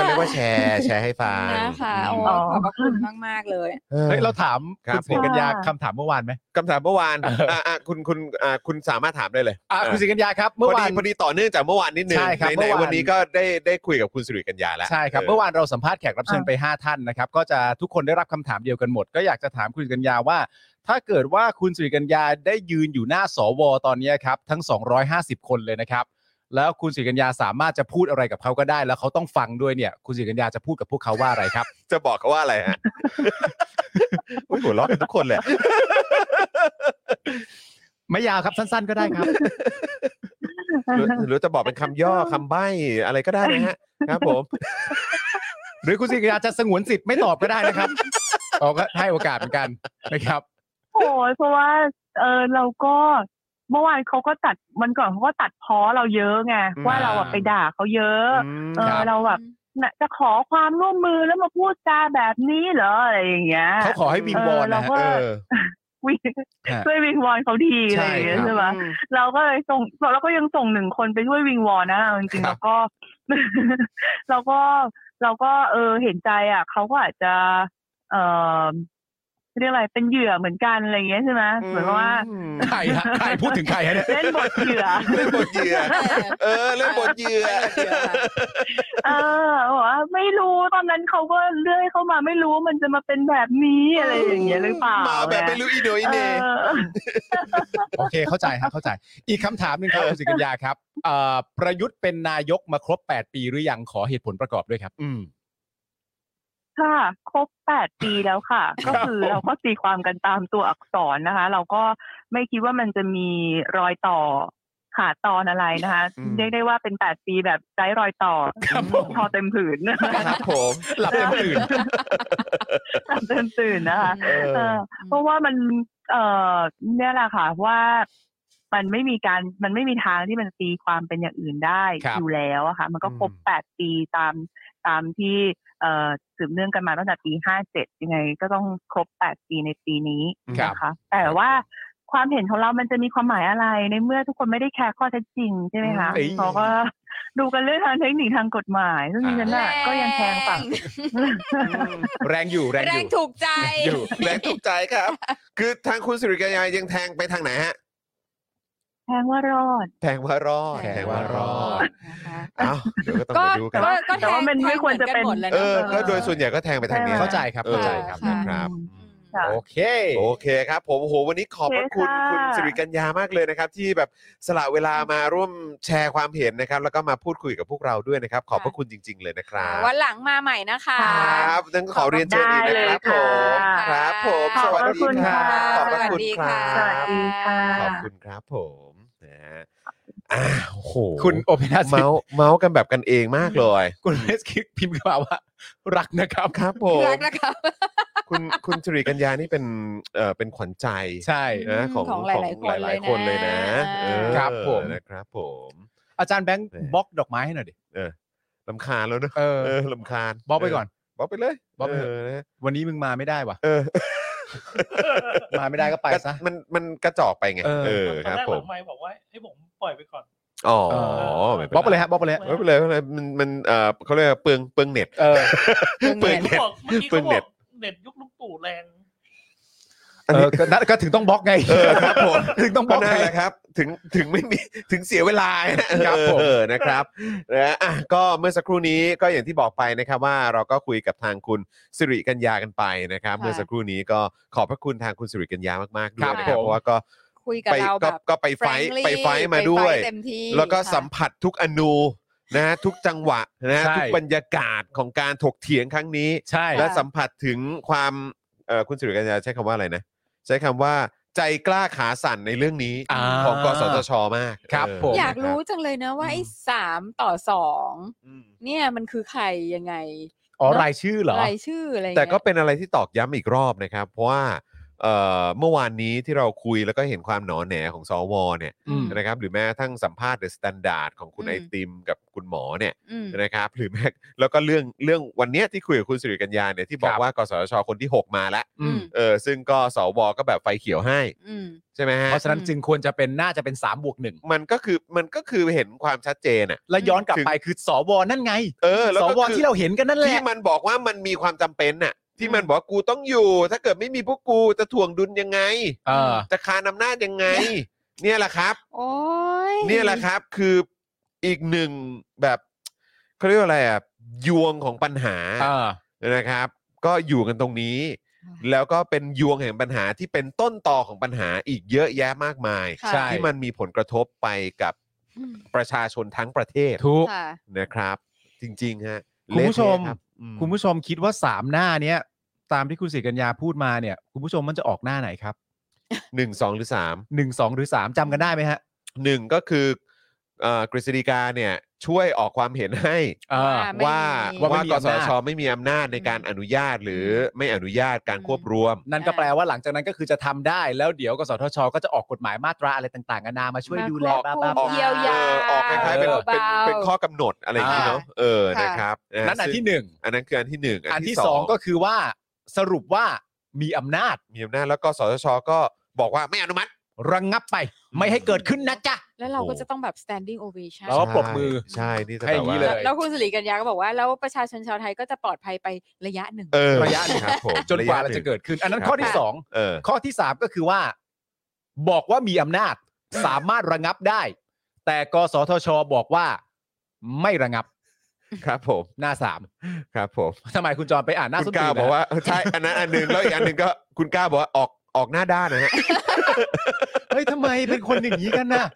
ก็เรียกว่าแชร์ แชร์ให้ฟัง
นะคะ
อื
โอ้
ม
อ๋อ
ขอบพระคุณมากมากๆเลย
ออ
เฮ้ย เราถาม
ครั
คุ
บ
ณสิริกัญญา
ผม
คำถามเมื่อวานไหม
คำถามเมื่อวานอ่ะอ่ะคุณคุณอ่ะคุณสามารถถามได้เลย
อ่ะคุณสิริกัญญาครับ
เมื่
เมื่
อวาว
อาน น
พอดีต่อเนื่องจากเมื่อวานนิดนึง
ใช่ครับ
ใน
เมื่อวาน
วันนี้ก็ได้ได้คุยกับคุณสิริกัญญาแล้ว
ใช่ครับ
เออ
เมื่อวานเราสัมภาษณ์แขกรับเชิญไป 5 ท่านนะครับ ก็จะทุกคนได้รับคำถามเดียวกันหมด ก็อยากจะถามคุณสิริกัญญาว่า ถ้าเกิดว่าคุณสิริกัญญาได้ยืนอยู่หน้าสวตอนเนี้ยครับ ทั้ง 250 คนเลยนะครับ แล้วคุณสิริกัญญาสามารถจะพูดอะไรกับเขาก็ได้ แล้วเขาต้องฟังด้วยเนี่ย คุณสิริกัญญาจะพูดกับพวกเขาว่าอะไรครับ
จะบอกเขาว่าอะไร (laughs) ฮะ อุ๊ยหัวเราะกันทุกคนเลย
ไม่ยาวครับสั้น ๆ ก็ได้
(laughs)
ครับ
หรือหรือจะบอกเป็นคำย่อ (laughs) คำใบ้อะไรก็ได้นะฮะ ครับผม
หรือคุณสิริกัญญาจะสงวนสิทธิ์ไม่ตอบก็ได้นะครับเราก็ให้โอกาสเหมือนกันนะครับ
โอ้ยเพราะว่าเออเราก็เมื่อวานเขาก็ตัดวันก่อนเขาก็ตัดพ้อเราเยอะไงว่าเราอะไปด่าเขาเยอะ เอ
ครั
อบ เราแบบ น่ะจะขอความร่วมมือแล้วมาพูดจาแบบนี้เหรออะไรอย่างเงี้ย
เขาขอให้วิงวอนนะฮะ
เออเราก็
เออ
วิ
ฮะ
ช่วยวิงวอนเขาดีอะไรอย่างเงี้ย
ใช่ครับ
ใช่ปะ เราก็เลยส่งเราก็ยังส่งหนึ่งคนไปช่วยวิงวอนนะเอาจริงๆ
ครับ
แล้วก็ (laughs) เราก็เราก็เออเห็นใจอ่ะเขาก็อาจจะ เออเรียกอะไรเป็นเหยื่อเหมือนกันอะไรอย่างเงี้ยใช่ไหมเหมือนว่า
ใครฮะใครพูดถึงใครฮะเนี่ย
เล่นบทเหยื่อ (laughs)
เล่นบทเหยื่อ เออเล่นบทเหยื่อ
เออบอกว่าไม่รู้ตอนนั้นเขาก็เลื่อยเข้ามาไม่รู้ว่ามันจะมาเป็นแบบนี้อะไรอย่างเงี้ยหรือเปล่า
มา
มา
แบบไม่รู้อีโหนยอีเหน่
โอเคเข้าใจฮะเข้าใจ อีกคำถามหนึ่งครับคุณสิริกัญญาครับเอ่อประยุทธ์เป็นนายกมาครบ 8 ปีหรือยังขอเหตุผลประกอบด้วยครับ อืม
ค่ะครบแปดปีแล้วค่ะ ก็คือเราก็ตีความกันตามตัวอักษรนะคะ เราก็ไม่คิดว่ามันจะมีรอยต่อขาดตอนอะไรนะคะ
อืม
เรียกได้ว่าเป็นแปดปีแบบไร้รอยต่อ
ครับผม
พอเต็มผืน
ครับผม
หลับเต็มตื่น
เต็มตื่นนะคะ
เอ
เออเพราะว่ามันเอ่อเนี่ยแหละค่ะว่ามันไม่มีการมันไม่มีทางที่มันตีความเป็นอย่างอื่นได้
ครับ
อยู่แล้วอะค่ะ มันก็ครบ
อืม
แปดปีตามตามที่เอ่อสืบเนื่องกันมาตั้งแต่ปีห้าเจ็ดยังไง ก็ต้องครบแปดปีในปีนี้
ครับ
นะคะแต่ว่าความเห็นของเรามันจะมีความหมายอะไรในเมื่อทุกคนไม่ได้แคร์ข้อเท็จจริงใช่ไหมคะ
เอ้ย
เขาก็ (laughs) ดูกันเรื่องทางเทคนิคทางกฎหมายซึ่งดิฉันน่ะก็ยังแคร์ฝั่ง
แรงอยู่แรง
แร
อง ยู่
ถูกใจ
อยู่แรงถูกใจครับ คือทางคุณสิริกัญญายังแทงไปทางไหนฮะ
แทงว่ารอด
แทงว่ารอด
แทงว่ารอด
เอ้าเดี๋ยวก็ต้อง
ก็
ไปดูกัน
ก็ก็
แต่ว่ามันไม่ควรจะเป็น
แทงหมือกัหมดแหล้ว
เออ
ะ
ก็โดยส่วนใหญ่ก็แทงไปทางนี้
เข้าใจครับ
เออ
เข้าใจครับ
ค่ะ
ครับ
ค่ะ
โอเค
โอเคครับผมโอ้โหวันนี้ขอบพระคุณ
โอเคค่ะ
คุณสิริกัญญามากเลยนะครับ ที่แบบสละเวลามาร่วมแชร์ความเห็นนะครับ แล้วก็มาพูดคุยกับพวกเราด้วยนะครับ ขอบพระคุณจริง ๆ เลยนะครับ
วันหลังมาใหม่นะคะ
ครับดังนขอเรียนเชิญอีกนะครับ
ได้
ผม
เลยค่ะ
ครับผม
ข
ส
อบพ
วัส
ระ
ดี
คุณ
ครั
ค่ะ
บขอบพระคุณครั
สวัส
บ
ดีค่ะ
ขอบคุณครับผมนะฮะอ่าโอ้โห
คุณโอเปนาสิ
เมาส์เมาส์กันแบบกันเองมากเลย
คุณเรสคิกพิมพ์เข้ามาว่า รักนะครับ
ครับ
(laughs)
ผ
รั
ม
กนะครับ
คุณคุณสิริกัญญานี่เป็นเอ่อเป็นขวัญใจ
ใช่
นะของ
ของหลายๆ
ของหลายๆค
คน น
เล
เลย ย
นะ
นะ
เออ
ครับผม
นะครับผม
อาจารย์แบงค์
แหม่
บล็อกดอกไม้ให้หน่อยดิ
เออลำคาญแล้วเนอะ
เออ
เออลำคาญ
บล็อกไปก่อน
บล็อกไปเลย
บล็อกไป
เอ
เถอะ
อนะ
วันนี้มึงมาไม่ได้
(laughs)
วะ
เออ
มาไม่ได้ก็ไปซะ
มันมันกระจอกไปไง
เออ
เออครับผม
ไม่บอกว่าให้ผมปล่อยไปก่อน
อ๋อ
บล็อกไปเลยฮะบล็อกไปเลยฮะ
ไม่เป็นไรไม่เป็นไรมันมันเออเขาเรียกว่าเปลืองเปลืองเน็ต
เออ
เปลืองเน็ต
บอกเมื่อกี้
เปิ
เขา
ด
บอ
เน็
ก
ต
เน็ตยุคลุงตู่แรง
เออก็นั่นก็ถึงต้องบล็อกไง
เออครับผม
(laughs) ถึงต้องบ
ก็
ล็อก
นั่
ไง
นแหละครับถึงถึงไม่มีถึงเสียเวลานะครับ
ผม
เออนะครับนะอ่ะก็เมื่อสักครู่นี้ก็อย่างที่บอกไปนะครับว่าเราก็คุยกับทางคุณสิริกัญญากันไปนะครับ
ค่ะ
เมื่อสักครู่นี้ก็ขอบพระคุณทางคุณสิริกัญญามากๆด้
ครั
วย
บ
นะครับ
ผม
เพราะว่าก็
คุยกับ
ไป
เรา
ก็
แบบ
ก็ไปไฟท์
friendly
ไปไฟท์มาด้วย
เต็มที่
แล้วก็สัม
ค่ะ
ผัสทุกอนูนะฮะทุกจังหวะนะฮะ
ใช่
ทุกบรรยากาศของการถกเถียงครั้งนี้
ใช่
และ
ค่ะ
สัมผัสถึงความเอ่อคุณสิริกัญญาใช้คำว่าอะไรนะ ใช้คำว่าใจกล้าขาสั่นในเรื่องนี้
อ่า
ของกสทชมาก
ครับ
เ
ผม
อยากรู้จังเลยนะว่าไอ้สามต่อสอง
อืม
เนี่ยมันคือใครยังไง
อ๋อรายชื่อเหรอ
รายชื่ออะไร
แต่ก็
เงี้ย
เป็นอะไรที่ตอกย้ำอีกรอบนะครับ เพราะว่าเอ่อเมื่อวานนี้ที่เราคุยแล้วก็เห็นความหนอแหนของสวเนี่ย
อืม
นะครับหรือแม้กระทั้งสัมภาษณ์เดอะสแตนดาร์ดของคุณ
อืม
ไอติมกับคุณหมอเนี่ย
อืม
นะครับหรือแม้แล้วก็เรื่องเรื่องวันเนี้ยที่คุยกับคุณสิริกัญญาเนี่ยที่บอก
ครับ
ว่ากสทชคนที่ 6 มาแล้ว
อืม
เออซึ่งก็สวก็แบบไฟเขียวให้
อืม
ใช่ไหมฮะ
เพราะฉะนั้นจึงควรจะเป็นน่าจะเป็น3ามบวกหนึ่ง
มันก็คือมันก็คือเห็นความชัดเจนอ่ะ
และย้อนกลับ
ถึง
ไปคือสวนั่นไง
เออแล้ว
ส
ก็
ว
คือ
ที่เราเห็นกันนั่นแห
ที่
ละ
มันบอกว่ามันมีความจำเป็นน่ะ ที่มันบอกว่ากูต้องอยู่ ถ้าเกิดไม่มีพวกกูจะถ่วงดุลยังไง
เออ
จะคานอำนาจยังไง เนี่ยแหละครับ
โอ้ย
เนี่ยแหละครับคืออีกหนึ่งแบบเขาเรียกว่าอะไรอ่ะยวงของปัญหา
เออ
นะครับ ก็อยู่กันตรงนี้ แล้วก็เป็นยวงแห่งปัญหาที่เป็นต้นต่อของปัญหาอีกเยอะแยะมากมาย
ค่ะ
ใช่
ที่มันมีผลกระทบไปกับ
อืม
ประชาชนทั้งประเทศ
ทุก
ค่ะ
นะครับจริง ๆ ฮะ
คุณผู้ชม
เละเทะครับอื
คุณผู้ชมคิดว่า 3 หน้าเนี้ยตามที่คุณสิริกัญญาพูดมาเนี่ย คุณผู้ชมมันจะออกหน้าไหนครับ
หนึ่งสองหรือสาม
1 2 หรือ 3จำกันได้ไหมฮะ
หนึ่งก็คือเอ่อกฤษฎีกาเนี่ย ช่วยออกความเห็นให้
เออ
อ่า ไม่
ว่า
มี
ว่า
ว่าไม่มี
กส
อำนาจ
ชไม่มีอำนาจในการอนุญาตหรือไม่อนุญาตการ
อืม
ควบรวม
นั่นก็แปลว่าหลังจากนั้นก็คือจะทำได้แล้วเดี๋ยวกสทช ก็จะออกกฎหมายมาตราอะไรต่างๆนานามาช่วยดูแล
มา
บ้า
ควบคุม
บ้า
เยียวยา
เออออกคล้ายๆเป็น
เบาๆ
เป็นเป็นข้อกำหนดอะไรอย่างนี้เนาะเออ
ค่ะ
นะครับะ
นั่นอันที่
ซึ่ง
หนึ่ง
อันนั้นคืออันที่หนึ่ง
อันที่สองก็คือว่าสรุปว่ามีอำนาจ
มีอำนาจแล้วก็สทชก็บอกว่าไม่อนุมัติ
ระงงับไป ไม่ให้เกิดขึ้นนะจ๊ะ
แล้วเราก็
โอ้
จะต้องแบบ standing ovation
แล้วก็ปรบมือ
ใช่นี่จะ
ให้อย่างนี้เลย
แล้วคุณสิริกัญญาก็บอกว่า แล้วประชาชนชาวไทยก็จะปลอดภัยไประยะหนึ่ง
เออ
ระยะหนึ่ง
ครับผม
จนกว่าเรา
หง
จะเกิดขึ้น อันนั้น
ครับ
ข้อที่สอง
เออ
ข้อที่สามก็คือว่า บอกว่ามีอำนาจสามารถระงับได้ แต่กสทช บอกว่า ไม่ระงับ
ครับผม
หน้าสาม
ครับผม
ทำไมคุณจอนไปอ่านหน้า
คุ
สุด
ณก้าว (laughs) บอกว่าเออใช่อันนั้นอันหนึ่งแล้วอีกอันหนึ่งก็คุณก้าวบอกว่าออกออกหน้าด้านนะฮะ (laughs)
เฮ้ยทำไมเป็นคนอย่างนี้กันน่ะ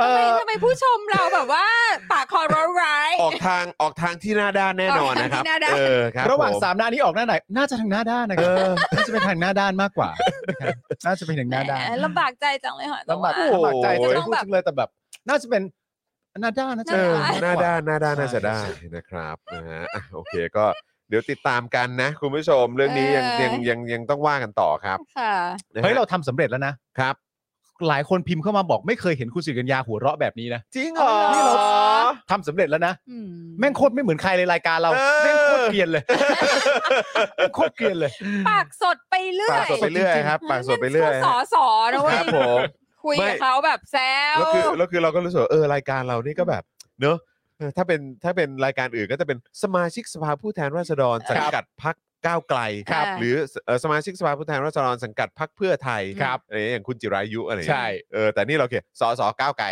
เอ
ทำไม
อ
ทำไมผู้ชมเราแบบว่า ปากคอร้อนร้าย
ออกทางออกทางที่หน้าด้านแน่นอนนะครับ
ออกทางที่หน้าด้าน
เออครับ
ระหว่าง
ผม
สามหน้านี้ออกหน้าไหน น่าจะทางหน้าด้านนะครับน่าจะเป็นทางหน้าด้านมากกว่านะครับน่าจะเป็นทางหน้าด้าน
แหมลำบากใจจังเลยค่ะแต่
ลำ
ว่
บาก
โอ้โห
ลำบากใจจะ
ต้
ไม่
อง
พูด
แบ
จั
บ
งเลยแต่แบบ น่าจะเป็นหน้าด้านน่าจะ
เออ
เป็
หน้าด้านหน้าด้าน
ใช่
น่าจะได้นะครับนะฮะอ่ะโอเคก็เดี๋ยวติดตามกันนะ คุณผู้ชมเรื่องนี้ยัง
เออ
ยังยังยังต้องว่ากันต่อครับ
ค่ะ
นะฮะ
เฮ้ยเราทำสำเร็จแล้วนะ
ครับ
หลายคนพิมพ์เข้ามาบอกไม่เคยเห็นคุณสิริกัญญาหัวเราะแบบนี้นะ
จริงเหรอ
นี่เรา
ทำสำเร็จแล้วนะ
อืม
แม่งโคตรไม่เหมือนใครเลยรายการเรา
เออ
แม่งโคตรเกลีย
(laughs)
นเลยแม่งโคตรเกลียนเลย
ปากสดไปเรื่อ
ปาก
ย
สดไปเรื่อยครับปากสดไปเรื่อย
นั่นสู้สอสอนะเว้
ค
ย
รับผม
คุยกับเขาแบบแซว
แล้วคือแล้วคือเราก็รู้สึกว่าเออรายการเรานี่ก็แบบเนอะเออถ้าเป็นถ้าเป็นรายการอื่นก็จะเป็นสมาชิกสภาผู้แทนราษฎรสังกัดพักก้าวไกล
ครับ
หรือเอ่อสมาชิกสภาผู้แทนราษฎรสังกัดพักเพื่อไทยครับอะไรอย่างคุณจิรายุอะไรอย่างเงี้ย
ใช่
เออแต่นี่เราเขียนสอสอก้าว
(laughs)
ไกล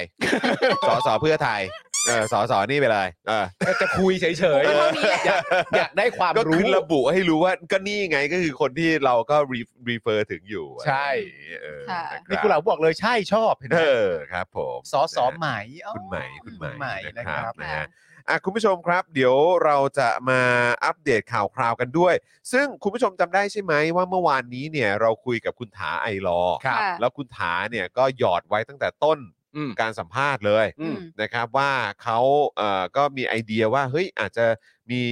สอสอเพื่อไทยเออสอสอนี่ไปเลยเออ
จะคุยเฉยๆ
ก็เท่านี้แหละ
อยากอยากได้ความ
ก็
รู้
คือระบุให้รู้ว่าก็นี่ไงก็คือคนที่เราก็รีเฟอร์ถึงอยู่
ใช่
เออ
ค่ะ
นี่
นะ
คุ
ค
ณเรา
รับ
บอกเลยใช่ชอบเห็นไหม
เออครับผม
สอสอไหมเอ้า
คุณใหม่คุณใหม่
คุณใหม่นะครับ
นะฮะอ่ะคุณผู้ชมครับ เดี๋ยวเราจะมาอัปเดตข่าวคราวกันด้วย ซึ่งคุณผู้ชมจำได้ใช่ไหมว่าเมื่อวานนี้เนี่ยเราคุยกับคุณถาไอรอว์
ครับ
ค่ะ
แล้วคุณถาเนี่ยก็หยอดไว้ตั้งแต่ต้น
อืม
การสัมภาษณ์เลย
อืม
นะครับว่าเขาเอ่อก็มีไอเดียว่าเฮ้ยอาจจะมี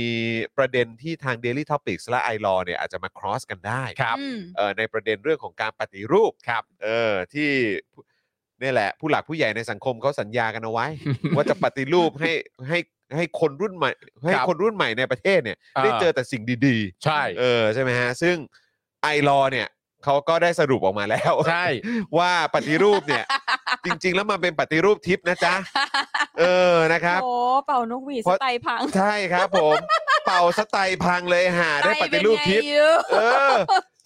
ประเด็นที่ทาง Daily Topics และ i l a w เนี่ยอาจจะมา cross กันได้
ครับ
อืม
เอ่อในประเด็นเรื่องของการปฏิรูป
ครับ
เออที่ผู้นี่แหละ ผู้หลักผู้ใหญ่ในสังคมเขาสัญญากันเอา
(laughs)
ไว้ ว่าจะปฏิรูปให้ให้ให้คนรุ่นใหม่ ให้
ครับ
คนรุ่นใหม่ในประเทศเนี่ยได้
อ่า
เจอแต่สิ่งดี
ใช่
ๆเออใช่ไหมฮะ ซึ่งไอรอเนี่ยเขาก็ได้สรุปออกมาแล้ว
ใช่
(laughs) ว่าปฏิรูปเนี่ย จริง ๆ แล้วมันเป็นปฏิรูปทิพย์นะจ๊ะ เออนะครับ
โอ้เป่านกหวีด
เพ
ส
ราะ
ไตล์พัง
ใช่ครับผม เป่าสไตล์พังเลยหาได้ปฏิรูปทิพย์
ไตเป็นไงอยู่
เออ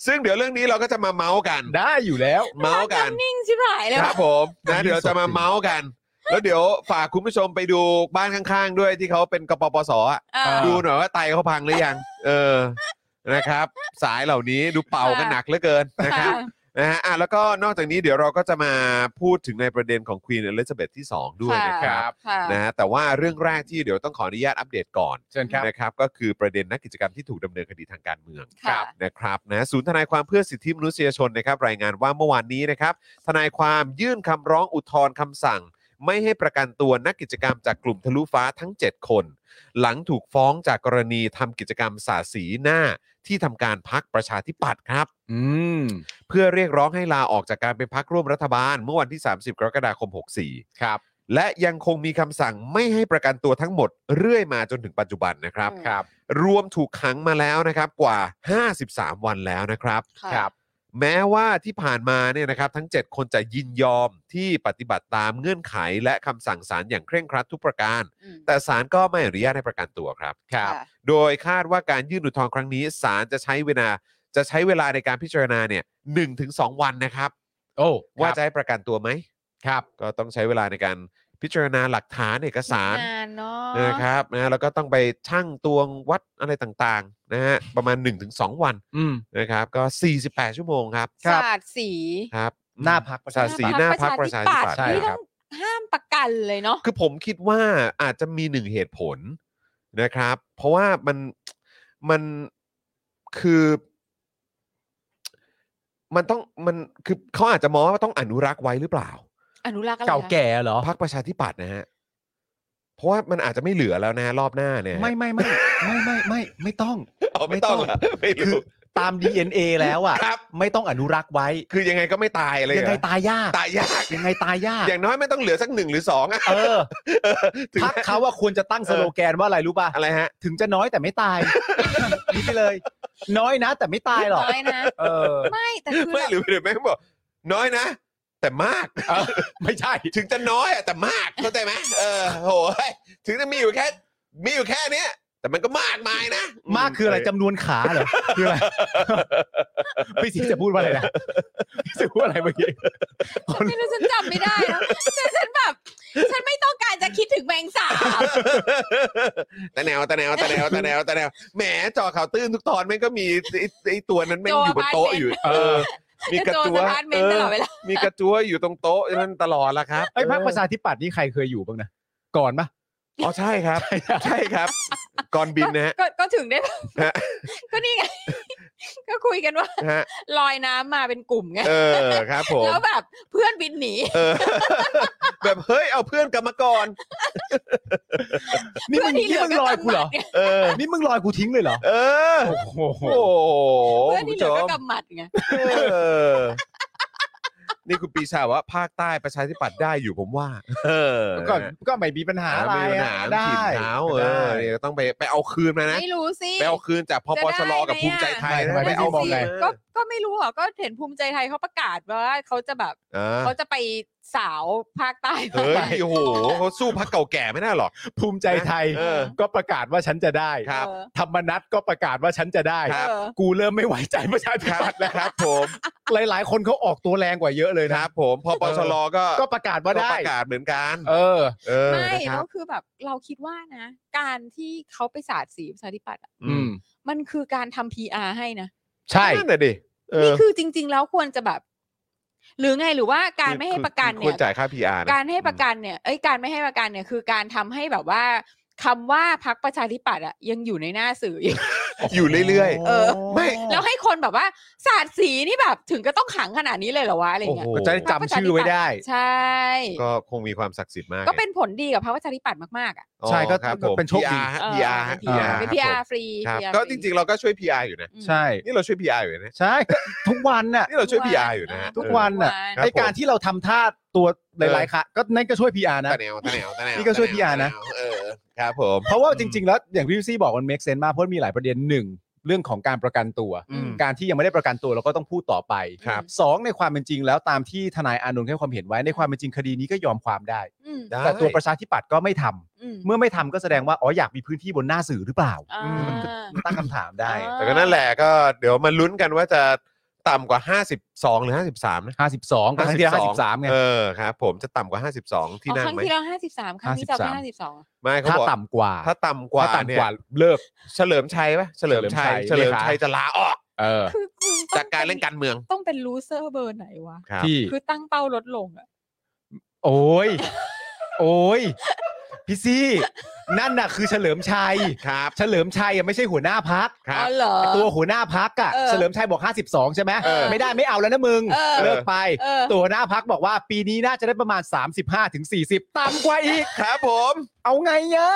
ซึ่งเดี๋ยวเรื่องนี้เราก็จะมาเมาส์กัน
ได้อยู่แล้ว
เมาส์กัน
นิ่งชิบหายเลย
ครั
ว่ะ
บผมนะ
มันยิ่ง
เดี๋ยวจะมา
สดจริง
เมาส์กัน แล้วเดี๋ยวฝากคุณผู้ชมไปดูบ้านข้าง ๆ ด้วยที่เขาเป็นกปปสอ่ะ
อ่า
เ
ดูหน่อยว่าไตเขาพังหรือยัง เออนะครับ สายเหล่านี้ดูเป่ากัน
ค่ะ
หนักเหลือเกินนะครับ นะฮะอ่ะแล้วก็นอกจากนี้เดี๋ยวเราก็จะมาพูดถึงในประเด็นของ Queen Elizabeth ที่ 2 ด้วยนะค
ค่ะ
รับ
ค่ะ
นะฮะแต่ว่าเรื่องแรกที่เดี๋ยวต้องขออนุญาตอัปเดตก่อน
เชิญครับ
นะครับก็คือประเด็นนักกิจกรรมที่ถูกดำเนินคดีทางการเมือง
ค่ะ
นะครับนะศูนย์ทนายความเพื่อสิทธิมนุษยชนนะครับรายงานว่าเมื่อวานนี้นะครับทนายความยื่นคำร้องอุทธรณ์คำสั่ง ไม่ให้ประกันตัวนักกิจกรรมจากกลุ่มทะลุฟ้าทั้ง 7 คน หลังถูกฟ้องจากกรณีทำกิจกรรมสาดสีหน้าที่ทำการพักประชาธิปัตย์ครับ
อืม
เพื่อเรียกร้องให้ลาออกจากการเป็นพักร่วมรัฐบาล เมื่อวันที่ 30 กรกฎาคม 64
ครับ
และยังคงมีคำสั่งไม่ให้ประกันตัวทั้งหมด เรื่อยมาจนถึงปัจจุบันนะครับ
อืม
ครับ
รวมถูกขังมาแล้วนะครับกว่า 53 วันแล้วนะครับ
ค่ะ
แม้ว่าที่ผ่านมาเนี่ยนะครับทั้ง 7 คนจะยินยอมที่ปฏิบัติตามเงื่อนไข และคำสั่งศาลอย่างเคร่งครัดทุกประการ
อืม
แต่ศาลก็ไม่อนุญาตให้ประกันตัวครับ
ครับค่ะ
โดยคาดว่าการยื่นอุทธรณ์ครั้งนี้ศาลจะใช้เวลาจะใช้เวลาในการพิจารณาเนี่ยหถึงสวันนะครับ
โอ้
ว่า
ครับ
จะให้ประกันตัวไหม
ครับ
ก็ต้องใช้เวลาในการพิจารณาหลักฐานเอกสาร
นานเนาะ
นะครับนะแล้วก็ต้องไปชั่งตวงวัดอะไรต่างๆนะฮะประมาณ 1-2 วัน
อืม
นะครับ ก็ 48 ชั่วโมงครับ
ศาสตร์สี
ครับ
หน้าพัก
ศาสตร์ สีหน้าพรรคประชาธิปัตย์ใช่
นี่
ครั
ต้อบ งห้ามประกันเลยเนาะ
คือผมคิดว่าอาจจะมีหนึ่งเหตุผลนะครับ เพราะว่ามันมันคือ มันต้องมันคือเขาอาจจะมองว่าต้องอนุรักษ์ไว้หรือเปล่า
อนุรักษ์อะไร
เก่า
คะ
แก่เหรอ
พรรคประชาธิปัตย์นะฮะ เพราะว่ามันอาจจะไม่เหลือแล้วนะฮะรอบหน้าเนี่ย
ไม่ไม่ไม่ (laughs) ไม่ไม่ไม่ไม่ต้อง
เอาไม่ต้อง
ไม่
เหร
ต้
อ
อง
ไม่
คื
รู้
อตาม DNA แล้วอ่ะ
ครับ
ไม่ต้องอนุรักษ์ไว้
คือยังไงก็ไม่ตายอะไร
ยังไงตายยาก
ตายยาก
ยังไงตายยาก
อย่างน้อยไม่ต้องเหลือสักหนึ่งหรือสองอะ
เออ
เออถึง
พักเขาว่าควรจะตั้งสโลแกนว่าอะไรรู้ป่ะ
อะไรฮะ
ถึงจะน้อยแต่ไม่ต (laughs) าย นี่ไปเลย น้อยนะแต่ไม่ตายหรอก
น้อยนะ
เออ
ไม่แต่คือ
ไม่หรือหรือแม่งบอกน้อยนะ แต่มาก
ไม่ใช่
ถึงจะน้อยอะแต่มากเข้าใจไหมเออโหยถึงจะมีอยู่แค่ มีอยู่แค่เนี้ยแต่มันก็มากมายนะ
มากคืออะไรจำนวนขาเหรอคือ (laughs) อะไร พี่สิงห์จะพูดว่าอะไรนะพี่สิงห์พูดอะไรเมื่อกี้
ฉันไม่รู้ฉันจำไม่ได้แล้วแต่ฉันแบบ ฉันไม่ต้องการจะคิดถึงแมงสาบ
แต่แนวแต่แนวแต่แนวแต่แนวแต่แนวแหมจอข่าวตื้นทุกตอนแม่งก็มีไอ้ไอตัวนั้นแม่งอยู่บนโต๊ะอยู่ เออ มีกระจัว
จโดนสะพานเม
เอน
ต
อ
ลอดเวลา
มีกระจัวอยู่ตรงโต๊ะนั่นตลอดละครับ
ไอ้ยพรรคประชาธิปัตย์นี่ใครเคยอยู่บ้างนะ ก่อนปะ
อ๋อใช่ครับ ใช่ครับ ก่อนบินนะฮะ
ก็ก็ถึงได้แบบ
ฮะ
ก็นี่ไง (laughs) ก็คุยกันว่า
ฮะ
ลอยน้ำมาเป็นกลุ่มไง
เออครับผม
แล้วแบบเพื่อนบินหนี
เออ (laughs) แบบเฮ้ยเอาเพื่อนกลับมาก่อน
นี่มึง
เพื่อนที่เหลื
นี่
อ
มึงลอยกูเหรอ
ก็กำหมัดไง
เออ
นี่มึงลอยกูทิ้งเลยเหรอ
เออ
โอ้โห
โอ้
เพื่
โห
อนที่เหลือก็กำหมัดไง
เออ นี่คุณปรีชาบอกว่าภาคใต้ประชาธิปัตย์ได้อยู่ผมว่า เออ
ก็ก็ไม่มีปัญหาอะไร
ไม่มีปัญหา
อะ
ขีดเท้าเออ
ได้
เนี่ยต้องไปไปเอาคืนมานะ
ไม่รู้สิ
ไปเอาคืนจากพปช
จะ
ร
ได้
กับ
ไหม
ภูมิใจไทย
อะ
นะไป
ไม่ได้
เอา
บอก
คืน
ไง
มา
ก็ก็ไม่รู้หรอก็เห็นภูมิใจไทยเขาประกาศว่าเขาจะแบบ
อ่า
เขาจะไปสาวภาคใต้
เฮ้ยโอ้โหเขาสู้พักเก่าแก่ไม่ได้หรอก
ภูมิใจไทย
เออ
ก็ประกาศว่าฉันจะได้
ครับ
เออ
ธรรมนัตก็ประกาศว่าฉันจะได้
ครับ
เออ
กูเริ่มไม่ไหวใจประชาธิ
ครับ
ปัตย์แล้ว
ครับผม
หลาย ๆ คนเขาออกตัวแรงกว่าเยอะเลย
ค
นะ
รับ ผมพปชรก็
ก็ประกาศว่า
ก็
ได้
ประกาศเหมือนกัน
เออ
เออ
ไม่
นะค
แล้
รับ
วคือแบบเราคิดว่านะ การที่เขาไปสาดสีประชาธิปัตย์อะ
อืม
มันคือการทำ PR ให้นะ
ใช่
นั่นแหะดิเอ
นี่
อ
คือจริง ๆ แล้วควรจะแบบ หรือไงหรือว่าการไม่ให้ประกัน
คว
เนี่
ร
ย
จ่ายค่าพีอาร์
การให้ประกันเนี่ย เอ้ย การไม่ให้ประกันเนี่ย คือการทำให้แบบว่าคำว่าพักประชาธิปัตย์อะยังอยู่ในหน้าสื่ออยู่
อยู่เรื่อย
เออ
ไม่
แล้วให้คนแบบว่าศาสตร์สีนี่แบบถึงก็ต้องขังขนาดนี้เลยเหรอวะอะไรเงี้ย
โอ้โห
ก็จะได้จำชื่อไว้ได้
ใช่
ๆ ก็คงมีความศักดิ์สิทธิ์มาก
ก็เป็นผลดีกับพรรคประชาธิปัตย์มากๆอ่ะ
ใช่ก็
ครับผม
เป็นโชคดี
PR ฮะ
เออ
PR ฮะ
เป็น PR
ครับ
เป็น PR ฟรี
ครับ
PR
ก็
ฟ
จริงๆ เราก็ช่วย PR อยู่นะ
อืม
ใช่
นี่เราช่วย PR อยู่นะ
ใช่ (laughs) ก็ทุกวันน่ะ
นี่เราช่วย
ทุกวัน
PR อยู่นะฮะ
ทุกวันน่ะ
ครับ
ไอการที่เราทำท่าตัวหลายๆค่ะก็นั่นก็ช่วย PR
ผม
นะ
ตะแนวตะแนวตะแนว
นี่ก็ช่วย PR
ตแวเออครับผม
เพราะว่าจริง ๆ แล้วอย่างพี่วิซี่บอกมัน make sense มากเพราะมีหลายประเด็นหนึ่งเรื่องของการประกันตัว
อืม
การที่ยังไม่ได้ประกันตัวเราก็ต้องพูดต่อไป
ครับ
สองในความเป็นจริงแล้วตามที่ทนายอานนท์ให้ความเห็นไว้ในความเป็นจริงคดีนี้ก็ยอมความได้
อืม
ได้
แต่ตัวประชาธิปัตย์ก็ไม่ทำ
อืม
เมื่อไม่ทำก็แสดงว่าอ๋ออยากมีพื้นที่บนหน้าสื่อหรือเปล่า
อ่า
ตั้งคำถามได้
อ่า
แต่ก็นั่นแหละก็เดี๋ยวมาลุ้นกันว่าจะต่ำกว่า 52 หรือ 53 นะ
52กับครั้งที่แล้ว53ไง
เออครับผมจะต่ำกว่า 52 ที่
อ๋อ
นั่ง
ครั้ง
ไหม
ที่เราห้าสิบสามครั้งนี้จะห้าสิบสอง
ไม่เขา
ถ้า
บอก
ต่ำกว่า
ถ้าต่ำกว่า
ถ้
เนี่
ต่ำ
ย
กว่าเลิก
เฉลิมชัยปะเฉลิมชัยเฉ
เฉลิ
ลิม
มชั
ชัย
ย
จะลาออก
เออ
คือมึง
จากการเล่นการเมือง
ต้องเป็นลูเซอร์เบอร์ไหนวะ
ครับ
ที่
คือตั้งเป้าลดลงอะ
โอ้ย โอ้ย พี่ซี่ นั่นน่ะคือเฉลิมชัย
ครับ
เฉลิมชัยอ่ะไม่ใช่หัวหน้าพัก
ครั
อ๋
บ
อเหรอ
ตัวหัวหน้าพักอ่ะ
เออ
เฉลิมชัยบอก 52 ใช่ไหม
เออ
ไม่ได้ไม่เอาแล้วนะมึง
เออ
เลิกไป
เออ
ตัวหัวหน้าพักบอกว่าปีนี้น่าจะได้ประมาณ 35-40ถึง40ต่ำกว่าอีก
ครับผม
เอาไงอ่ะ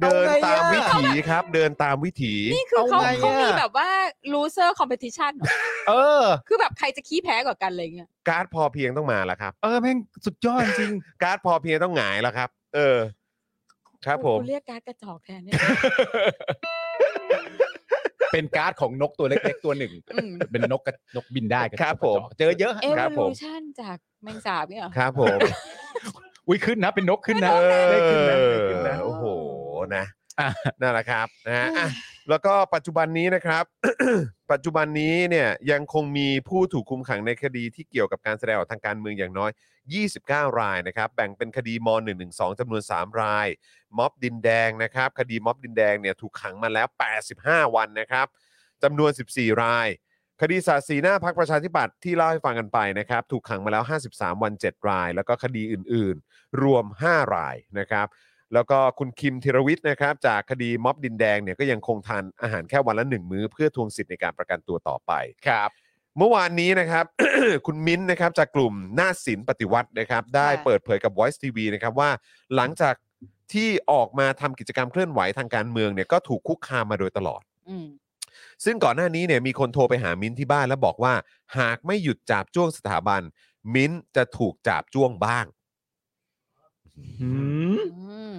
เดิน
อไง
ตาม
อะ
วิถีครับ เดินตามวิถี
นี่คือเขา
เอาไง
เขามี
อะ
แบบว่า loser competition เหรอ
เออ
คือแบบใครจะขี้แพ้กว่ากันอะไรเงี้ย
การ์ดพอเพียงต้องมาแล้วครับ
เออแม่งสุดยอดจริง
การ์ดพอเพียงต้องหงายแล้วครับ เออ ครับผม
กูเรียกการ์ดกระจอกแทนเนี่ย
เป็นการ์ดของนกตัวเล็กๆตัวหนึ่ง
อืม
เป็นนกกระนกบินได้กัน
ครับผม
เจอเยอะฮะ
ครับผม
evolution จากแมงสาบเนี่ยเหรอ
ครับผม
อุ้ยขึ้นนะเป็นนกขึ้นนะ
เอ
ได้ขึ้นนะได้ขึ้น
อ
นะ
โอ้โหนะ
อ่ะ
(laughs) นั่นแหละครับนะฮะ
อืม
อ่ะแล้วก็ปัจจุบันนี้นะครับ (coughs) ปัจจุบันนี้เนี่ยยังคงมีผู้ถูกคุมขังในคดีที่เกี่ยวกับการแสดงออกทางการเมืองอย่างน้อย 29 รายนะครับ แบ่งเป็นคดีม .112 จำนวน 3 ราย ม็อบดินแดงนะครับ คดีม็อบดินแดงเนี่ยถูกขังมาแล้ว 85 วันนะครับจำนวน 14 ราย คดีสาดสีหน้าพักประชาธิปัตย์ที่เล่าให้ฟังกันไปนะครับ ถูกขังมาแล้ว 53 วัน 7 ราย แล้วก็คดีอื่นๆ รวม 5 รายนะครับ แล้วก็คุณคิมธีรวิทย์นะครับ จากคดีม็อบดินแดงเนี่ยก็ยังคงทานอาหารแค่วันละหนึ่งมื้อเพื่อทวงสิทธิ์ในการประกันตัวต่อไป
ครับ
เมื่อวานนี้นะครับ (coughs) คุณมิ้นท์นะครับจากกลุ่มหน้าศิลปฏิวัตินะครับ ได้
ค่ะ
เปิดเผยกับ Voice TV นะครับว่าหลังจาก ที่ออกมาทำกิจกรรมเคลื่อนไหวทางการเมืองเนี่ยก็ถูกคุกคามมาโดยตลอด
อืม
ซึ่งก่อนหน้านี้เนี่ยมีคนโทรไปหามิ้นท์ที่บ้านแล้วบอกว่า หากไม่หยุดจับจ้วงสถาบัน มิ้นท์จะถูกจับจ้วงบ้าง
หืม
อืม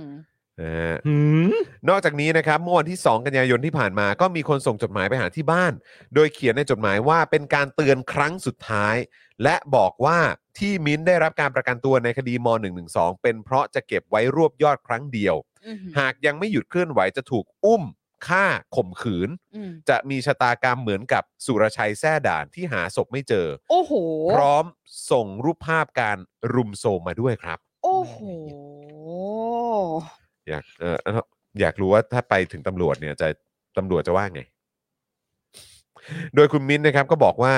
นะฮะ
หืม
นอกจากนี้นะครับเมื่อวันที่ 2 กันยายนที่ผ่านมา ก็มีคนส่งจดหมายไปหาที่บ้าน โดยเขียนในจดหมายว่าเป็นการเตือนครั้งสุดท้าย และบอกว่าที่มิ้นท์ได้รับการประกันตัวในคดีม .112 เป็นเพราะจะเก็บไว้รวบยอดครั้งเดียว
อืม
หากยังไม่หยุดเคลื่อนไหวจะถูกอุ้มฆ่าข่มขืน
อืม
จะมีชะตากรรมเหมือนกับสุรชัยแท่ด่านที่หาศพไม่เจอ
โอ้โห
พร้อมส่งรูปภาพการรุมโทรมมาด้วยครับ
โอ้โห
อยากเอออยากรู้ว่าถ้าไปถึงตำรวจเนี่ยจะตำรวจจะว่าไง โดยคุณมิ้นท์นะครับก็บอกว่า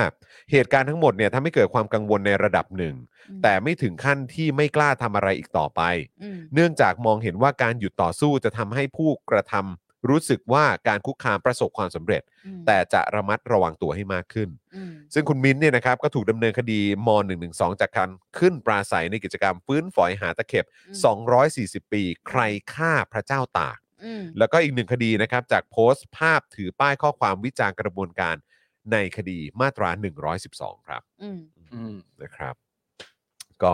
เหตุการณ์ทั้งหมดเนี่ยทำให้เกิดความกังวลในระดับหนึ่ง
อืม
แต่ไม่ถึงขั้นที่ไม่กล้าทำอะไรอีกต่อไป
อืม
เนื่องจากมองเห็นว่าการหยุดต่อสู้จะทำให้ผู้กระทำรู้สึกว่าการคุกคามประสบความสำเร็จ
อืม
แต่จะระมัดระวังตัวให้มากขึ้น
อืม
ซึ่งคุณมิ้นท์เนี่ยนะครับก็ถูกดำเนินคดีม .112 จากการขึ้นปราศัยในกิจกรรมฟื้นฝอยหาตะเข็บ 240 ปี ใครฆ่าพระเจ้าตาก
อืม
แล้วก็อีกหนึ่งคดีนะครับ จากโพสต์ภาพถือป้ายข้อความวิจารณ์กระบวนการในคดีมาตรา 112 ครับ
อืม
อืม
นะครับ ก็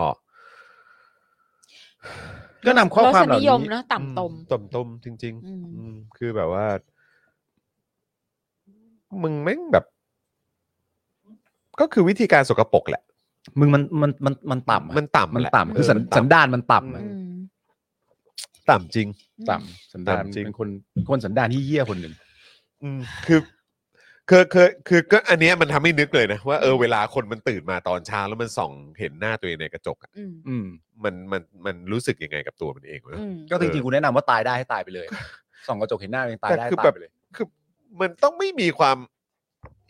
ก็นำข้อความเห
รส
ล่า
นิ
นี้
ยมเนอะต่ำตม
ต่ำตมจริง ๆ
อืม
อืมคือแบบว่า มึงแม่งแบบ ก็คือวิธีการสกปรกแหละ
มึงมันมันมันมันต่ำอะ
มันต่ำ
มัน
แหละ
ต่ำคือสัน
เมัน
สัน
ต่ำ
ดานมันต่ำอะ
อืม
ต่ำจริง
ต่ำสันดาน
ต่ำจริง
เป็นคนเป็นคนสันดานที่เหี้ยคนหนึ่ง
อืมคือเคยเคยคือก็อันเนี้ยมันทำให้นึกเลยนะว่าเออเวลาคนมันตื่นมาตอนเช้าแล้วมันส่องเห็นหน้าตัวเองในกระจกอะ
อืม
อืม
มันมันมันรู้สึกยังไงกับตัวมันเองวะ
อืม
ก็จริงๆกูแนะนำว่าตายได้ให้ตายไปเลย (laughs) ส่องกระจกเห็นหน้าเองตายได้
แต่
ให้
คือแบ
ตาย
บ
ไปเลย
คือมันต้องไม่มีความ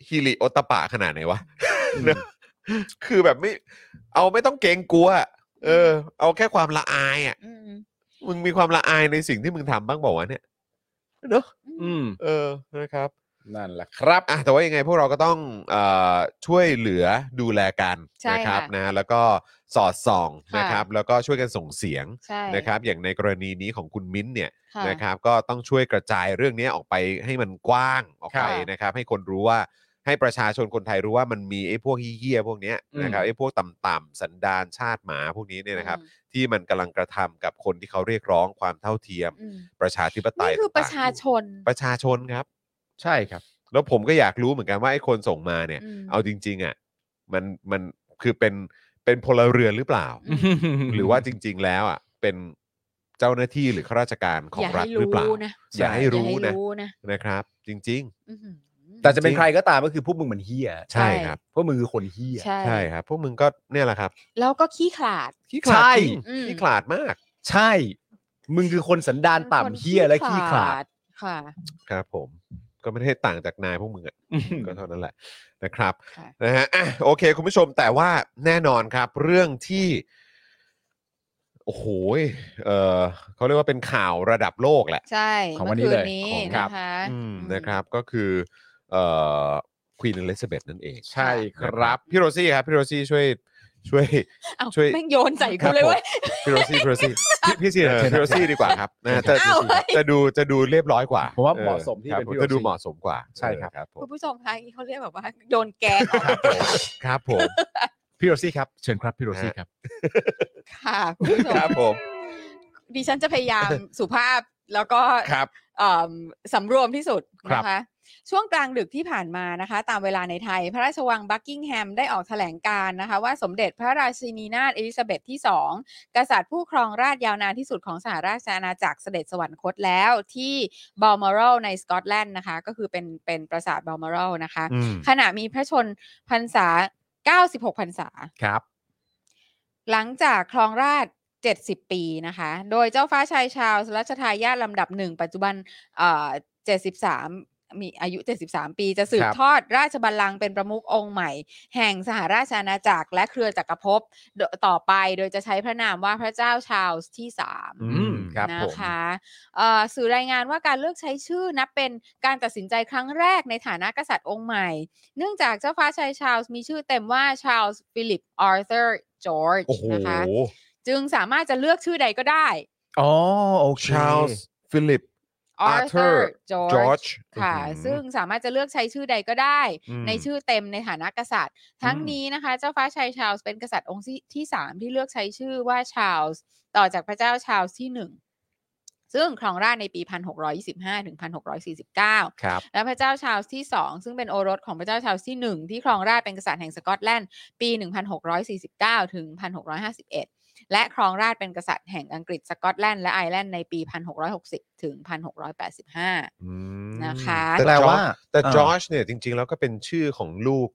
ฮิริโอตปะขนาดไหนวะ
อืม
เนอะคือแบบไม่ เอาไม่ต้องเกรงกลัวอะเออ เอาแค่ความละอายอ่ะ
อืม
มึงมีความละอายในสิ่งที่มึงทำบ้างบอกว่าวะเนี่ยเนอะ
อืม
เออนะครับ
นั่นแหละครับ
อ่ะแต่ว่ายังไงพวกเราก็ต้องเออช่วยเหลือดูแลกัน
ใช่
นะครั
ค่ะ
นะแล้วก็สอดส่อง
ค่ะ
นะครับ แล้วก็ช่วยกันส่งเสียง
ใช่
นะครับ อย่างในกรณีนี้ของคุณมิ้นท์เนี่ย
ค่ะ
นะครับ ก็ต้องช่วยกระจายเรื่องนี้ออกไปให้มันกว้างออกไป
ค่ะ
นะครับ ให้คนรู้ว่าให้ประชาชนคนไทยรู้ว่ามันมีไอ้พวกเหี้ยๆพวกเนี้ย
อืม
นะครับไอ้พวกต่ำๆสันดานชาติหมาพวกนี้เนี่ยนะครับ ที่มันกำลังกระทำกับคนที่เขาเรียกร้องความเท่าเทียม
อืม
ประชาธิปไตย
นี่คือประชาชน
ประชาชนครับ
ใช่ครับ
แล้วผมก็อยากรู้เหมือนกันว่าไอ้คนส่งมาเนี่ย
ม
เอาจริง ๆอ่ะมันมันคือเป็นเป็นพลเรือนหรือเปล่า
อืม
หรือว่าจริง ๆ แล้วอ่ะเป็นเจ้าหน้าที่หรือข้าราชการของ
ย่า
รัฐ
ให้
หรือเปล่า
นะ
อย่าให้รู้
อย่า
นะ
ให้รู้นะ
นะครับ จริง
อื้อหือ
แต่จะเป็นใครก็ตามก็คือพวกมึงเหมือนเฮีย
ๆ ใช่ครับ
พวกมึงคือคนเฮีย
ใช่
ใช่ครับ พวกมึงก็เนี่ยแหละครับ
แล้วก็ขี้ขลาด
ขี้ขลาด
ใช่
จริง
อืม
ขี้ขลาดมาก
ใช่ มึงคือคนสันดานต่ำเฮียและขี้ขลาด
ค่ะ
ครับ ผม ก็ไม่ได้ต่างจากนายพวกมึงอ่ะก็เท่านั้นแหละนะครับ
ค่ะ
นะฮะอ่ะโอเค คุณผู้ชมแต่ว่าแน่นอนครับ เรื่องที่ โอ้โหยเออเขาเรียกว่าเป็นข่าวระดับโลกแหละ
ใช่
ของวันนี้
มื่
เลย
คืนี้
ของครั
นะ
บ
คะ
อืม
อืม
นะครับก็คือเอ่อควีนอลิซาเบธนั่นเอง
ใช่ครับ
พี่โรซี่ครับพี่โรซี่ช่วยช่วย
เอา
ช่วย
แม่งโยนใส่
ครับ
กูเลย
ผม
เว้ย
พี่โรซี่พี่โรซี่พี่พี่ซี
เชิญครับ
พี่โรซี่ดีกว่าครับนะจะ
อ้าวเฮ้ย
จะดูจะดูเรียบร้อยกว่า
ผมว่า
ออ
เหมาะสมที่
ครับ
เป็น
ผ
พี่
ม
โรซี่
จะดูเหมาะสมกว่า
ใช่ครับ
เออครับผ
คุ
ม
ณผู้ชมคะนี่เขาเรียกแบบว่าโยนแกงออก
ครับผม
พี่โรซี่ครับ เชิญครับพี่โรซี่ครับ
(laughs) ค่ะคุณผู้ชม
ครับผม
ดิฉันจะพยายามสุภาพแล้วก็
ครับ
เอิ่มสำรวมที่สุด
ครับ
นะคะช่วงกลางดึกที่ผ่านมานะคะ ตามเวลาในไทย พระราชวังบักกิงแฮมได้ออกแถลงการณ์นะคะ ว่าสมเด็จพระราชินีนาถเอลิซาเบธที่ 2 กษัตริย์ผู้ครองราชยาวนานที่สุดของสหราชอาณาจักรเสด็จสวรรคตแล้วที่บอลมอรัลในสกอตแลนด์นะคะ ก็คือเป็นเป็นปราสาทบอลมอรัลนะคะ
อืม
ขณะมีพระชนพรรษา 96 พรรษา
ครับ
หลังจากครองราช 70 ปีนะคะ โดยเจ้าฟ้าชายชาวสรัชทายาทลำดับหนึ่ง ปัจจุบันเอ่อ73 มีอายุ 73 ปี จะสืบ
ครับ
ทอดราชบัลลังก์เป็นประมุของค์ใหม่ แห่งสหราชอาณาจักรและเครือจักรภพโดยต่อไปโดยจะใช้พระนามว่าพระเจ้าชาร์ลส์ที่ 3
อื
อื
ม
มครับ
นะ
ผม
คะเอ่อสื่อรายงานว่าการเลือกใช้ชื่อนับเป็นการตัดสินใจครั้งแรกในฐานะกษัตริย์องค์ใหม่ เนื่องจากเจ้าฟ้าชายชาร์ลส์มีชื่อเต็มว่าชาร์ลส์ฟิลิปอาร์เธอร์จอร์จ
โอ้โห
นะคะ จึงสามารถจะเลือกชื่อใดก็ได้
อ๋อโอเค
ชาลส์ฟิลิป Arthur
จ
จ
อ
อ
ร์
ร์
จ
จ
ค่ะ
อื้อหือ
ซึ่งสามารถจะเลือกใช้ชื่อใดก็ได้
ม
ในชื่อเต็มในฐานะกษัตริย์ ทั้งนี้นะคะ เจ้าฟ้าชายชาลส์เป็นกษัตริย์องค์ที่ที่สามที่เลือกใช้ชื่อว่าชาลส์ต่อจากพระเจ้าชาลส์ที่หนึ่งซึ่งครองราชย์ในปี 1625 ถึง 1649
ครับ
และพระเจ้าชาร์ลส์ที่ 2 ซึ่งเป็นโอรสของพระเจ้าชาร์ลส์ที่ 1 ที่ครองราชย์เป็นกษัตริย์แห่งสกอตแลนด์ปี 1649 ถึง 1651 และครองราชย์เป็นกษัตริย์แห่งอังกฤษสกอตแลนด์และไอร์แลนด์ในปี 1660 ถึง 1685
อืม
นะคะ
แต่
แปล
จอ
ว่า
ร์จแต่
า
จอร์จเนี่ยจริง ๆ แล้วก็เป็นชื่อของลูก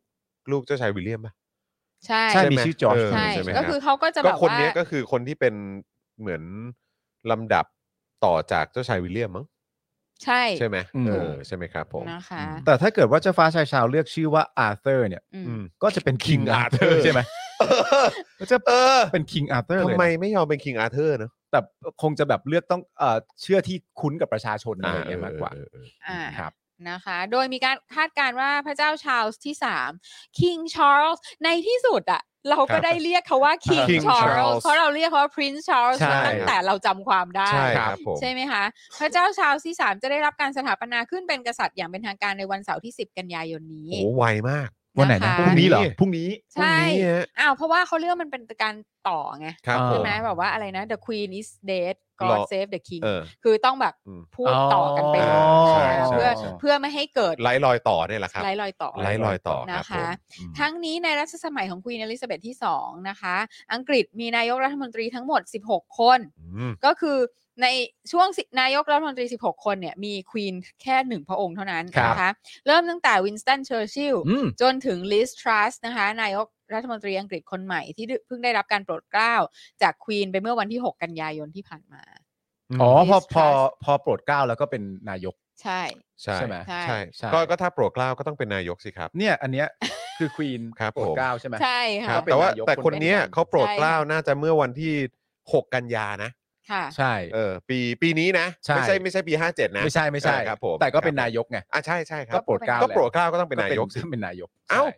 ลูกเจ้าชายวิลเลียมป่ะ
ใช่
ใช่
ใช่ไหม
มีชื่อจอร์จ
เออ
ใช่
ใช่ไหม
ก็
รับ
คือเขาก็จะ
ก็
แบบ
คน
ว่า
เนี้ยก็คือคนที่เป็นเหมือนลำดับต่อจากเจ้าชายวิลเลียมมั้ง
ใช่
ใช่ไหม
อืม
เออใช่ไหมครับผม
นะคะ
แต่ถ้าเกิดว่าเจ้าฟ้าชายชาวเลือกชื่อว่าอาเธอร์เนี่ย
อืม
อืม
ก็จะเป็นคิง
King
อาเธอ
Arthur
ร์ใช่ไหมก็จะ
เออ
เป็นคิงอาเธอร์เลย
ทำ
นะ
ไมไม่ยอมเป็นคิงอาเธอร์เนอะ
แต่คงจะแบบเลือกต้องเอ่อเชื่อที่คุ้นกับประชาชนอะไรอย่างเงี้ยมากกว่า
เออเออเออ
อ่า
ครับ
นะคะ โดยมีการคาดการณ์ว่าพระเจ้าชาร์ลส์ที่ 3 King Charles ในที่สุดอะเราก็ได้เรียกเขาว่า King
King
Charles
Charles
เพราะเราเรียกเขาว่า Prince Charles
ใช่
มาตั้งแต่เราจำความได้
ใช่ครับผม
ใช่ไหมคะ พระเจ้าชาร์ลส์ที่ 3 จะได้รับการสถาปนาขึ้นเป็นกษัตริย์อย่างเป็นทางการในวันเสาร์ที่ 10 กันยายนนี้
โอ้ไวมาก
วันไหนนะ
ค
พรุ่งนี้เหรอพรุ่งนี้
ใช่
พรุ่งนี้ฮะ
อ้าวเพราะว่าเขาเรียกว่ามันเป็นการต่อไง
ครับผ
ใช่
ม
ไหมแบบว่าอะไรนะ The Queen is dead
ร
God
อ
save the King
เออ
คือต้องแบบ
อืม
พูดต่อกันไปเล
อ๋
ย
อใช่
อ่า
ใช่
เพื่อ
ใช่
เพื่อไม่ให้เกิด
ไล่รอยต่อเนี่ยแหละครับ
ไล่รอยต่อ
ไล่รอยต่อครับ
นะ
ผ
คะ
มอืม
ทั้งนี้ในรัชสมัยของควีนอลิซาเบธที่ 2 นะคะ อังกฤษมีนายกรัฐมนตรีทั้งหมด 16 คน
อืม
ก็คือในช่วงสินายกรัฐมนตรี 16 คนเนี่ยมีควีนแค่หนึ่งพระองค์เท่านั้น
ครับ
นะคะ เริ่มตั้งแต่วินสตันเชอร์ชิลล์
อืม
จนถึงลิสทรัสนะคะ นายกรัฐมนตรีอังกฤษคนใหม่ที่เพิ่งได้รับการโปรดเกล้าจากควีนไปเมื่อวันที่ 6 กันยายนที่ผ่านมา
อ๋อพอ
Liz
พอ
Truss
พอโปรดเกล้าแล้วก็เป็นนายก
ใช่
ใช่
ใช่ไหม
ใช่
ใช่
ใช่
ก็ก็ถ้าโปรดเกล้าก็ต้องเป็นนายกสิครับ
เนี่ย อันเนี้ยคือควีน
ครับ
โปรด
ผม
เกล้าใช่ไหม
ใช่
ค
ค่ะ
รับ
ก็เป็น
แต่ว่าน
ายก
แต่คน
คน
เนี้ยเขาโปรดเกล้าน่าจะเมื่อวันที่ 6 กันยานะ
ค่ะ
ใช่
เออปีปีนี้นะ
ใช่
ไม่ใช่ไม่ใช่ปี 57 นะ
ไม่ใช่ไม่ใช่
เออครับผม
แต่ก็เป็น
ครับผม
นายกไง
อ่ะใช่ใช่ครั
ก็
บ
โปรดเกล้า
ก็โปรด
แหละ
เกล้าก็ต้องเป็นนายกสิ
ก็เป็นนายก
เอ้า
ใช่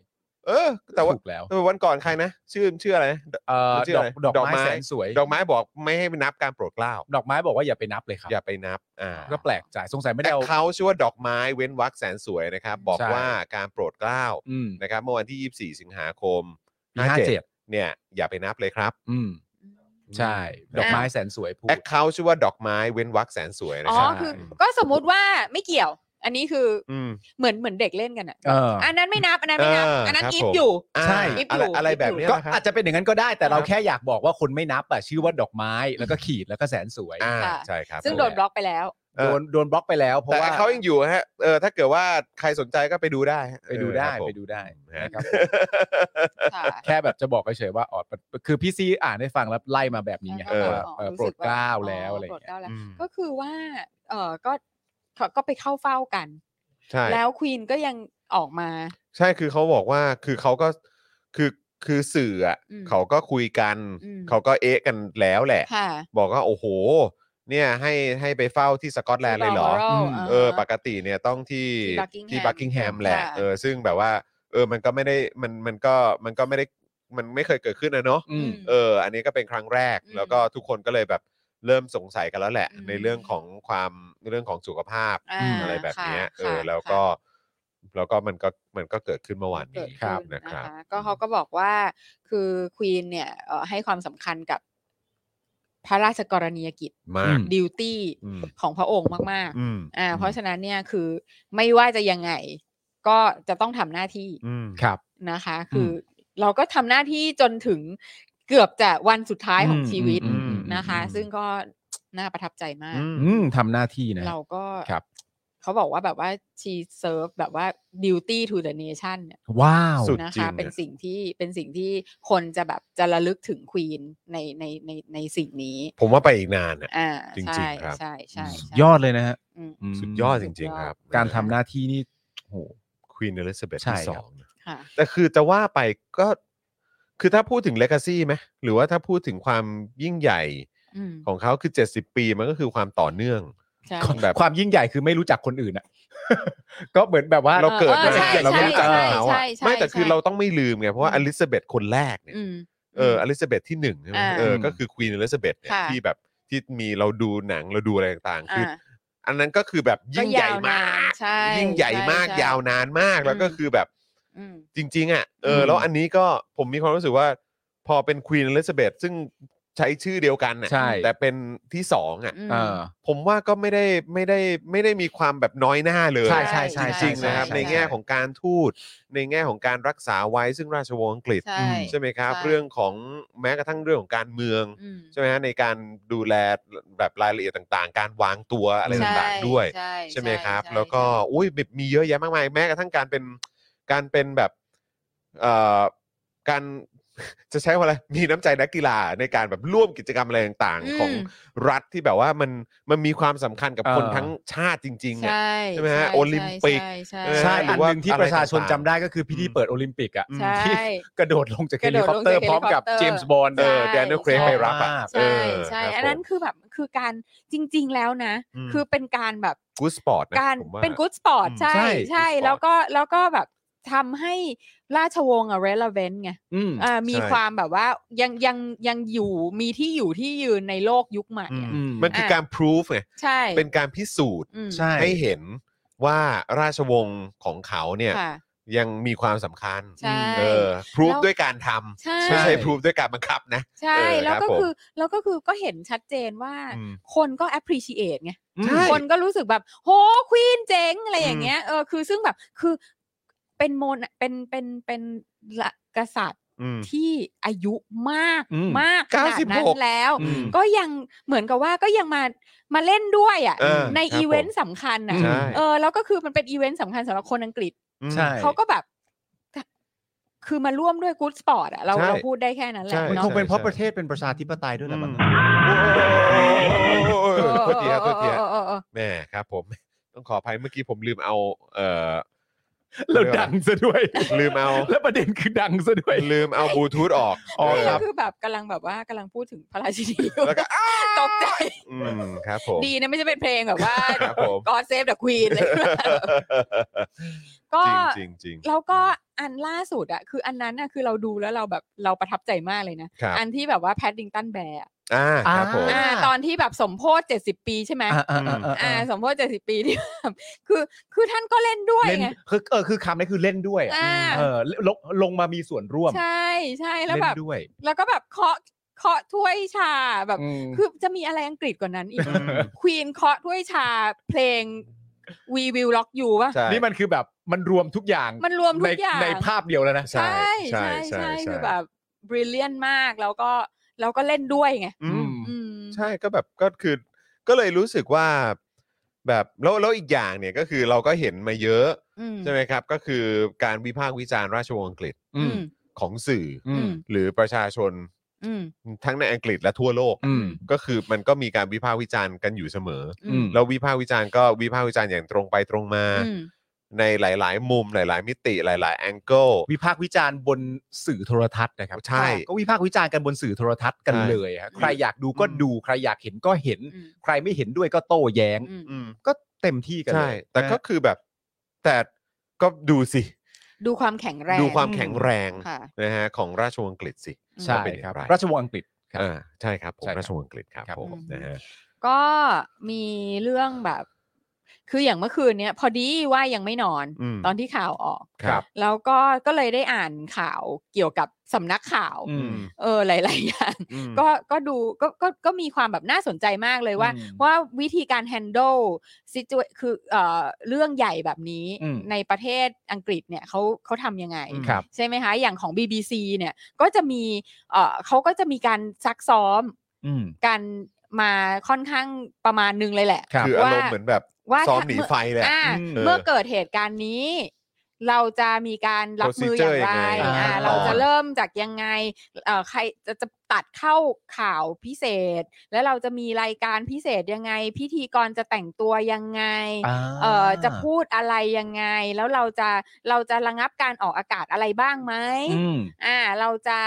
เออ แต่ว่า
ถูกแล้ว
แต่วันก่อนใครนะ ชื่อชื่ออะไรนะ
เอ่อ
ชื่อ
ด
อะ
อก
ไร
ดอก
ดอก
ไม้
ไม้
แสนสวย
ดอกไม้บอกไม่ให้นับการโปรดเกล้า
ดอกไม้บอกว่าอย่าไปนับเลยครับ
อย่าไปนับอ่า
ก็แปลกใจสงสัยไม่
แต่
ได้เอา
เขาชื่อว่าดอกไม้เว้นวรรคแสนสวยนะครับ บอก
ใช่
ว่าการโปรดเกล้า
อืม
นะครับเมื่อวันที่ 24 สิงหาคม
ปีห้าเจ็ด
57เนี่ย อย่าไปนับเลยครับ
อืมใช่
อืม
ดอกไม้แสนสวยพูด
แอคเคาท์ชื่อว่าดอกไม้เว้นวรรคแสนสวยนะ
อ๋อ
ครับ
คือก็สมมุติว่าไม่เกี่ยว อันนี้คืออ
ม
เหมือนเหมือนเด็กเล่นกันอะ
เออ
อันนั้นไม่นับอันนั้นไม่นับ
เอออั
อันนั้น
ครับ
อีฟ
ผม
อยู่
อ่า
ใช่
อะไรอะไรแบบเนี้ย
ก็
นะครับ
อาจจะเป็นอย่างนั้นก็ได้แต่เรา
ครับ
แค่อยากบอกว่าคนไม่นับอะชื่อว่าดอก
(laughs)
ไม้แล้วก็ขีดแล้วก็แสนสวย
อ่า
ค่ะ
ใช่ครับ
ซึ่ง
ผม
โดนบล็อกไปแล้ว
เอ
โด
อน
โดนบล็อกไปแล้วเพราะ
แต่
ว่า
เขายังอยู่ฮะเออถ้าเกิดว่าใครสนใจก็ไปดูได้ฮะ
ไปดูได้
เออครับผม
ไปดูได้
ฮะ
นะครับผม
ค่ะ
แค่แบบจะบอกเฉยๆว่าอ๋อคือพี่ซีอ่านให้ฟังแล้วไล่มาแบบนี้ไง
เออ
ว่าเออโปรดเกล้าแล้วอะไรอ
โปร
ย่าง
ด
เงี้ย
เกล้าแล้ว
อืม
ก็คือว่าเออก็ก็ก็ไปเข้าเฝ้ากัน
ใช่
แล้วควีนก็ยังออกมา
ใช่คือเขาบอกว่าคือเขาก็คือคือสื่ออ่ะ
อืม
เขาก็คุยกัน
อืม
เขาก็เอ๊ะกันแล้วแหละ
ค่ะ
บอกว่าโอ้โห เนี่ยให้ให้ไปเฝ้าที่สกอตแลนด์เลยเหรอ
ที่ Balmoral
เออ
าฮะ
ปกติเนี่ยต้องที่
ที่
ที่
Buckingham
บักกิงแฮมแหละ
ค่ะ
เออซึ่งแบบว่า เออมันก็ไม่ได้มันมันก็มันก็ไม่ได้มันไม่เคยเกิดขึ้นนะเนาะ
อืม
ม
เออ อันนี้ก็เป็นครั้งแรก
อืม
แล้วก็ทุกคนก็เลยแบบเริ่มสงสัยกันแล้วแหละ
อืม
ในเรื่องของความเรื่องของสุขภาพ
อ่า
อะไรแบบเนี้ย
ค่ะ
เออ
ค่ะ
แล้วก็แล้วก็มันก็มันก็เกิดขึ้นเมื่อวาน
เกิ
นี้
ดขึ้น
นะ
นะครับ คะก็เขาก็บอกว่าคือควีนเนี่ยเอ่อให้ความสำคัญกับพระราชกรณียกิจ
มาก
อืม
ดิวตี้
อืม
ของพระองค์มาก ๆ
อืม
อ่าเพราะฉะนั้นเนี่ยคือไม่ว่าจะยังไงก็จะต้องทำหน้าที่
อืม
ครับ
นะคะ คืออเราก็ทำหน้าที่จนถึงเกือบจะวันสุดท้ายของ
อืม
ชีวิต
อืมอืม
นะคะ
อืม
ซึ่งก็น่าประทับใจมาก
อืมทำหน้าที่นะ
เราก็
ครับ
เขาบอกว่าแบบว่า she serve แบบว่า duty to the nation เนี่ย
ว้าว
สุด
นะ
จริ
คะ
งอะ
เป็นสิ่งที่เป็นสิ่งที่คนจะแบบจะระลึกถึงควีนในในในในสิ่งนี้
ผมว่าไปอีกนานอ่ะ
อ่า
จริงๆ
ใช่
ครับ
ใช่ใช่
สุด
ใช่
ยอดเลยนะฮะ
อืม
ม
สุดยอดจริง ๆ ครับ
การทำหน้าที่นี่โห
ควีนอลิซาเบธ
ใช่
ที่
ค
ส
รับ
องนะ
ค่ะ
แต่คือจะว่าไปก็ คือถ้าพูดถึงเลกาซี่ไหมหรือว่าถ้าพูดถึงความยิ่งใหญ่
อืม
ของเขาคือ 70 ปีมันก็คือความต่อเนื่อง
ใช่
แบบ
ความยิ่งใหญ่คือไม่รู้จักคนอื่นอ่ะ (laughs) ก็เหมือนแบบว่า
เราเกิด
ออ
มา
ใช่
เนี่ยเราไม่รู้จัก
ใช่
เขา
ใช่
อะ
ใช่
ไม่แต่คือ
ใช่
เราต้องไม่ลืมไง เพราะว่า
อื
อ
ม
ลิซาเบธคนแรกเนี่ย
อืม
เออออลิซาเบธที่หนึ่งใช่ไหม
อ่า
เออก็คือควีนอลิซาเบธเนี่ย
ค่ะ
ที่แบบ ที่มีเราดูหนังเราดูอะไรต่างๆ คือ
อ่า
อันนั้นก็คือแบบยิ่งใหญ่
ก็ยาวนาม
าน ก
ใช่
ยิ่งใหญ่
ใช่
มาก
ใช่
ยาวนานมากแล้วก็
อืม
คือแบบ
อืม
จริง ๆ อ่ะเอออ
ม
แล้วอันนี้ก็ผมมีความรู้สึกว่า พอเป็นควีนอลิซาเบธซึ่งใช้ชื่อเดียวกันน่ะ
ใช่
แต่เป็นที่สองอ่ะ
อืม
เออ
ผมว่าก็ไม่ได้ไม่ได้ไม่ได้มีความแบบน้อยหน้าเลย
ใช่ใช่ใช่
จริงๆนะครับ
ใช่ใช่
ในแง่ของการทูตในแง่ของการรักษาไว้ซึ่งราชวงศ์อังกฤษ
ใช่
ใช่ไหมครับ
ใช่
เรื่องของแม้กระทั่งเรื่องของการเมือง
อืม
ใช่ไหมฮะในการดูแลแบบรายละเอียดต่างๆ การวางตัวอะไร
ใช่
ต่างๆด้วย
ใช่
ใช่ไหมครับ
ใช่
แล้วก็
ใช่
อุ้ยแบบมีเยอะแยะมากมาย แม้กระทั่งการเป็นการเป็นแบบเอ่อการ (laughs) จะใช้ว่าอะไรมีน้ำใจนักกีฬาในการแบบร่วมกิจกรรมอะไรต่างๆ ของ
ม
รัฐที่แบบว่ามันมันมีความสำคัญกับ
เออ
คนทั้งชาติจริงๆอะ
ใช่
ใช่ไหมฮะ
ใช่
โอลิมปิก
ใช่ใช่
ใช่
หรื
อั
อน ว่า
หนึ่งที่ประชาชนจำได้ก็คือพิธี
อืม
เปิดโอลิมปิกอ่ะ
ใช่
ที่กระโดดลงจากเฮ
กระโด
ลิ
ด
คอป
ลง
เตอ
จาก
ร์พร้อมกับ
เฮลิคอปเตอร์
เจมส์บอล
ใช่
เออแดเนียลเครกไปรับอ่ะ
ใช่
เ
ใช่
ครับ
อันนั้น
ผม
คือแบบคือการจริง ๆ แล้วนะ
อืม
คือเป็นการแบบ
กู๊ดสปอร์ตนะ
การ
ผมว่า
เป็นกู๊ดสปอร์ต
อืม
ใช่
ใช่
ใช่
good sport
แล้วก็แล้วก็แบบทำให้ราชวงศ์อะ relevant ไง
อืม
เอ่อมี
ใช่
ความแบบว่ายังยังยังอยู่มีที่อยู่ที่ยืนในโลกยุคใหม่
อืม
อะ
อืม
มันคือการพิสูจไง
ใช่
เป็นการพิสูจน์
อืม
ใช่
ให้เห็นว่าราชวงศ์ของเขาเนี่ย
ค่ะ
ยังมีความสำคัญ
ใช่
เออพิสูจ
แล้ว
ด้วยการทำ
ใช่
ไม่ใช่พิสูจด้วยการบังคับนะ
ใช่
เออ
แล้
ค
ว
รับ
ก็
ผม
คือแล้วก็คือก็เห็นชัดเจนว่า
อืม
คนก็ appreciate ไง
ใช่
คนก็รู้สึกแบบ โหควีนเจ๋งอะไรอย่างเงี้ยเออคือซึ่งแบบคือเป็นโมนเป็นเป็นเป็นละกษัตริย์
อืม
ที่อายุมาก
อืม
มากขนาดนั้น
96
แล้ว
อืม
ก็ยังเหมือนกับว่าก็ยังมามาเล่นด้วยอ่ะ
เออ
ใน
ครับ
อีเวนต์
ผม
สำคัญนะ
ใช่
เออแล้วก็คือมันเป็นอีเวนต์สำคัญสำหรับคนอังกฤษ
ม
ใช่
เขาก็แบบ คือมาร่วมด้วยกู๊ดสปอร์ตอะเรา
ใช่
เราพูดได้แค่นั้นแห
ใช่
ละ
มัน
เนาะ
คงเป็นเพราะ
ใช่
ประเทศเป็นประชาธิปไตยด้วยแหละมั้ง
โอ้ย
เออ
โทษทีครับโทษทีครับ
เออเออเออเออ
แม่ครับผมต้องขออภัยเมื่อกี้ผมลืมเอาเออ
แล้วดังซะด้วย
ลืมเอา
แล้วประเด็นคือดังซะด้วย
ลืมเอาบลูทูธออก
อ๋อ
นี่
เ
ก็คือแบบกำลังแบบว่ากำลังพูดถึงพระราชินี
แล้วก็อ้า
ตกใจ
อืมครับผม
ดีนะไม่ใช่เป็นเพลงแบบว่า
ครับผม
God Save the Queen เลยก็
จริงจริงๆ
แล้วก็อันล่าสุดอะคืออันนั้นอะคือเราดูแล้วเราแบบเราประทับใจมากเลยนะ
ครับ
อันที่แบบว่าแพดดิงตันแบร์
อ่าครับผม
อ่า
ตอนที่แบบสมโพธเจ็ดสิบปีใช่ไหม
อ่าๆๆๆ
อ่า สมโพธเจ็ดสิบปีที่แบบคือคือท่านก็เล่นด้วย
เล่น
ไง
คือเออคือคำนี้คือเล่นด้วยอะ
อ่า
เออลงลงมามีส่วนร่วม
ใช่ใช่แล้ว
เล่
แบ
น
บ
ด้วย
แล้วก็แบบเคาะเคาะถ้วยชาแบบ
อืม
คือจะมีอะไรอังกฤษกว่านั้นอีก
อืม
ควีนเคาะถ้วยชาเพลง We Will Rock You ป่ะ
ใช่
นี่มันคือแบบมันรวมทุกอย่าง
มันรวมทุกอย่าง
ในในภาพเดียวแล้วนะ
ใช่ใช่ใช่คือแบบ brilliant มากแล้วก็แล้วก็เล่นด้วยไง
อืม
อืม
ใช่ก็แบบก็คือก็เลยรู้สึกว่าแบบแล้วแล้วอีกอย่างเนี่ยก็คือเราก็เห็นมาเยอะ
อืม
ใช่ไหมครับ ก็คือการวิพากษ์วิจารณ์ราชวงศ์อังกฤษ
อืม
ของสื่ออ
อืม
หรือประชาชน
อืม
ทั้งในอังกฤษและทั่วโลก
อืม
ก็คือมันก็มีการวิพากษ์วิจารณ์กันอยู่เสมอ
อืม
แล้ววิพากษ์วิจารณ์ก็วิพากษ์วิจารณ์อย่างตรงไปตรงมา
อืม
ในหลาย ๆ มุมหลาย ๆ มิติหลาย ๆ แองเกิล
วิพากษ์วิจารณ์บนสื่อโทรทัศน์นะครับ
ใช่
ก็วิพากษ์วิจารณ์กันบนสื่อโทรทัศน์กัน
ใช่
เลยฮะใครอยากดูก็
อืม
ดูใครอยากเห็นก็เห็น
อืม
ใครไม่เห็นด้วยก็โต้แย้ง
อืม
อืม
ก็เต็มที่กัน
ใช่
เลย
แต่ก็
นะ
คือแบบแต่ก็ดูสิ
ดูความแข็งแรง
ดูความแข็งแรง
ค่ะ
นะฮะของราชวงศ์อังกฤษสิ
ใช่
ว่าเป็นอย่า
ครั
ง
บ
ไร
ราชวงศ์อังกฤษครับ
อ่าใช่ครับผม
ใช่ครับ
ราชวงศ์อังกฤษครับ
ครับ
ผม
ผม
นะฮะ
ก็มีเรื่องแบบ คืออย่างเมื่อคืนเนี้ยพอดีว่ายังไม่นอน
อืม
ตอนที่ข่าวออก
ครับ
แล้วก็ก็เลยได้อ่านข่าวเกี่ยวกับสำนักข่าว
อืม
เออหลาย ๆ อย่าง
อืม
ก็ก็ดูก็ก็ก็มีความแบบน่าสนใจมากเลยว่า
อืม
ว่าวิธีการ handle situa- คือเอ่อเรื่องใหญ่แบบนี้
อืม
ในประเทศอังกฤษเนี่ยเขาเขาทำยังไง
ครับ
ใช่ไหมคะ อย่างของ BBC เนี่ยก็จะมีเอ่อเขาก็จะมีการซักซ้อม
อืม
กันมาค่อนข้างประมาณนึงเลยแหละ
ครับ
คืออารมณ์เหมือนแบบ
ว่า
ซ้อม
ถ้า
หนี
เมื่อ
ไฟเลย
อ่า
ะ
เมื่อเกิดเหตุการณ์นี้ เราจะมีการรับมืออย่างไร
อ่า
อ่าเราจะเริ่มจากยังไงเอ่อใครจะจะตัดเข้าข่าวพิเศษ แล้วเราจะมีรายการพิเศษยังไง พิธีกรจะแต่งตัวยังไง
อ่า
เออจะพูดอะไรยังไง แล้วเราจะเราจะระงับการออกอากาศอะไรบ้างไหม
อืม
อ่า เราจะ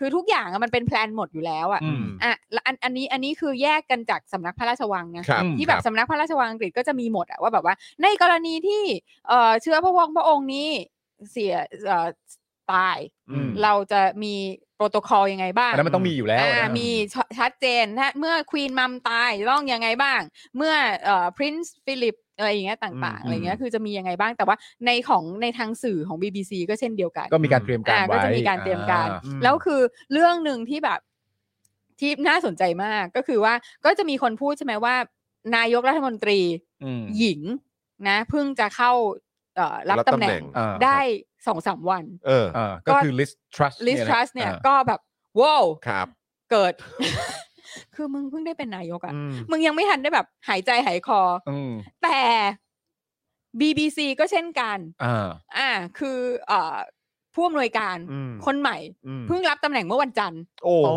คือทุกอย่างอะมันเป็นแพลนหมดอยู่แล้วอ่ะ
อืม
อ่ะแล้วอันอันนี้อันนี้คือแยกกันจากสำนักพระราชวังนะ
ครับ
ที่แบบสำนักพระราชวังอังกฤษก็จะมีหมดอะว่าแบบว่า ในกรณีที่เอ่อเชื้อพระวงศ์พระองค์นี้เสียเอ่อตาย
อืม
เราจะมี โปรโตคอลยังไงบ้าง
อันนั้นมันต้องมีอยู่แล้ว
อ่า
นะ
มีชชัดเจนถ้าเมื่อควีนมัมตายต้องยังไงบ้าง เมื่อเอ่อพรินซ์ฟิลิปอะไรอย่างเงี้ยต่างๆ
อืม
อะไรเงี้ยคือจะมียังไงบ้าง แต่ว่าในของในทางสื่อของ BBC ก็เช่นเดียวกัน
ก็มีการเตรียมการ
อ่า
ไว้
ก็จะมีการเตรียมการ
อ่
แล้วคือเรื่องหนึ่งที่แบบที่น่าสนใจมากก็คือว่าก็จะมีคนพูดใช่ไหมว่า นายกรัฐมนตรี
อืม
หญิงนะเพิ่งจะเข้าเอ่อรับ
รับ
ตำ
ตำแห
แห
น่ง
น่ง
อ่า
ได้สองสามวัน
เออ
อ่าก็คือ list trust
ลิส
เยะ
ทรัสเนี่ย
อ่า
ก็แบบว้าว
ครับ
เกิด คือมึงเพิ่งได้เป็นนายกอะ
อืม
มึงยังไม่ทันได้แบบหายใจหายคอ
อืม
แต่ BBC ก็เช่นกัน
อ่า
อ่า คือเอ่อผู้อำนวยการ
อืม
คนใหม่
อืม
เพิ่งรับตำแหน่งเมื่อวันจันทร์
โอ้
โอ้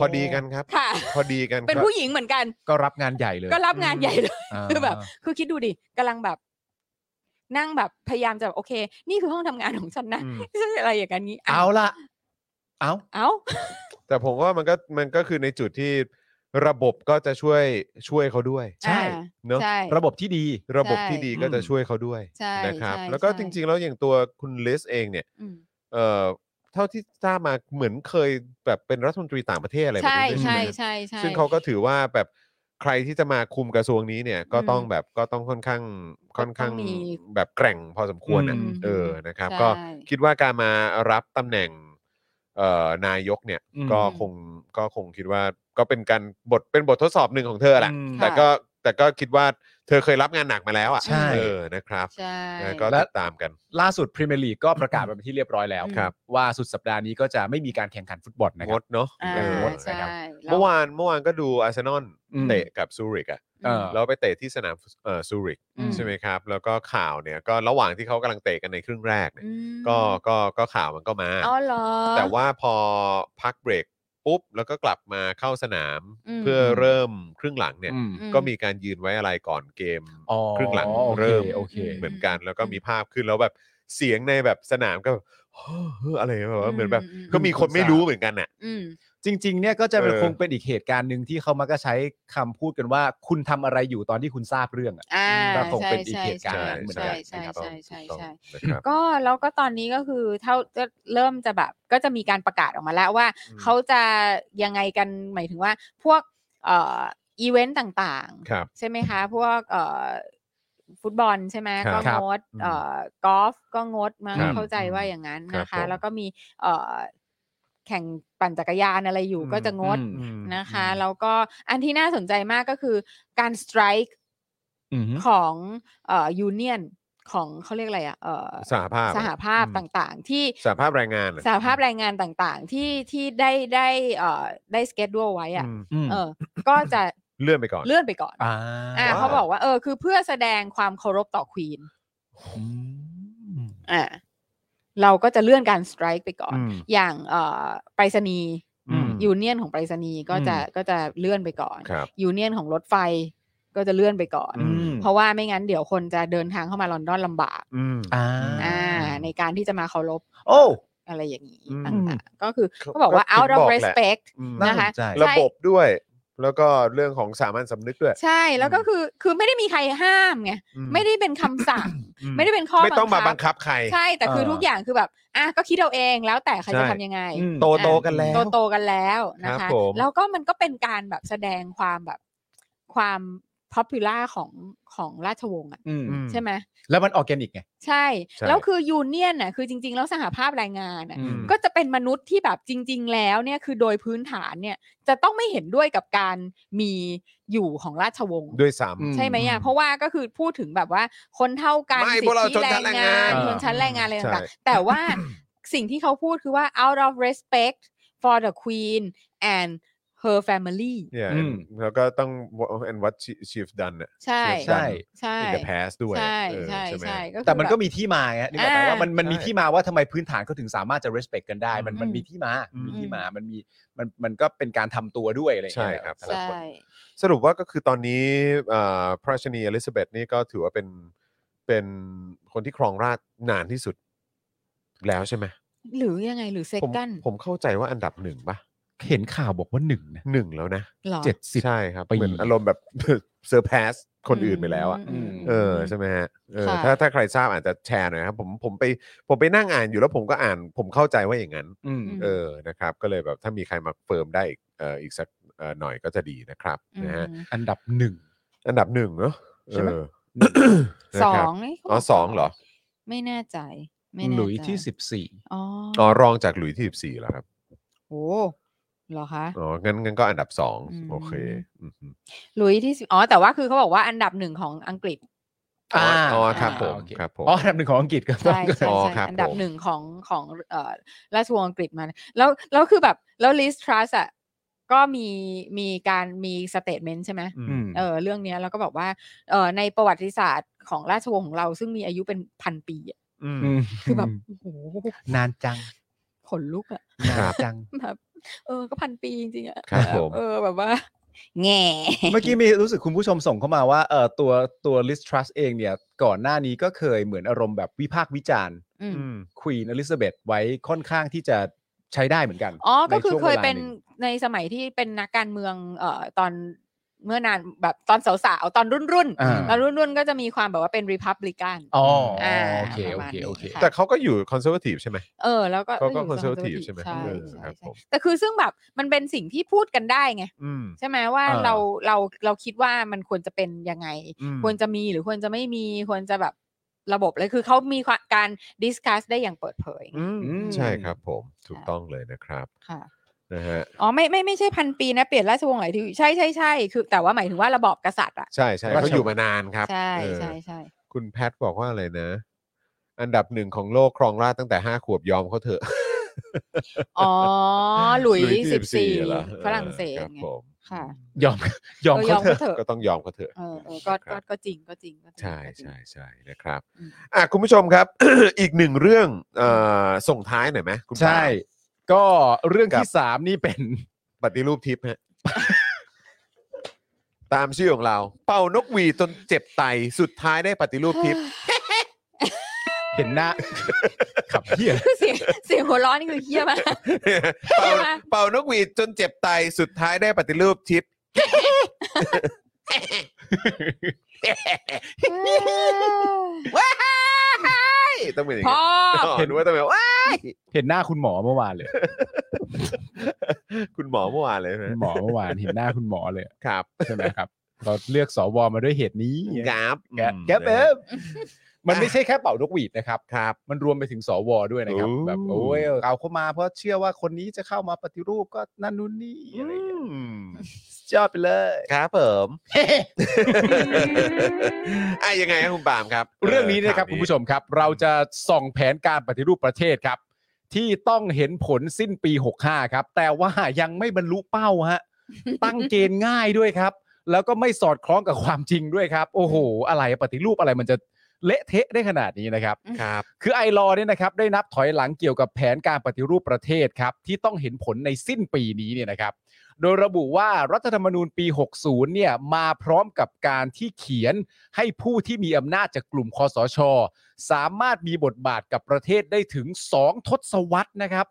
พอดีกันครับ
ค่ะ
พอดีกัน
เป็น
ครับ
ผู้หญิงเหมือนกัน
ก็รับงานใหญ่เลย
ก็รับงานใหญ่เลย
า
คือแบบ คือคิดดูดิกำลังแบบ นั่งแบบพยายามจะแบบโอเค นี่คือห้องทำงานของฉันนะ
อืม
ฉันอะไรอย่างนั้นนี้
เอาละเอา
เอ้า
แต่ผมว่ามันก็มันก็คือในจุดที่ระบบก็จะช่วยช่วยเขาด้วย
ใช่
เนอะ
ใช่
ระบบที่ดี
ระบบที่ดีก็
อืม
จะช่วยเขาด้วย
ใช่
นะครับ
ใช่
แล้วก็
ใช่
จริง ๆ แล้วอย่างตัวคุณลิสเองเนี่ย
อืม
เอ่อเท่าที่ทราบมาเหมือนเคยแบบเป็นรัฐมนตรีต่างประเทศอะไรแบบ
ใช่
นี้ด้วย
ใช่
ไหม
ใช่ใช่
ซึ่งเขาก็ถือว่าแบบใครที่จะมาคุมกระทรวงนี้เนี่ย ก็ต้องแบบก็ต้องค่อนข้างค่อนข้าง
ก็ต้องมี
แบบแกร่งพอสมควรนะ
อืม
เออนะครับ
ใช่
ก็คิดว่าการมารับตำแหน่งเอ่อนายกเนี่ย
อืม
ก็คงก็คงคิดว่าก็เป็นการบทเป็นบททดสอบหนึ่งของเธอแหละ
อืม
แต่
ค่ะ
ก็แต่ก็คิดว่าเธอเคยรับงานหนักมาแล้วอ่ะ
ใช่
เออนะครับ
ใช่
แล้วก็ติดตามกัน
ล่าสุดพรีเมียร์ลีกก็ประกาศไปเป็นที่เรียบร้อยแล้ว
ครับ
ว่าสุดสัปดาห์นี้ก็จะไม่มีการแข่งขันฟุตบอลนะค
ง
รับ
ดเนาะ
อ่า
เออ
ใช่แล้ว
เมื่อวานเมื่อวานก็ดูอาร์เซนอล
อืม
เตะกับซูริกอะ
เออ
แล้วไปเตะที่สนามเอ่อซูริก
อื
ใช่ไหมครับ แล้วก็ข่าวเนี่ยก็ระหว่างที่เขากำลังเตะกันในครึ่งแรกเนี่ย
อืม
ก็ก็ก็ข่าวมันก็มา
อ๋อเหรอ
แต่ว่าพอพักเบรกปุ๊บ แล้วก็กลับมาเข้าสนาม
อืม
เพื่อเริ่มครึ่งหลังเนี่ย
อืม
อืม
ก็มีการยืนไว้อะไรก่อนเกม
อ๋อ
ครึ่งหลัง
โอค
เริ่ม
โอเค
เหมือนกันแล้วก็มีภาพขึ้นแล้วแบบเสียงในแบบสนามก็แบบ (gasps) อะไรแบบว่าเหมือนแบบ
อืมอืม
ก็มีคนไม่รู้เหมือนกันน่ะ
อืม
จริง ๆ เนี่ยก็จะเป็น
เออ
คงเป็นอีกเหตุการณ์หนึ่งที่เขามักจะใช้คำพูดกันว่า คุณทำอะไรอยู่ตอนที่คุณทราบเรื่องอ่ะ
อ่า
ก็คงเป็นอีก
ใช่
เหตุการณ์หนึ่งเหมือน
ใช่
กัน
ใช่ใช่ใช่ใช่
ถูกต้องนะครับ
ก็แล้วก็ตอนนี้ก็คือเท่าก็เริ่มจะแบบก็จะมีการประกาศออกมาแล้วว่า
อืม
เขาจะยังไงกันหมายถึงว่าพวกเอ่ออีเวนต์ต่าง
ครับ
ๆ ใช่ไหมคะ พวกเอ่อฟุตบอลใช่ไหม
ครั
ก็
บ
งดเอ่อกอล์ฟก็งดมั้ง
ครับ
เข้าใจว่าอย่างนั้นนะ
ครั
คะ
บผม
แล้วก็มีเอ่อแข่งปั่นจักรยานอะไรอยู่ก็จะงด
อืม
นะคะแล้วก็อันที่น่าสนใจมากก็คือการสไตรค์
อืม
ของเอ่อยูเนียนของเขาเรียกอะไรอ่ะเอ่อ
สหภาพ
สหภาพ
อืม
ต่างๆ ที่
สหภาพแรงงานน่ะ
สหภาพแรงงานต่างๆ ที่ที่ได้ได้เอ่อได้สเก็ตดวไว้อ่ะ
อืม
เออ ก็จะ
เลื่อนไปก่อน
เลื่อนไปก่อน
อ่า
อ่า
ว้าว
เขาบอกว่าเออคือเพื่อแสดงความเคารพต่อควีน
อืม
อ่าเราก็จะเลื่อนการสไตรค์ไปก่อน
อืม
อย่างเอ่อไปรษณีย์
อืม
ยูเนียนของไปรษณีย์ก็จะก็จะเลื่อนไปก่อน
ครับ
ยูเนียนของรถไฟก็จะเลื่อนไปก่อน
อืม
เพราะว่าไม่งั้นเดี๋ยวคนจะเดินทางเข้ามาลอนดอนลำบาก
อืม
อ่า
อ่าในการที่จะมาเคารพ
โอ้
อะไรอย่างนี้
อืม
ต่างๆก็คือ
เขา
เขาบอกว่า
ก็ถึง
out
บ
of
อกแหละ
respect
อืม
นะคะ
น่าสนใจ
ใช่
ระบบด้วย แล้วก็เรื่องของสามัญสำนึกด้วย
ใช่แล้วก็คือคือไม่ได้มีใครห้ามไง
อืม
ไม่ได้เป็นคำสั่ง ไม่ได้เป็นข้อ
ไม่ต้องมาบังคับใคร
ใช่แต่คือทุก
(coughs)
อย่างคือแบบอ่ะก็คิดเอาเองแล้วแต่ใคร
ใช่
จะทำยังไง
อืม
โตโตๆกันแล้ว
โตโตๆกันแล้วนะ
ครั
คะ
บผม
แล้วก็มันก็เป็นการแบบแสดงความแบบความ popular ของของราชวงศ์อ่ะ
อืม
ใช่ไหม
แล้วมันออร์แกนิกไง
ใช่
ใช่
แล้วคือยูเนียนน่ะคือจริง ๆ แล้วสหภาพแรงงานน่ะ
อืม
ก็จะเป็นมนุษย์ที่แบบจริง ๆ แล้วเนี่ยคือโดยพื้นฐานเนี่ยจะต้องไม่เห็นด้วยกับการมีอยู่ของราชวงศ์
ด้วยซ้
อื
ใช่ไหมอ่ะเพราะว่าก็คือพูดถึงแบบว่าคนเท่ากัน
ไม่
สิ
พวกเรา
ทธิแร
ชนชั้น
ง
แรง
งาน
งาน
ชนชั้นแรงงานอะไร
ใช่
ต่างๆแต่ว่าสิ่งที่เขาพูดคือว่า out of respect for the queen and her family
ำเนี่ย
อืม
แล้วก็ต้อง and what she- she's done น่ะ
ใช่
She's
ใช่
done
ใช่
in the past ด้วย
ใช่
เออ
ใช่
ไหม
ใช่คือ
แต่มัน
บบ
ก็มีที่มาไงนึกออกไหม
อ่า
ว่ามันมันมี
ใช่
ที่มาว่าทำไมพื้นฐานเขาถึงสามารถจะ respect กันได้ มันมัน
อืม
มีที่มา
อืม
มีที่มา มันมีมันมันก็เป็นการทำตัวด้วยอะไรอย่าง
ใช่
เงี้ย
ครับ
ใช่
สรุปว่าก็คือตอนนี้เอ่อพระราชนีอลิซาเบธนี่ก็ถือว่าเป็นเป็นคนที่ครองราชย์นานที่สุด แล้วใช่ไหม
หรือยังไงหรือเซ
ผม
กัน
ผมเข้าใจว่าอันดับหนึ่งปะ
เห็นข่าวบอกว่าหนึ่งนะ
หนึ่งแล้วนะ
หรอ
เจ็ดสิบ
ใช่ครับ (laughs)
ปี
เหมือนอารมณ์แบบ เซอร์พาส คนอื่นไปแล้วอะ
อืม
เออใช่ไหมฮะเออ
ค่ะ
ถ้าถ้าใครทราบอาจจะแชร์หน่อยครับผมผมไปผมไปนั่งอ่านอยู่แล้วผมก็อ่านผมเข้าใจว่าอย่างนั้น
อืม
เออ นะครับ ก็เลยแบบถ้ามีใครมาเฟิร์มได้อีกเอ่ออีกสักเอ่อหน่อยก็จะดีนะครับนะฮะ
อันดับหนึ่ง
อันดับหนึ่งเนอะ
ใช่ไหม
เออ
ส
นะค
อ
รับ
งนี่
อ๋อสองเหรอ
ไม่แน่ใจ ไม่แน่ใจ
หลุยที่สิบสี่
อ๋อ
อ๋อรองจากหลุยส์ที่สิบสี่เหรอครับ
โอ้เหรอคะ
อ๋อ งั้นงั้นก็อันดับสอง
อืม
โอเคอือฮึ
หลุยที่สิบอ๋อแต่ว่าคือเขาบอกว่าอันดับหนึ่งของอังกฤษ
อ๋ออ๋อ
อ่า
ครับผม
โอเค
ครับผม
อ๋ออันดับหนึ่งของอังกฤษก็ต้อง
ใช่ใช่
(laughs) อ๋อ
ใช่
ครับ
อันดับ
ผม
หนึ่งของของเอ่อราชวงศ์อังกฤษมา แล้วแล้วคือแบบแล้วลิสทรัสอ่ะก็มีมีการมีสเตทเมนต์ใช่ไหม
อืม
เออเรื่องเนี้ยแล้วก็บอกว่าเออในประวัติศาสตร์ของราชวงศ์ของเราซึ่งมีอายุเป็นพันปีอะ
อืม
คือแบบโอ้โห
นานจัง
ขนลุกอ่ะ
นานจัง
แบบเออก็พันปีจริงๆอ่ะ
ครับผม
เออแบบว่า แง่
เมื่อกี้มีรู้สึกคุณผู้ชมส่งเข้ามาว่าเออตัวตัว Liz Truss เองเนี่ย ก่อนหน้านี้ก็เคยเหมือนอารมณ์แบบวิพากษ์วิจารณ์
อืม
ควีนอลิซาเบธไว้ค่อนข้างที่จะใช้ได้เหมือนกัน
อ๋อ ก็
ใน
คือ
ช่วง
เค
วย ลา
เป็น
หง
ในสมัยที่เป็นนักการเมืองเอ่อตอนเมื่อนานแบบตอนสาวๆ ตอนรุ่นรุ่นๆ
อ่า
ตอนรุ่นรุ่นๆก็จะมีความแบบว่าเป็นริพับลิกัน
อ๋ออา โอเค
ป
โอ
ระมาณ
เค
นี้
โอเค
ค่ะ
แต่เขาก็อยู่คอนเซอร์วทีฟใช่ไหม
เออ แล้วก็
เขาก็
ยู่
conservative
conservative
ใช่ไหม
ใช่
เออครับ
ใช่
ผม
แต่คือซึ่งแบบมันเป็นสิ่งที่พูดกันได้ไง
อืม
ใช่ไหมว่า
อ่า
เราเราเราคิดว่ามันควรจะเป็นยังไง ควรจะมีหรือควรจะไม่มีควรจะแบบระบบเลยคือเขามีความการดิสคัสได้อย่างเปิดเผย
อืม
อืม
ใช่ครับผมถูกต้องเลยนะครับ
ค่ะ
นะฮะ
อ๋อไม่ไม่ไม่ใช่พันปีนะเปลี่ยนราชวงศ์หลายทีใช่ใช่ใช่คือ แต่ว่าหมายถึงว่าระบอบกษัตริย์อะ
ใช่ใช่
ราชวงศ์
เขาอยู่มานานครับ
ใช่
เออ
ใช่ใช่
คุณแพทบอกว่าอะไรนะ อันดับหนึ่งของโลกครองราชย์ตั้งแต่ห้าขวบยอมเขาเถอะ (laughs)
อ๋อ หลุย
หลุย
ส์
ส์
สิบสี่
เหอ
ฝรั่งเศส
ครับ
ไง
ผม
ค่ะ
ยอมยอม
เออยอ
เขา
ม
เถอะ
ก็เถอะ
ก็ต้องยอมเขาเถอะ
เออเออก็
ค
ก็
รับ
ก็จริงก็จริงก็จริง
ใช่
ก็จริง
ใช่ใช่นะครับ
อืม
อ่ะคุณผู้ชมครับ (coughs) อีกหนึ่งเรื่องเอ่อส่งท้ายหน่อยไหมคุณปาล์ม
ใช่ ก็เรื่อง
ครับ
ที่สามนี่เป็น (laughs)
ปฏิรูปทิพย์ฮะ ตามชื่อของเรา เป่านกหวีดจนเจ็บไตสุดท้ายได้ปฏิรูปทิ
(gasps)
พย์
เห็นหน้า ขับ (laughs) เหี้ย
คือเสียงเสียงหัวเร้อนนี่คือเฮี้ยมาก
เป่าเป่านกหวีดจนเจ็บไตสุดท้ายได้ปฏิรูปทิพ
(laughs)
ย์ ต้องเป็นอย่าง
พ
นี้
อ
อ๋อเห็นว่าต้องเป็นว้าย
เห็นหน้าคุณหมอเมื่อวานเลย
คุณหมอเมื่อวานเลย
คุ
นะ
ณหมอเมื่อว (laughs) านเห็นหน้าคุณหมอเลย
ครับ
ใช่ไหมครับ เราเลือกสวมาด้วยเหตุนี้
กราบ
แกะ
อืม
แกะเบบ (laughs) มันไม่ใช่แค่เป่านกหวีดนะครับ
ครับ
มันรวมไปถึงสวด้วยนะครับ
โอ้
แบบโอ้ยเอาเข้ามาเพราะเชื่อว่าคนนี้จะเข้ามาปฏิรูปก็นั่นนู่นนี่อะไรอย่างเงี้ย
อืม
ชอบไปเลย
ครับผม (laughs)
(laughs)
อ่ะยังไงครับคุณปาล์มครับ
เรื่องนี้นะครับคุณผู้ชมครับ เราจะส่องแผนการปฏิรูปประเทศครับ ที่ต้องเห็นผลสิ้นปี 65 ครับ แต่ว่ายังไม่บรรลุเป้าฮ (laughs) ะ ตั้งเกณฑ์ง่ายด้วยครับ แล้วก็ไม่สอดคล้องกับความจริงด้วยครับ โอ้โห อะไรปฏิรูปอะไรมันจะเละเทะได้ขนาดนี้นะครับ
ครับ
คือไอรอเนี่ยนะครับได้นับถอยหลังเกี่ยวกับแผนการปฏิรูปประเทศครับ ที่ต้องเห็นผลในสิ้นปีนี้เนี่ยนะครับ โดยระบุว่ารัฐธรรมนูญปี 60 เนี่ยมาพร้อมกับการที่เขียนให้ผู้ที่มีอำนาจจากกลุ่มคอสช สามารถมีบทบาทกับประเทศได้ถึง 2 ทศวรรษนะครับ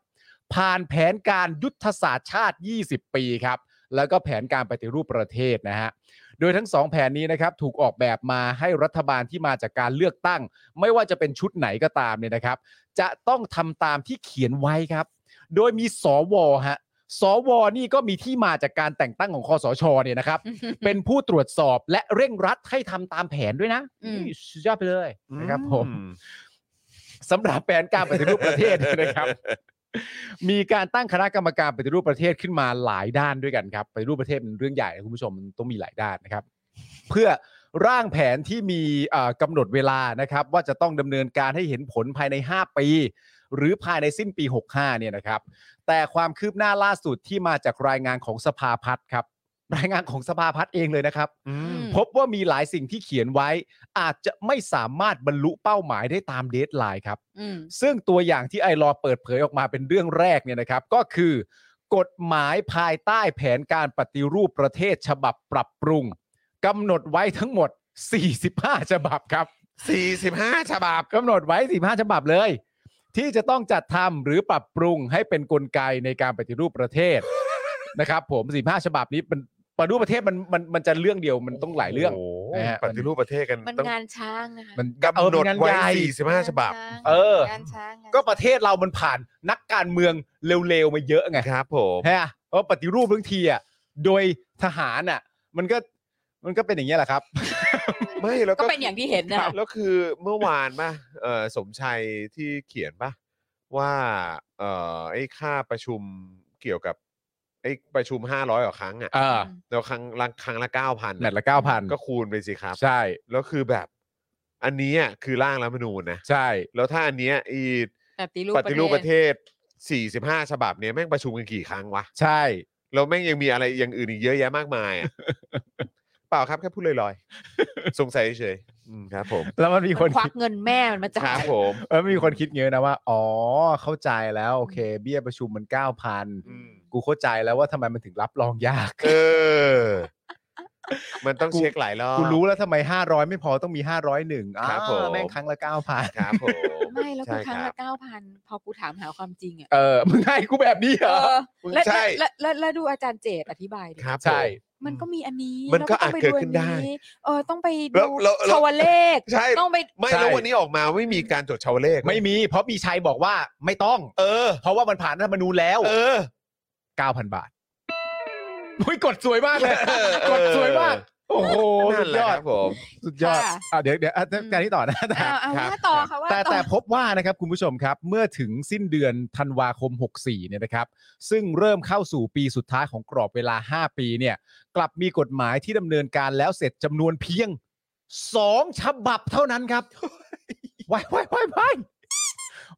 ผ่านแผนการยุทธศาสตร์ชาติ 20 ปีครับ แล้วก็แผนการปฏิรูปประเทศนะฮะ โดยทั้งสองแผนนี้นะครับถูกออกแบบมาให้รัฐบาลที่มาจากการเลือกตั้ง ไม่ว่าจะเป็นชุดไหนก็ตามเนี่ยนะครับ จะต้องทำตามที่เขียนไว้ครับ โดยมีสวฮะสวนี่ก็มีที่มาจากการแต่งตั้งของคอสชเนี่ย
(laughs)
นะครับ เป็นผู้ตรวจสอบและเร่งรัดให้ทำตามแผนด้วยนะ
อืม
อุ้ยสุดยอดไปเลยนะครับผมสำหรับแผนการปฏิรูปประเทศเนี่ยนะครับ มีการตั้งคณะกรรมการปฏิรูปประเทศขึ้นมาหลายด้านด้วยกันครับปฏิรูปประเทศเป็นเรื่องใหญ่นะคุณผู้ชมมันต้องมีหลายด้านนะครับ เพื่อร่างแผนที่มีเอ่อกำหนดเวลานะครับ ว่าจะต้องดำเนินการให้เห็นผลภายใน 5 ปี หรือภายในสิ้นปี 65เนี่ยนะครับ แต่ความคืบหน้าล่าสุดที่มาจากรายงานของสภาพัฒน์ครับ รายงานของสภาพัฒน์เองเลยนะครับ พบว่ามีหลายสิ่งที่เขียนไว้ อาจจะไม่สามารถบรรลุเป้าหมายได้ตามเดทไลน์ครับ
อืม
ซึ่งตัวอย่างที่ไอรอว์เปิดเผยออกมาเป็นเรื่องแรกเนี่ยนะครับ ก็คือกฎหมายภายใต้แผนการปฏิรูปประเทศฉบับปรับปรุงกำหนดไว้ทั้งหมด 45 ฉบับครับ
45 ฉบับ
กำหนดไว้ 45 ฉบับเลย ที่จะต้องจัดทำหรือปรับปรุงให้เป็นนกลไกในการปฏิรูปประเทศ นะครับผม 45 ฉบับนี้เป็น ปฏิรูปประเทศมันมันมันจะเรื่องเดียวมันต้องหลายเรื่อง
โโห
นะฮะ
ปฏิรูปประเทศกัน
มัน
ต้อง
งานช้างนะคะ
มัน
กำหนด
เออมันงาน
ไว้
ใหญ่
45ฉบับ
เออ
งานช้างงานช้าง
ก็ประเทศเรามันผ่านนักการเมืองเร็วๆมาเยอะไง
ครับผม
ฮะเพราะปฏิรูปบางทีอ่ะโดยทหารอ่ะ มันก็มันก็เป็นอย่างนี้ยแหละครับ
ไม่แล้ว
ก็
ก็
เป็นอย่างที่เห็นนะ
ครับแล้วคือเมื่อวานป่ะเอ่อสมชัยที่เขียนป่ะว่าเอ่อไอ้ค่าประชุมเกี่ยวกับไอ้ประชุม 500กว่าครั้งอ่ะ
เออ
แล้วครั้งละครั้งละ 9,000
แมตช์ละเก้าพัน
ก็คูณไปสิครับ
ใช่
แล้วคือแบบอันเนี้ยคือร่างรัฐธรรมนูญนะ
ใช่
แล้วถ้าอันเนี้ยอี
ปฏิรูป
ปฏิรูป
ป
ประ ระ
เทศ
เทศ 45 ฉบับเนี้ยแม่งประชุมกันกี่ครั้งวะ
ใช่
แล้วแม่งยังมีอะไรอย่างอื่นอีกเยอะแยะมากมายอะ เปล่าครับแค่พูดลอยๆ สงสัยเฉยๆอืมครับผม
แล้วมันมีค
มัน นควั
คิ
ก
ด
เงินแม่มันมาจ่า
ครั
ย
บผม
เออมีคนคิดเยอะนะว่า อ๋อเข้าใจแล้วโอเค เบี้ยประชุมมันเก้าพัน
อืม
กูเข้าใจแล้วว่าทำไมมันถึงรับรองยาก
เออ มันต้อง
กู
เช็คหลายรอบ
กูรู้แล้วทำไม 500 ไม่พอต้องมี 501
ครับผม
อ่าแม่งครั้งละ 9,000
ครับผม
ไม่แล้วกู
ใช่
ครั้ง
รั
ละ
บ
เก้าพันพอกูถามหาความจริงอ่ะ
เออมึงให้กูแบบนี้เหรอ
เออ
มึง
(laughs) แล้ว
ใช่
แล้วแล้วแล้วดูอาจารย์เจตอธิบายดิ
ครับผม
ใช่
มันก็มีอันนี้
มันก็
แล้วต้ง
อาจเกิด
ป
ขึ้นได้
อัเออต้องไป
แล้
ดู
วแล้วแล้ว
ชาวเลข
ใช่
ต้องไป
ไม่
ใช่
แล้ววันนี้ออกมาไม่มีการจดชาวเลข
ไม่มี เพราะมีชัยบอกว่าไม่ต้อง
เออ
เพราะว่ามันผ่านรัฐธรรมนูญแล้ว
เออ
9,000 บาทหุ้ยกดสวยมากเลย
เออ
กดสวยมาก โอ้โห
นั่
สุ
น
ด
แห
ย
ละค
อด
รับผม
สุดยอด
ค่ะ
อ่ะเดี๋ยวเดี๋ยวอ่ะการที่ต่อนะแต่
เอาเอา
ครับ
ว่าต่อค่ะว่า
แต่
อ
แต่พบว่านะครับคุณผู้ชมครับ เมื่อถึงสิ้นเดือนธันวาคม 64เนี่ยนะครับ ซึ่งเริ่มเข้าสู่ปีสุดท้ายของกรอบเวลา 5 ปีเนี่ย กลับมีกฎหมายที่ดำเนินการแล้วเสร็จจำนวนเพียง 2 ฉบับเท่านั้นครับ ว้ายว้ายว้ายว้าย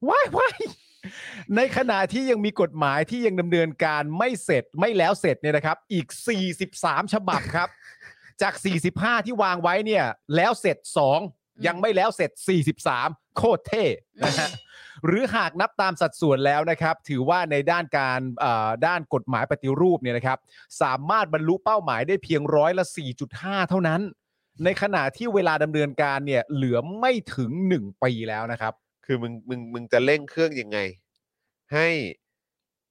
ว้ายว้ายในขณะที่ยังมีกฎหมายที่ยังดำเนินการไม่เสร็จไม่แล้วเสร็จเนี่ยนะครับ อีก 43 ฉบับครับ จาก 45 ที่วางไว้เนี่ย แล้วเสร็จ
ม
2 ยังไม่แล้วเสร็จ 43 โคตรเท่นะฮะ หรือหากนับตามสัดส่วนแล้วนะครับ ถือว่าในด้านการเอ่อด้านกฎหมายปฏิรูปเนี่ยนะครับ สามารถบรรลุเป้าหมายได้เพียงร้อยละ 4.5 เท่านั้น ในขณะที่เวลาดำเนินการเนี่ย เหลือไม่ถึง 1 ปีแล้วนะครับ
คือมึงมึงมึงจะเร่งเครื่องยังไง ให้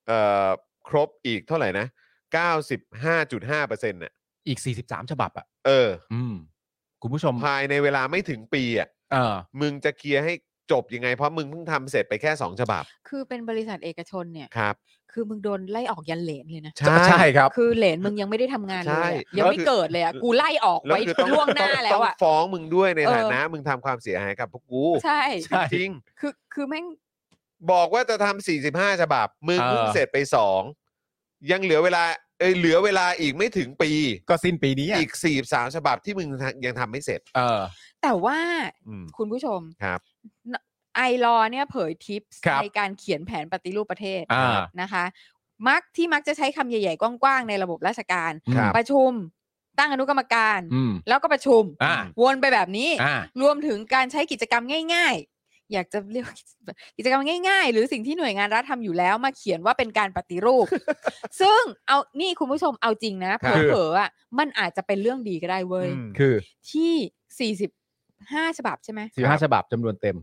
เอ่อครบอีกเท่าไหร่นะ 95.5%น่ะ
อีก 43 ฉบับอ่ะ
เออ
อืม คุณผู้ชม
ภายในเวลาไม่ถึงปีอ่ะ
เออ
มึงจะเคลียร์ให้จบยังไง เพราะมึงเพิ่งทำเสร็จไปแค่ 2 ฉบับ
คือเป็นบริษัทเอกชนเนี่ย
ครับ
คือมึงโดนไล่ออกยันเหรนเลยนะ
ใช่
ใช่ครับ
คือเหรนมึงยังไม่ได้ทำงานเลยอะ
ใช่
ยังไม่
แล้วคือ
เกิดเลยอ่ะกูไล่ออกไว้
คือ
ล่วงหน้า
ต้อง
แล้วอ่ะ
ต้องฟ้องมึงด้วยใน
เออ
ฐานะ มึงทำความเสียหายกับพวกกู
ใช่
ใช่
จริง
คือคือแม่ง
บอกว่าจะทำ 45 ฉบับ มึง
เออ
เพิ่งเสร็จไปสองยังเหลือเวลา เอยเหลือเวลาอีกไม่ถึงปี
ก็สิ้นปีนี้อะ
อีก 43 ฉบับที่มึงยังทำไม่เสร็จ
เออ
แต่ว่า
อืม
คุณผู้ชม
ครับ
ไอรอเนี่ยเผยทิปส์
ครับ
ในการเขียนแผนปฏิรูปประเทศ
อ่า
นะคะ มักที่มักจะใช้คำใหญ่ๆ กว้างๆ ในระบบราชการ
ครับ
ประชุม ตั้งอนุกรรมการ
อืม
แล้วก็ประชุม
อ่า
วนไปแบบนี้
อ่า
รวมถึงการใช้กิจกรรมง่าย ๆ อยากจะเรียกว่ากิจกรรมง่าย ๆ หรือสิ่งที่หน่วยงานรัฐทำอยู่แล้วมาเขียนว่าเป็นการปฏิรูป
(laughs)
ซึ่งเอานี่คุณผู้ชมเอาจริงนะ
ครั
เผ
บ
ลอๆอ่ะมันอาจจะเป็นเรื่องดีก็ได้เว้ย
อืม
คือ
ที่ 45 ฉบับใช่ไหม
45 ฉบับจำนวนเต็ม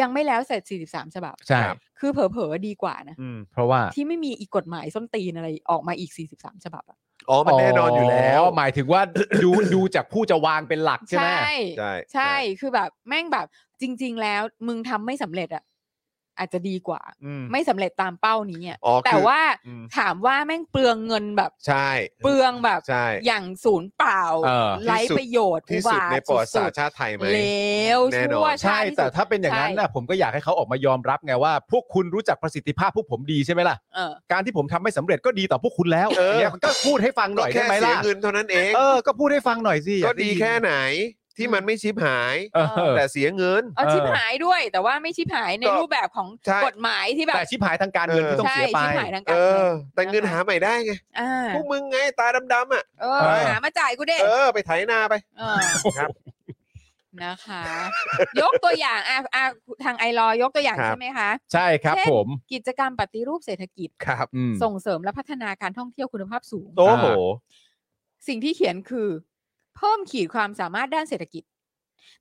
ยังไม่แล้วเสร็จ 43 ฉบับ
ใช่
ครับ
คือเผลอๆดีกว่านะ
อืม
เพราะว่า
ที่ไม่มีอีกกฎหมายส้นตีนอะไรออกมาอีก 43 ฉบับอะ
อ๋อ มันแน่นอนอยู่แล้ว
หมายถึงว่า (coughs) ดูดูจากผู้จะวางเป็นหลักใช่ไหม
ใช่
ใช่คือแบบแม่งแบบจริง ๆ แล้วมึงทำไม่สำเร็จอะอาจจะดีกว่า
อืม
ไม่สำเร็จตามเป้านี้อะ
อ๋อคือ
แต่ว่า
อืม
ถามว่าแม่งเปลืองเงินแบบ
ใช่
เปลืองแบบ
ใช่
อย่างศูนย์เปล่า
เออ
ไร้
ที่สุด
ประโยชน์
ที่สุด
อุบาท
ในประวัติศาสตร์
สุด
ชาติไทยไหม
ๆเลว
แน่น
ชั่
อ
วน ชา
ใช่
ที่สุด
แต่ถ้าเป็นอย่างนั้น
ใช่
นะผมก็อยากให้เขาออกมายอมรับไงว่า พวกคุณรู้จักประสิทธิภาพพวกผมดีใช่ไหมล่ะ
เออ
การที่ผมทำไม่สำเร็จก็ดีต่อพวกคุณแล้ว
เออ
นี่ยมันก็พูดให้ฟัง
ก็
หน่อย
แค่
ได้ไหม
เสี
ล่ะ
ยเงินเท่านั้นเอง
เออ ก็พูดให้ฟังหน่อยสิ
ก็ดีแค่ไหนที่มันไม่ชิบหาย
เออ
แต่เสียเงิน
เอา
เออ
ชิบหายด้วยแต่ว่าไม่ชิบหายในรูปแบบของ
ใช่
กฎหมายที่แบบ
แต่ชิบหายทางการเงินที่ต้อง
ใช่
เสียไป
ชิบหายทางกา
เอ
รเงิ
อ
น
แต่เงินหาใหม่ได้ไง
อ่า
พวกมึงไงตาดำๆอ่ะ
เออ
เออ
หามาจ่ายกูเด้
เออ ไปไถนาไป
เออ
ครับ
นะคะ ยกตัวอย่างอ่ะอ่ะทางไอรอยกตัวอย่าง
ครับ
ใช่ไหมคะ
ใช่ครับ
เช่น
ผม
กิจกรรมปฏิรูปเศรษฐกิจ
ครับ
อืม
ส่งเสริมและพัฒนาการท่องเที่ยวคุณภาพสูง
โอ้โห
สิ่งที่เขียนคือ เพิ่มขีดความสามารถด้านเศรษฐกิจ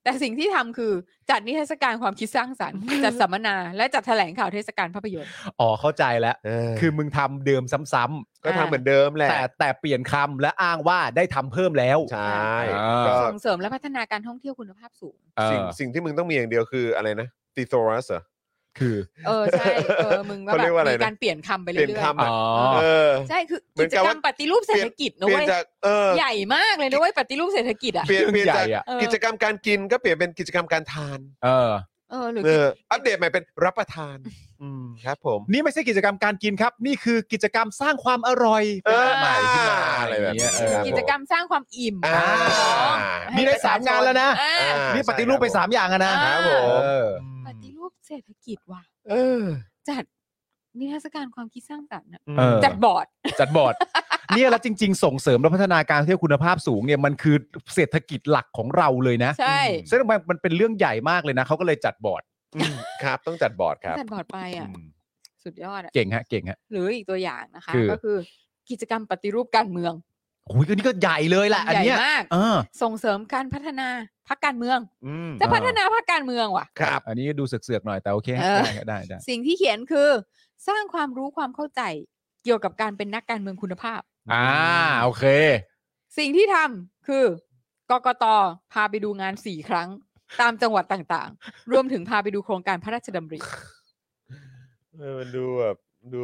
แต่สิ่งที่ทำคือจัดนิทรรศการความคิดสร้างสรรค์ จัดสัมมนา และจัดแถลงข่าวเทศกาลภาพยนตร์
อ๋อเข้าใจแล้ว
เออ
คือมึงทำเดิมซ้ำ
ก็ทำเหมือนเดิม
ๆ
แหละ
แต่แต่เปลี่ยนคำและอ้างว่าได้ทำเพิ่มแล้ว
ใช่
อ่า
ก็
ส่งเสริมและพัฒนาการท่องเที่ยวคุณภาพสูง
เออ
สิ่งสิ่งที่มึงต้องมีอย่างเดียวคืออะไรนะติโซรัสเหรอ
คือ
เออใช่เออมึงก็
เขา
แบ
เรียกว่า
บ
อะไร
มี
นะ
การเปลี่ยนคำไป
เป
เรื่
ลี่ยน
อย
คำ
อ๋
อะ
อ
เออ
ๆใช่คือ
เหมื
กิ
อน
จ
กับ
กร
ว่า
รมปฏิรูปเศรษฐกิจนะ
เปลี่ยน
เว้ย
จากเออ
ใหญ่มากเลยนะเว้ยปฏิรูปเศรษฐกิจอ่ะ
เปลี่ยนเปลี่ยน
ใหญ่
จาก
อะ
กิจกรรมการกินก็เปลี่ยนเป็นกิจกรรมการทาน
เออ
เออหรือ
เอออัปเดตใหม่เป็นรับประทาน อืมครับผม
นี่ไม่ใช่กิจกรรมการกินครับ นี่คือกิจกรรมสร้างความอร่อย
เออ
ป็นใหม่ขึ้นมา
อะไรแบบนี้
เงี้ยเออ
กิจกรรมสร้างความอิ่ม
อ่า
ให้
มีได้
ประชช
สามงานแล้วนะ
อ่า
อ่า
นี่ปฏิรูปไป 3 อย่างอะนะครับ
ผ
เอ
ม
อ
ปฏิรูปเศรษฐกิจว่ะ
เออ
จัดนิทรรศการความคิดสร้างสรรค์น่ะ
เออ
จัดบอร์ด
จัดบอร์ดเนี่ยแล้วจริง ๆ ส่งเสริมและพัฒนาการท่องเที่ยวคุณภาพสูงเนี่ยมันคือเศรษฐกิจหลักของเราเลยนะ
ใช่
ซึ่งมันมันเป็นเรื่องใหญ่มากเลยนะเขาก็เลยจัดบอร์ด
อืมครับต้องจัดบอร์ดครับ
จัดบอร์ดไปอ่ะ
อืม
สุดยอดอ่ะ
เก่งฮะเก่งฮะ
หรืออีกตัวอย่างนะคะ
คือ
ก็คือกิจกรรมปฏิรูปการเมือง
โอ้ยก็นี่ก็ใหญ่เลยแหละอัน
ใหญ่
เนี้ย
มาก
เออ
ส่งเสริมการพัฒนาพรรคการเมือง
อืม
จะพัฒนาพรรคการเมืองว่ะ
ครับ
อันนี้ดูเสือกๆหน่อยแต่โอเคฮะ
เออ
ได้ฮะได้ได้
สิ่งที่เขียนคือ สร้างความรู้ความเข้าใจเกี่ยวกับการเป็นนักการเมืองคุณภาพ
อ่าโอเค
สิ่งที่ทำคือกกตพาไปดูงานสี่ครั้ง ตามจังหวัดต่างๆ รวมถึงพาไปดูโครงการพระราชดำริ
เออมันดูแบบดู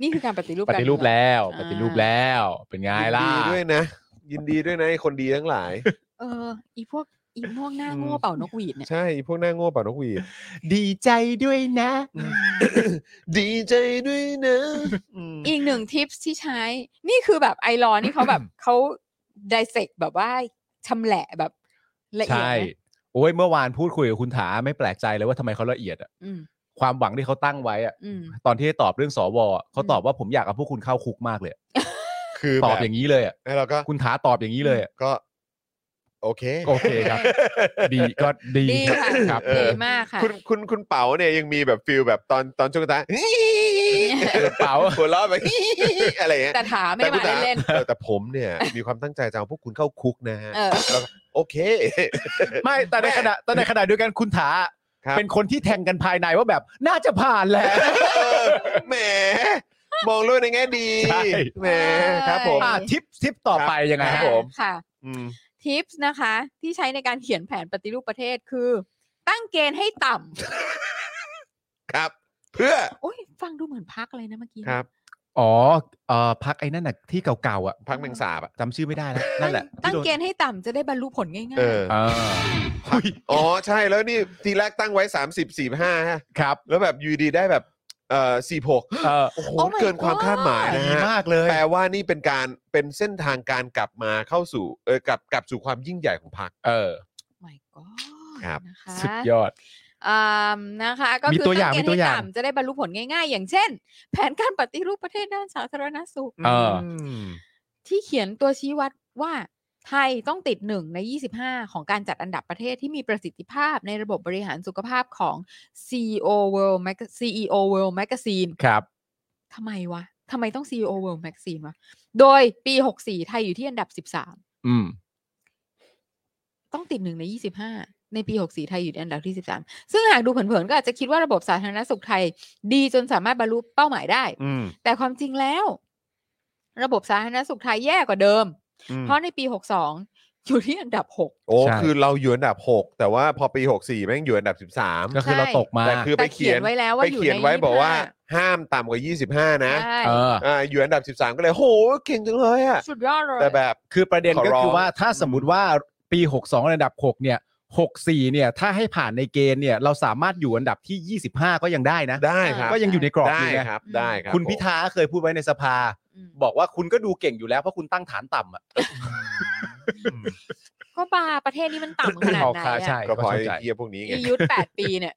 นี่คือการปฏิรูป
ป
การ
ฏิ
เมือง
รูปแล้ว
อ่า
ปฏิรูปแล้วเป็นไงล่ะ
ยินดีด้วยนะ ยินดีด้วยนะไอ้คนดีทั้งหลาย
เออ อีพวกอีพวกหน้า
อืม
โง่เป่านกหวีดเนี่ย
ใช่ไอ้พวกหน้าโง่เป่านกหวีด
ดีใจด้วยนะ
ดีใจด้วยนะม
อีกหนึ่งทิปที่ใช้ นี่คือแบบไอรอนนี่เขา
(coughs)
แบบ เขาไดเซกแบบว่าชำแหละแบบละเอียด
ใช่
ไหม
โอ้ยเมื่อวานพูดคุยกับคุณถาไม่แปลกใจเลยว่าทำไมเขาละเอียดอะ
อืม
ความหวังที่เขาตั้งไว้อะ
อืม
ตอนที่ตอบเรื่องสวอะเขา
อืม
ตอบว่าผมอยากเอาพวกคุณเข้าคุกมากเลยอะ
คือ
ตอบ
แบบ
อย่างนี้เลยอะ
แล้วเราก็
คุณถาตอบอย่างนี้เลยอะ
ก็ โอเค
โอเคครับ ดีก็ดี
ดีค่ะ
ครับ
เอ
ดี
อ
มากค่ะ
คุณคุณคุณเป๋าเนี่ยยังมีแบบฟิลแบบตอนตอนช่วงท้าย
เปล่า
หัวเราะแบบ (laughs) อะไรเงี้ย
แต่ถามไม่ได้
คุณ
มาเล่น
เออแต่ผมเนี่ย มีความตั้งใจจะเอาพวกคุณเข้าคุกนะฮะ
ๆเออ
แล้วก็โอเค (laughs)
ไม่แต่ในขณะแต่ในขณะเดียวกันคุณถา
ครับ
เป็นคนที่แทงกันภายในว่าแบบน่าจะผ่านแหละ
เออแหมมองโลกในแง่ดี
ใช่
แหมครับผม
ใช่
อ่ะทิปทิปต่อไปยังไงครับผม
ค่ะ
อืม
ทิปส์นะคะ ที่ใช้ในการเขียนแผนปฏิรูปประเทศคือ ตั้งเกณฑ์ให้ต่
ครับ เพื่อ
ำโอ้ยฟังดูเหมือนพักอะไรนะเมื่อกี้
ครับ
อ๋อเอ่อพักไอ้นั่นน่ะที่เก่าๆอ่ะ
พักแมงสาบอะ
จำชื่อไม่ได้ (laughs) แล้วนั่นแหละ
ตั้งเกณฑ์ให้ต่ำจะได้บรรลุผลง่าย
เออ
เอออุ๊ย
อ๋อใช่แล้วนี่ทีแรกตั้งไว้ 30 45ฮะ
ครับ
แล้วแบบอยูดีได้แบบเอ่อ46
เออ
โอ้โห
ๆ Oh my
เกินความคาดหมาย
God
นะ
ดี
ฮะ
มากเลย
แปลว่านี่เป็นการเป็นเส้นทางการกลับมาเข้าสู่เออกลับกลับสู่ความยิ่งใหญ่ของพรรค
เออ
my god
ครับ
นะคะ
สุดยอด
อ่านะคะ ก็
มี
คือ
ตัวอย่าง
เกณฑ์
มีตัว
ให้
อย่าง
ต่ำจะได้บรรลุผลง่ายๆ อย่างเช่น แผนการปฏิรูปประเทศด้านสาธารณสุข
เออ
ม
ที่เขียนตัวชี้วัดว่าไทยต้องติดหนึ่งใน 25 ของการจัดอันดับประเทศที่มีประสิทธิภาพในระบบบริหารสุขภาพของ CEO World Mag- CEO World Magazine
ครับ
ทำไมวะ ทำไมต้อง CEO World Magazine วะ โดยปี 64 ไทยอยู่ที่อันดับ
อืม
13 ต้องติดหนึ่งใน 25 ในปี 64 ไทยอยู่ในอันดับที่ 13 ซึ่งหากดูเผินๆ ก็อาจจะคิดว่าระบบสาธารณสุขไทย ดีจนสามารถบรรลุเป้าหมายได้
อืม
แต่ความจริงแล้ว ระบบสาธารณสุขไทยแย่กว่าเดิม
อืม
เพราะในปี 62 อยู่ที่อันดับ 6
โอ้
ใช่
คือเราอยู่อันดับ 6 แต่ว่าพอปี 64 แม่งอยู่อันดับ
ก็
13
คือเราตกมา
แต่คือไป
แต่เขี
เขีย
ย
น
นไว้แล้วว่า
ไป
อยู่
เขียน
ใน
ไว้บอกว่า
25
ห้ามต่ำกว่า 25 นะ
ใช่
เออ
อ่าอยู่อันดับ 13 ก็เลยโหเก่งจังเลยอะ
สุดยอดเลย
แต่แบบ
คือประเด็น
ขอ
ก็
ร้อง
คือว่าถ้าสมมติว่าปี 62ระดับ 6 เนี่ย 64 เนี่ย ถ้าให้ผ่านในเกณฑ์เนี่ย เราสามารถอยู่อันดับที่ 25 ก็ยังได้นะ
ได้ครับ
ก็ยังอยู่ในกรอบ
ได้
อยู่นะครับ
ได้ครับ
คุณพิ
ผม
ธาเคยพูดไว้ในสภา
อืม
บอกว่าคุณก็ดูเก่งอยู่แล้วเพราะคุณตั้งฐานต่ำอ่ะ
ก็บาประเทศนี้มัน (laughs) ต่ำขนาดไหน
ใช่
อะ
ก็เพอ
เข้า
ไอ้
ใจ
เกียพวกนี้ไง
อียุทธแปดปีเนี่ย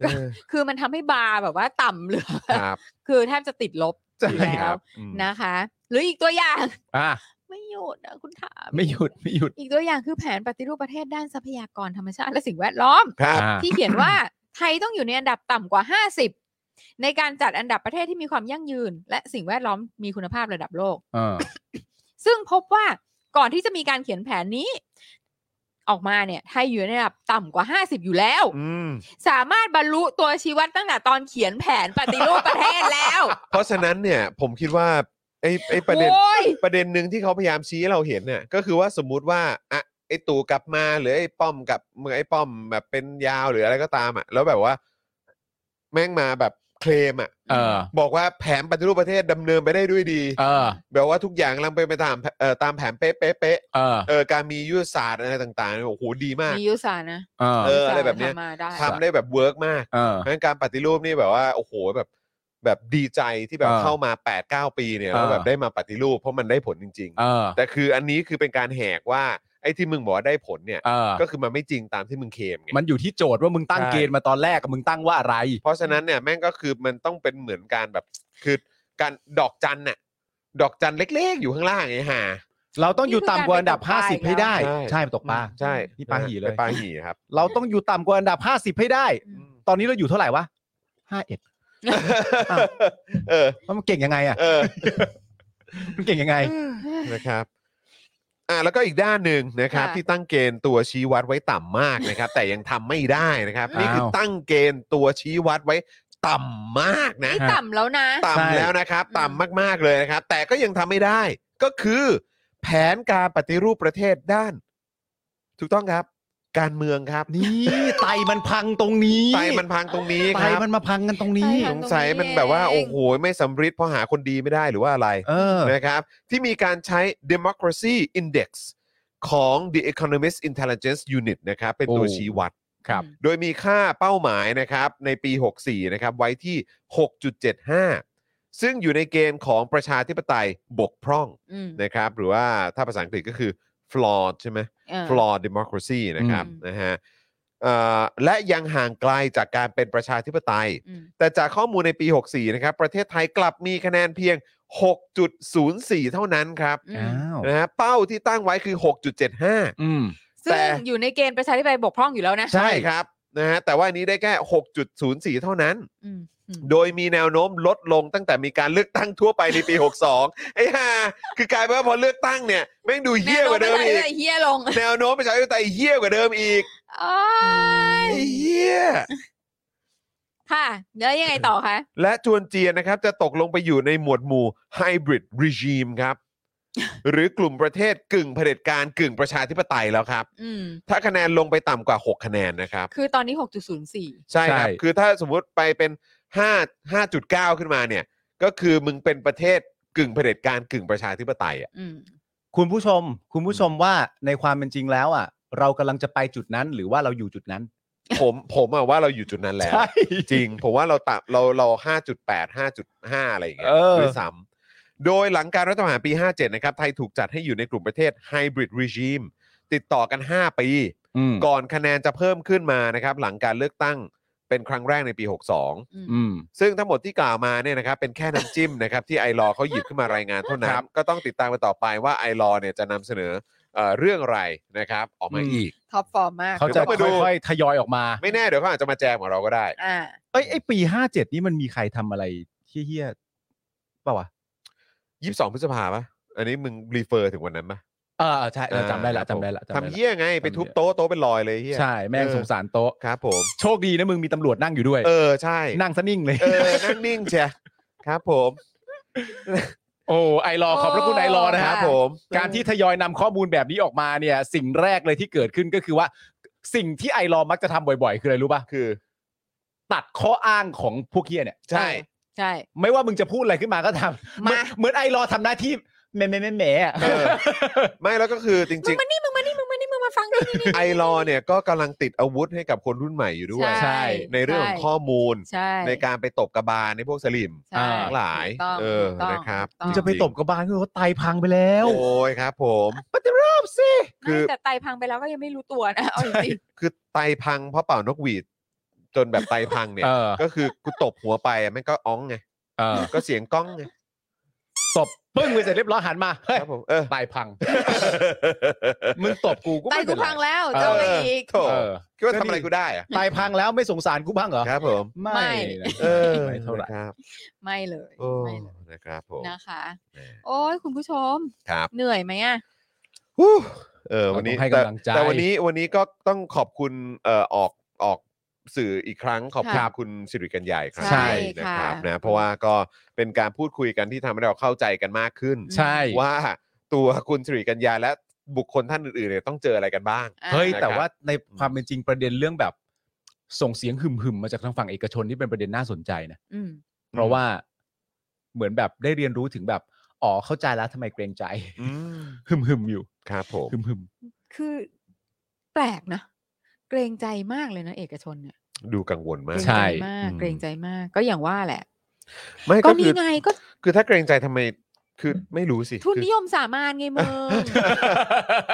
เออ
คือมันทำให้บาร์แบบว่าต่ำเหลือ
ครับ
คือแทบจะติดลบอยู่
ใช่
แล้
ครั
ว
บ อืม
นะคะ หรืออีกตัวอย่าง
อ่ะ
ไม่หยุดนะคุณถาม
ไม่หยุดไม่หยุด
อีกตัวอย่างคือแผนปฏิรูปประเทศด้านทรัพยากรธรรมชาติและสิ่งแวดล้อม
ครับ
อ่ะ
ที่เขียนว่า ไทยต้องอยู่ในอันดับต่ำกว่า 50 ในการจัดอันดับประเทศที่มีความยั่งยืน และสิ่งแวดล้อมมีคุณภาพระดับโลก
เออ
ซึ่งพบว่าก่อนที่จะมีการเขียนแผนนี้ ออกมาเนี่ยไทยอยู่ในระดับต่ำกว่า 50 อยู่แล้ว
อืม
สามารถบรรลุตัวชี้วัดตั้งแต่ตอนเขียนแผนปฏิรูปประเทศแล้ว
เพราะฉะนั้นเนี่ยผมคิดว่าไอ้ไอ้ประเด็น
โอ้ย
ประเด็นหนึ่งที่เขาพยายามชี้ให้เราเห็นเนี่ยก็คือว่าสมมุติว่าอ่ะไอ้ตู่กลับมาหรือไอ้ป้อมกลับเมื่อไอ้ป้อมแบบเป็นยาวหรืออะไรก็ตามอ่ะแล้วแบบว่า แม่งมาแบบเคลมอ่ะ
เออ
บอกว่าแผนปฏิรูปประเทศดำเนินไปได้ด้วยดี
เออ
แบบว่าทุกอย่างกำลังไปนไปตามเอ่อตามแผนเป๊ะเป๊ะเป๊ะ
เออ
เออการมียุทธศาสตร์อะไรต่างๆเนี่ยโอ้โหดีมาก
มียุทธศาสตร์นะ
เออ
เออ
ยุทธศาส
อะไรแบบเนี้ย
ทำมาได้
ทำได้แบบเวิร์กมาก
เออ
เพราะฉะนั้นการปฏิรูปนี่แบบว่าโอ้โหแบบแบบดีใจที่แบบ
เออ
เข้ามา8ปดเปีเนี่ยแล้ว
เออ
แบบได้มาปฏิรูปเพราะมันได้ผลจริง ๆ
เออ
แต่คืออันนี้คือเป็นการแหกว่าไอ้ที่มึงบอกว่าได้ผลเนี่ย
เออ
ก็คือมันไม่จริงตามที่มึงเคลมไง
มันอยู่ที่โจทย์ว่ามึงตั้งเกณฑ์มาตอนแรกกับมึงตั้งว่าอะไร
เพราะฉะนั้นเนี่ยแม่งก็คือมันต้องเป็นเหมือนการแบบคือการดอกจันน่ะดอกจันเล็กๆ อยู่ข้างล่างไงห่า
เราต้องอยู่ต่ำกว่าอันดับ
นี่คือการไปตกปลา
50 ให้ได้
ใช่
ใช่ไปตกปลา
ใช่
นี่ปาหี่เลย
ปาหี่ครับ
เราต้องอยู่ต่ำกว่าอันดับ 50 ให้ได้ ตอนนี้เราอยู่เท่าไหร่วะ51
เออ
แล้วมันเก่งยังไงอ่ะ
เออ
มันเก่งยังไง
นะครับอ่ะแล้วก็อีกด้านหนึ่งนะครับ
ค่ะ
ที่ตั้งเกณฑ์ตัวชี้วัดไว้ต่ำมากนะครับ แต่ยังทำไม่ได้นะครับ นี่คือ
อ้าว
ตั้งเกณฑ์ตัวชี้วัดไว้ต่ำมากนะ
นี่ต่ำแล้วนะ
ต่ำแล้วนะครับ
อืม
ต่ำมากๆเลยนะครับ แต่ก็ยังทำไม่ได้ก็คือ แผนการปฏิรูปประเทศด้าน ถูกต้องครับ การเมืองครับ
นี่ไตมันพังตรงนี้
ไตมันพังตรงนี้
ไต
ครับ
มันมาพังกันตรงนี้
ไตพั
ส
ง
งสัยมันแบบว่า โอ้โห ไม่สำริดเพราะหาคนดีไม่ได้หรือว่าอะไร
เออ
นะครับ ที่มีการใช้ democracy index ของ the economist intelligence unit นะครับ เป็นตัว
โอ้
ชี้วัด
ครับ
โดยมีค่าเป้าหมายนะครับในปี 64 นะครับไว้ที่ 6.75 ซึ่งอยู่ในเกณฑ์ของประชาธิปไตยบกพร่อง
อืม
นะครับ หรือว่าถ้าภาษาอังกฤษก็คือ flawed ใช่ไหม
เออ
flawed democracy นะครับ
อืม
นะฮะเอ่อและยังห่างไกลจากการเป็นประชาธิปไตย
อืม
แต่จากข้อมูลในปี 64 นะครับ ประเทศไทยกลับมีคะแนนเพียง 6.04 เท่านั้นครับ
อื
อ้าม ว
นะฮะเป้าที่ตั้งไว้คือ 6.75
อืม
ซึ่
แต่
งอยู่ในเกณฑ์ประชาธิปไตยบกพร่องอยู่แล้วนะ
ใช่
ใช่ครับนะฮะแต่ว่าอันนี้ได้แค่ 6.04 เท่านั้น
อืมอืม
โดยมีแนวโน้มลดลงตั้งแต่มีการเลือกตั้งทั่วไปในปี (laughs) 62 ไอ้ห่าคือกลายเป็นว่าพอเลือกตั้งเนี่ยแม่งดูเหี้ยกว่าเดิมอีก
แนวโน้ประชาธิปไตยเฮี้ยลง
แนวโน้มประชาธิปไตยเหี้ยกว่าเดิมอีก
โอ๊ย
ไอ้เหี้ย
ค่ะ แล้วยังไงต่อคะ
และจวนเจียนนะครับ จะตกลงไปอยู่ในหมวดหมู่ hybrid regime (laughs) ครับ หรือกลุ่มประเทศกึ่งเผด็จการกึ่งประชาธิปไตยแล้วครับ
อืม
ถ้าคะแนนลงไปต่ำกว่า 6 คะแนนนะครับ
คือตอนนี้ 6.04
ใช่ครับ
ใช่
คือถ้าสมมุติไปเป็น5 5.9 ขึ้นมาเนี่ย ก็คือมึงเป็นประเทศกึ่งเผด็จการกึ่งประชาธิปไตย
(laughs)
อ่ะ
อืม
คุณผู้ชม คุณผู้ชมว่าในความเป็นจริงแล้วอ่ะ เรากำลังจะไปจุดนั้นหรือว่าเราอยู่จุดนั้น
ผมผมอะว่าเราอยู่จุดนั้นแล้ว จริง ผมว่าเราตับเราเรา 5.8 5.5 อะไรอย่างเงี้ย
เออ
ด้วยซ้ำโดยหลังการรัฐประหารปี 57 นะครับ ไทยถูกจัดให้อยู่ในกลุ่มประเทศ Hybrid Regime ติดต่อกัน 5 ปี
อืม
ก่อนคะแนนจะเพิ่มขึ้นมานะครับ หลังการเลือกตั้งเป็นครั้งแรกในปี 62
อืม
ซึ่งทั้งหมดที่กล่าวมาเนี่ยนะครับเป็นแค่น้ำจิ้ม (laughs) นะครับ ที่ไอรอว์เขาหยิบขึ้นมารายงานเท่านั้น ก็ต้องติดตามกันต่อไปว่าไอรอว์เนี่ยจะนำเสนอเอ่อเรื่องอะไรนะครับ ออกมา
อืม
อีก
ท็อปฟอร์มมาก
เขาจะ
เดี๋ยวต้องไปดู
ค่อยๆทยอยออกมา
ไม่แน่เดี๋ยวเขาอาจจะมาแจมของเราก็ได้
อ่า
เอ้ยไอปีห้าเจ็ดนี่มันมีใครทำอะไรเฮี้ยๆเปล่าวะ
22 พฤษภาปะอันนี้มึงรีเฟอร์ถึงวันนั้นปะ
เออใช่เราจำได้ละ
อ่า
จำได้ละจำ
ครับผม
ได้
ทำ
ละ
เหี้ยไงไปทุบโต๊ะโต๊ะเป็นรอยเลยเหี้ย
ใช่แม่งสงสารโต๊ะ
ครับผม
โชคดีนะมึงมีตำรวจนั่งอยู่ด้วย
เออใช่
นั่งซะนิ่งเลย
เออนั่งนิ่งเชียครับผม
โอ้ไอรอขอบพระคุณไอรอนะ
ค
ฮะ
รับผม
การที่ทยอยนำข้อมูลแบบนี้ออกมาเนี่ย สิ่งแรกเลยที่เกิดขึ้นก็คือว่า สิ่งที่ไอรอมักจะทำบ่อยๆ คืออะไรรู้ป่ะ
คือ
ตัดข้ออ้างของพวกเฮียเนี่ย
ใช่
ใช่
ไม่ว่ามึงจะพูดอะไรขึ้นมาก็ทำเหมือน
มา
เหมือนไอรอทำหน้าที่แหม่แหม่แหม่แหม่อะ
เออ ไม่แล้วก็คือจริง
นี่มึงมานี่มึงมานี่มึงมาฟังนี่นี่
ๆ ไอรอว์เนี่ยก็กำลังติดอาวุธให้กับคนรุ่นใหม่อยู่ด้วย
ใช่
ในเรื่องของข้อมูล
ใช่
ในการไปตบกระบาลในพวกสลิม
ใช่
ทั้งหลาย
ถูกต้อง
เออ
ถูกต้อง
นะครับ
ถูกต้อ
มึ
ง
งจะไปตบกระบาลคือเขาไตพังไปแล้ว
โอ้ยครับผม
ปฏิรูปสิ
คือ
ไม่แต่ไตพังไปแล้วก็ยังไม่รู้ตัวนะ (laughs) เอาจริง
คือไตพังเพราะเป่านกหวีด จนแบบไตพังเนี่ย
เออ
ก็คือกูตบหัวไปอะแม่งก็อ้องไง
เออ
ก็เสียงก้องไง
ตบปึ้งไปเสร็จเรียบร้อยหันมาเฮ้ย
ครับผมเออ
ไตพัง มึงตบกูกู
ๆไต
ไม่
กู
เป็นไร
พังแล้วเจอไปอีก
โถ่
เออ
คิดว่าทำอะไรกูได้อะ
ตายพังแล้วไม่สงสารกูบ้างเหรอ
ครับผม
ไม่
นะ
เออ
ไม่เท่าไหร่
นะครับ
ไม่เลย
โอ้
ไม่เลย
นะครับผม
นะคะ โอ้ยคุณผู้ชม
ครับ
เหนื่อยไหมอ่ะ
ฮู้เออวันนี้
เราต้องให้
แต่
กำลังใจ
แต่วันนี้วันนี้ก็ต้องขอบคุณเอ่อออกออกสื่ออีกครั้งขอบคุณ
ครับ
คุณสิริกัญญาอีกครั้ง
ใช่
นะครับ
ค่ะ
นะเพราะว่าก็เป็นการพูดคุยกันที่ทำให้เราเข้าใจกันมากขึ้น
ใช่
ว่าตัวคุณสิริกัญญาและบุคคลท่านอื่นๆเนี่ยต้องเจออะไรกันบ้าง
อ่า
เฮ้ย
นะครับ
แต่ว่าในความเป็นจริงประเด็นเรื่องแบบ ส่งเสียงหึมหึมๆมาจากทางฝั่งเอกชนที่เป็นประเด็นน่าสนใจนะ
อืม
เพราะว่าเหมือนแบบได้เรียนรู้ถึงแบบอ๋อเข้าใจแล้วทำไมเกรงใจ
อืม
หึมหึมๆอยู่
ครับผม
หึมหึม
คือแปลกนะ เกรงใจมากเลยนะเอกชนเนี่ย
ดูกังวล
เก
มาร ก
งใจมาก
อืม
เกรงใจมากก็อย่างว่าแหละ
ไม่
ก็
ก็
นี่
คือ
ไงก็
คือถ้าเกรงใจทำไมคือไม่รู้สิ
ทุน
คือ
นิยมสามานไงมึง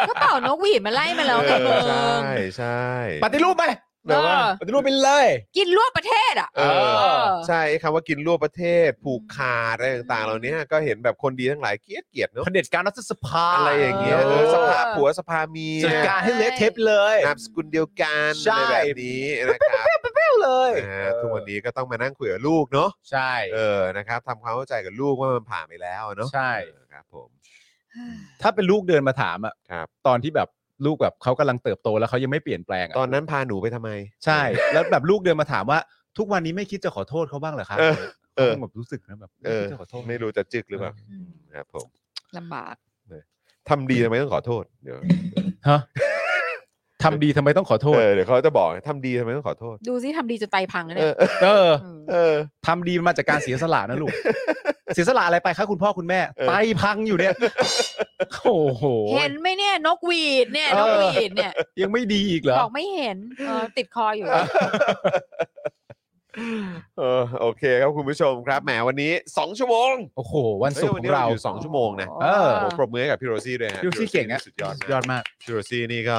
ก็เป่านกหวีดมาไล่มาแล้วไง
เอ
มึ
อง ใช่ใช่
ปฏิรูปไป
แบบว่า
เออ
ปฏิรูปไปเลย
กินรวบประเทศอ่ะ
เออ
เออ
ใช่ไอ้คำว่ากินรั่วประเทศ ผูกขาดอะไรต่างๆ เหล่านี้ก็เห็นแบบคนดีทั้งหลายเกลียดเกลียดๆเนอะ
เผด็จการรัฐสภา
อะไรอย่างเงี้ย
อ
เอ
อ
อสภาผัวสภาเมีย
จัดการให้เละเทะไปเลย
นามสกุลเดียวกัน
ใช่
อะไรแบบนี้นะครับ
เป้วเลย
นะฮะทุกวันนี้ก็ต้องมานั่งคุยกับลูกเนาะ
ใช่
เออนะครับทำความเข้าใจกับลูกว่ามันผ่านไปแล้วเนาะ
ใช่
เออครับผม
ถ้าเป็นลูกเดินมาถามอะ
ครับ
ตอนที่แบบลูกแบบเขากำลังเติบโตแล้วเขายังไม่เปลี่ยนแปลงอะ
ตอนนั้นพาหนูไปทำไม
ใช่ แล้วแบบลูกเดินมาถามว่า ทุกวันนี้ไม่คิดจะขอโทษเขาบ้างเหรอครับ
เออเออ
ขาคงแบบรู้สึกนะแบบ
เออ
ไม่คิดจะขอโทษ
ไม่รู้จะจึกหรือเปล่า
อืม
ครับผม
ลำบาก
ทำดีทำไมต้องขอโทษเดี๋ยว
ฮะ ทำดีทำไมต้องขอโทษ
เออเดี๋ยวเขาจะบอกทำดีทำไมต้องขอโทษ
ดูซิทำดีจนไตพังนะ
เอ
เนี่ย
อ เออ
เออ
ม
เออ
ทำดีมันมาจากการเสียสละ
(laughs)
นะลูก เสียสละอะไรไปคะคุณพ่อคุณแม่
เออ
ไตพัง
(laughs)
อยู่เนี่ย โอ้โห
เห็นไหมเนี่ยนกหวีดเนี่ยนกหวีดเนี่ย
ยังไม่ดีอีกเหรอ
บอกไม่เห็นเออติดคออยู่
เออโอเคครับคุณผู้ชมครับแหมวันนี้ 2 ชั่วโมง
โอ้โห วันศุกร์
ฮ้ย
ขอ
นี้
งเรา
อยู่ 2 ชั่วโมงนะ
เออ
ผมปรบมือให้กับพี่โรซี่ด้วยฮะ
ดูซี่เก่งอะ
สุดยอด
ยอ
นะ
ดมาก
พี่โรซี่นี่ก็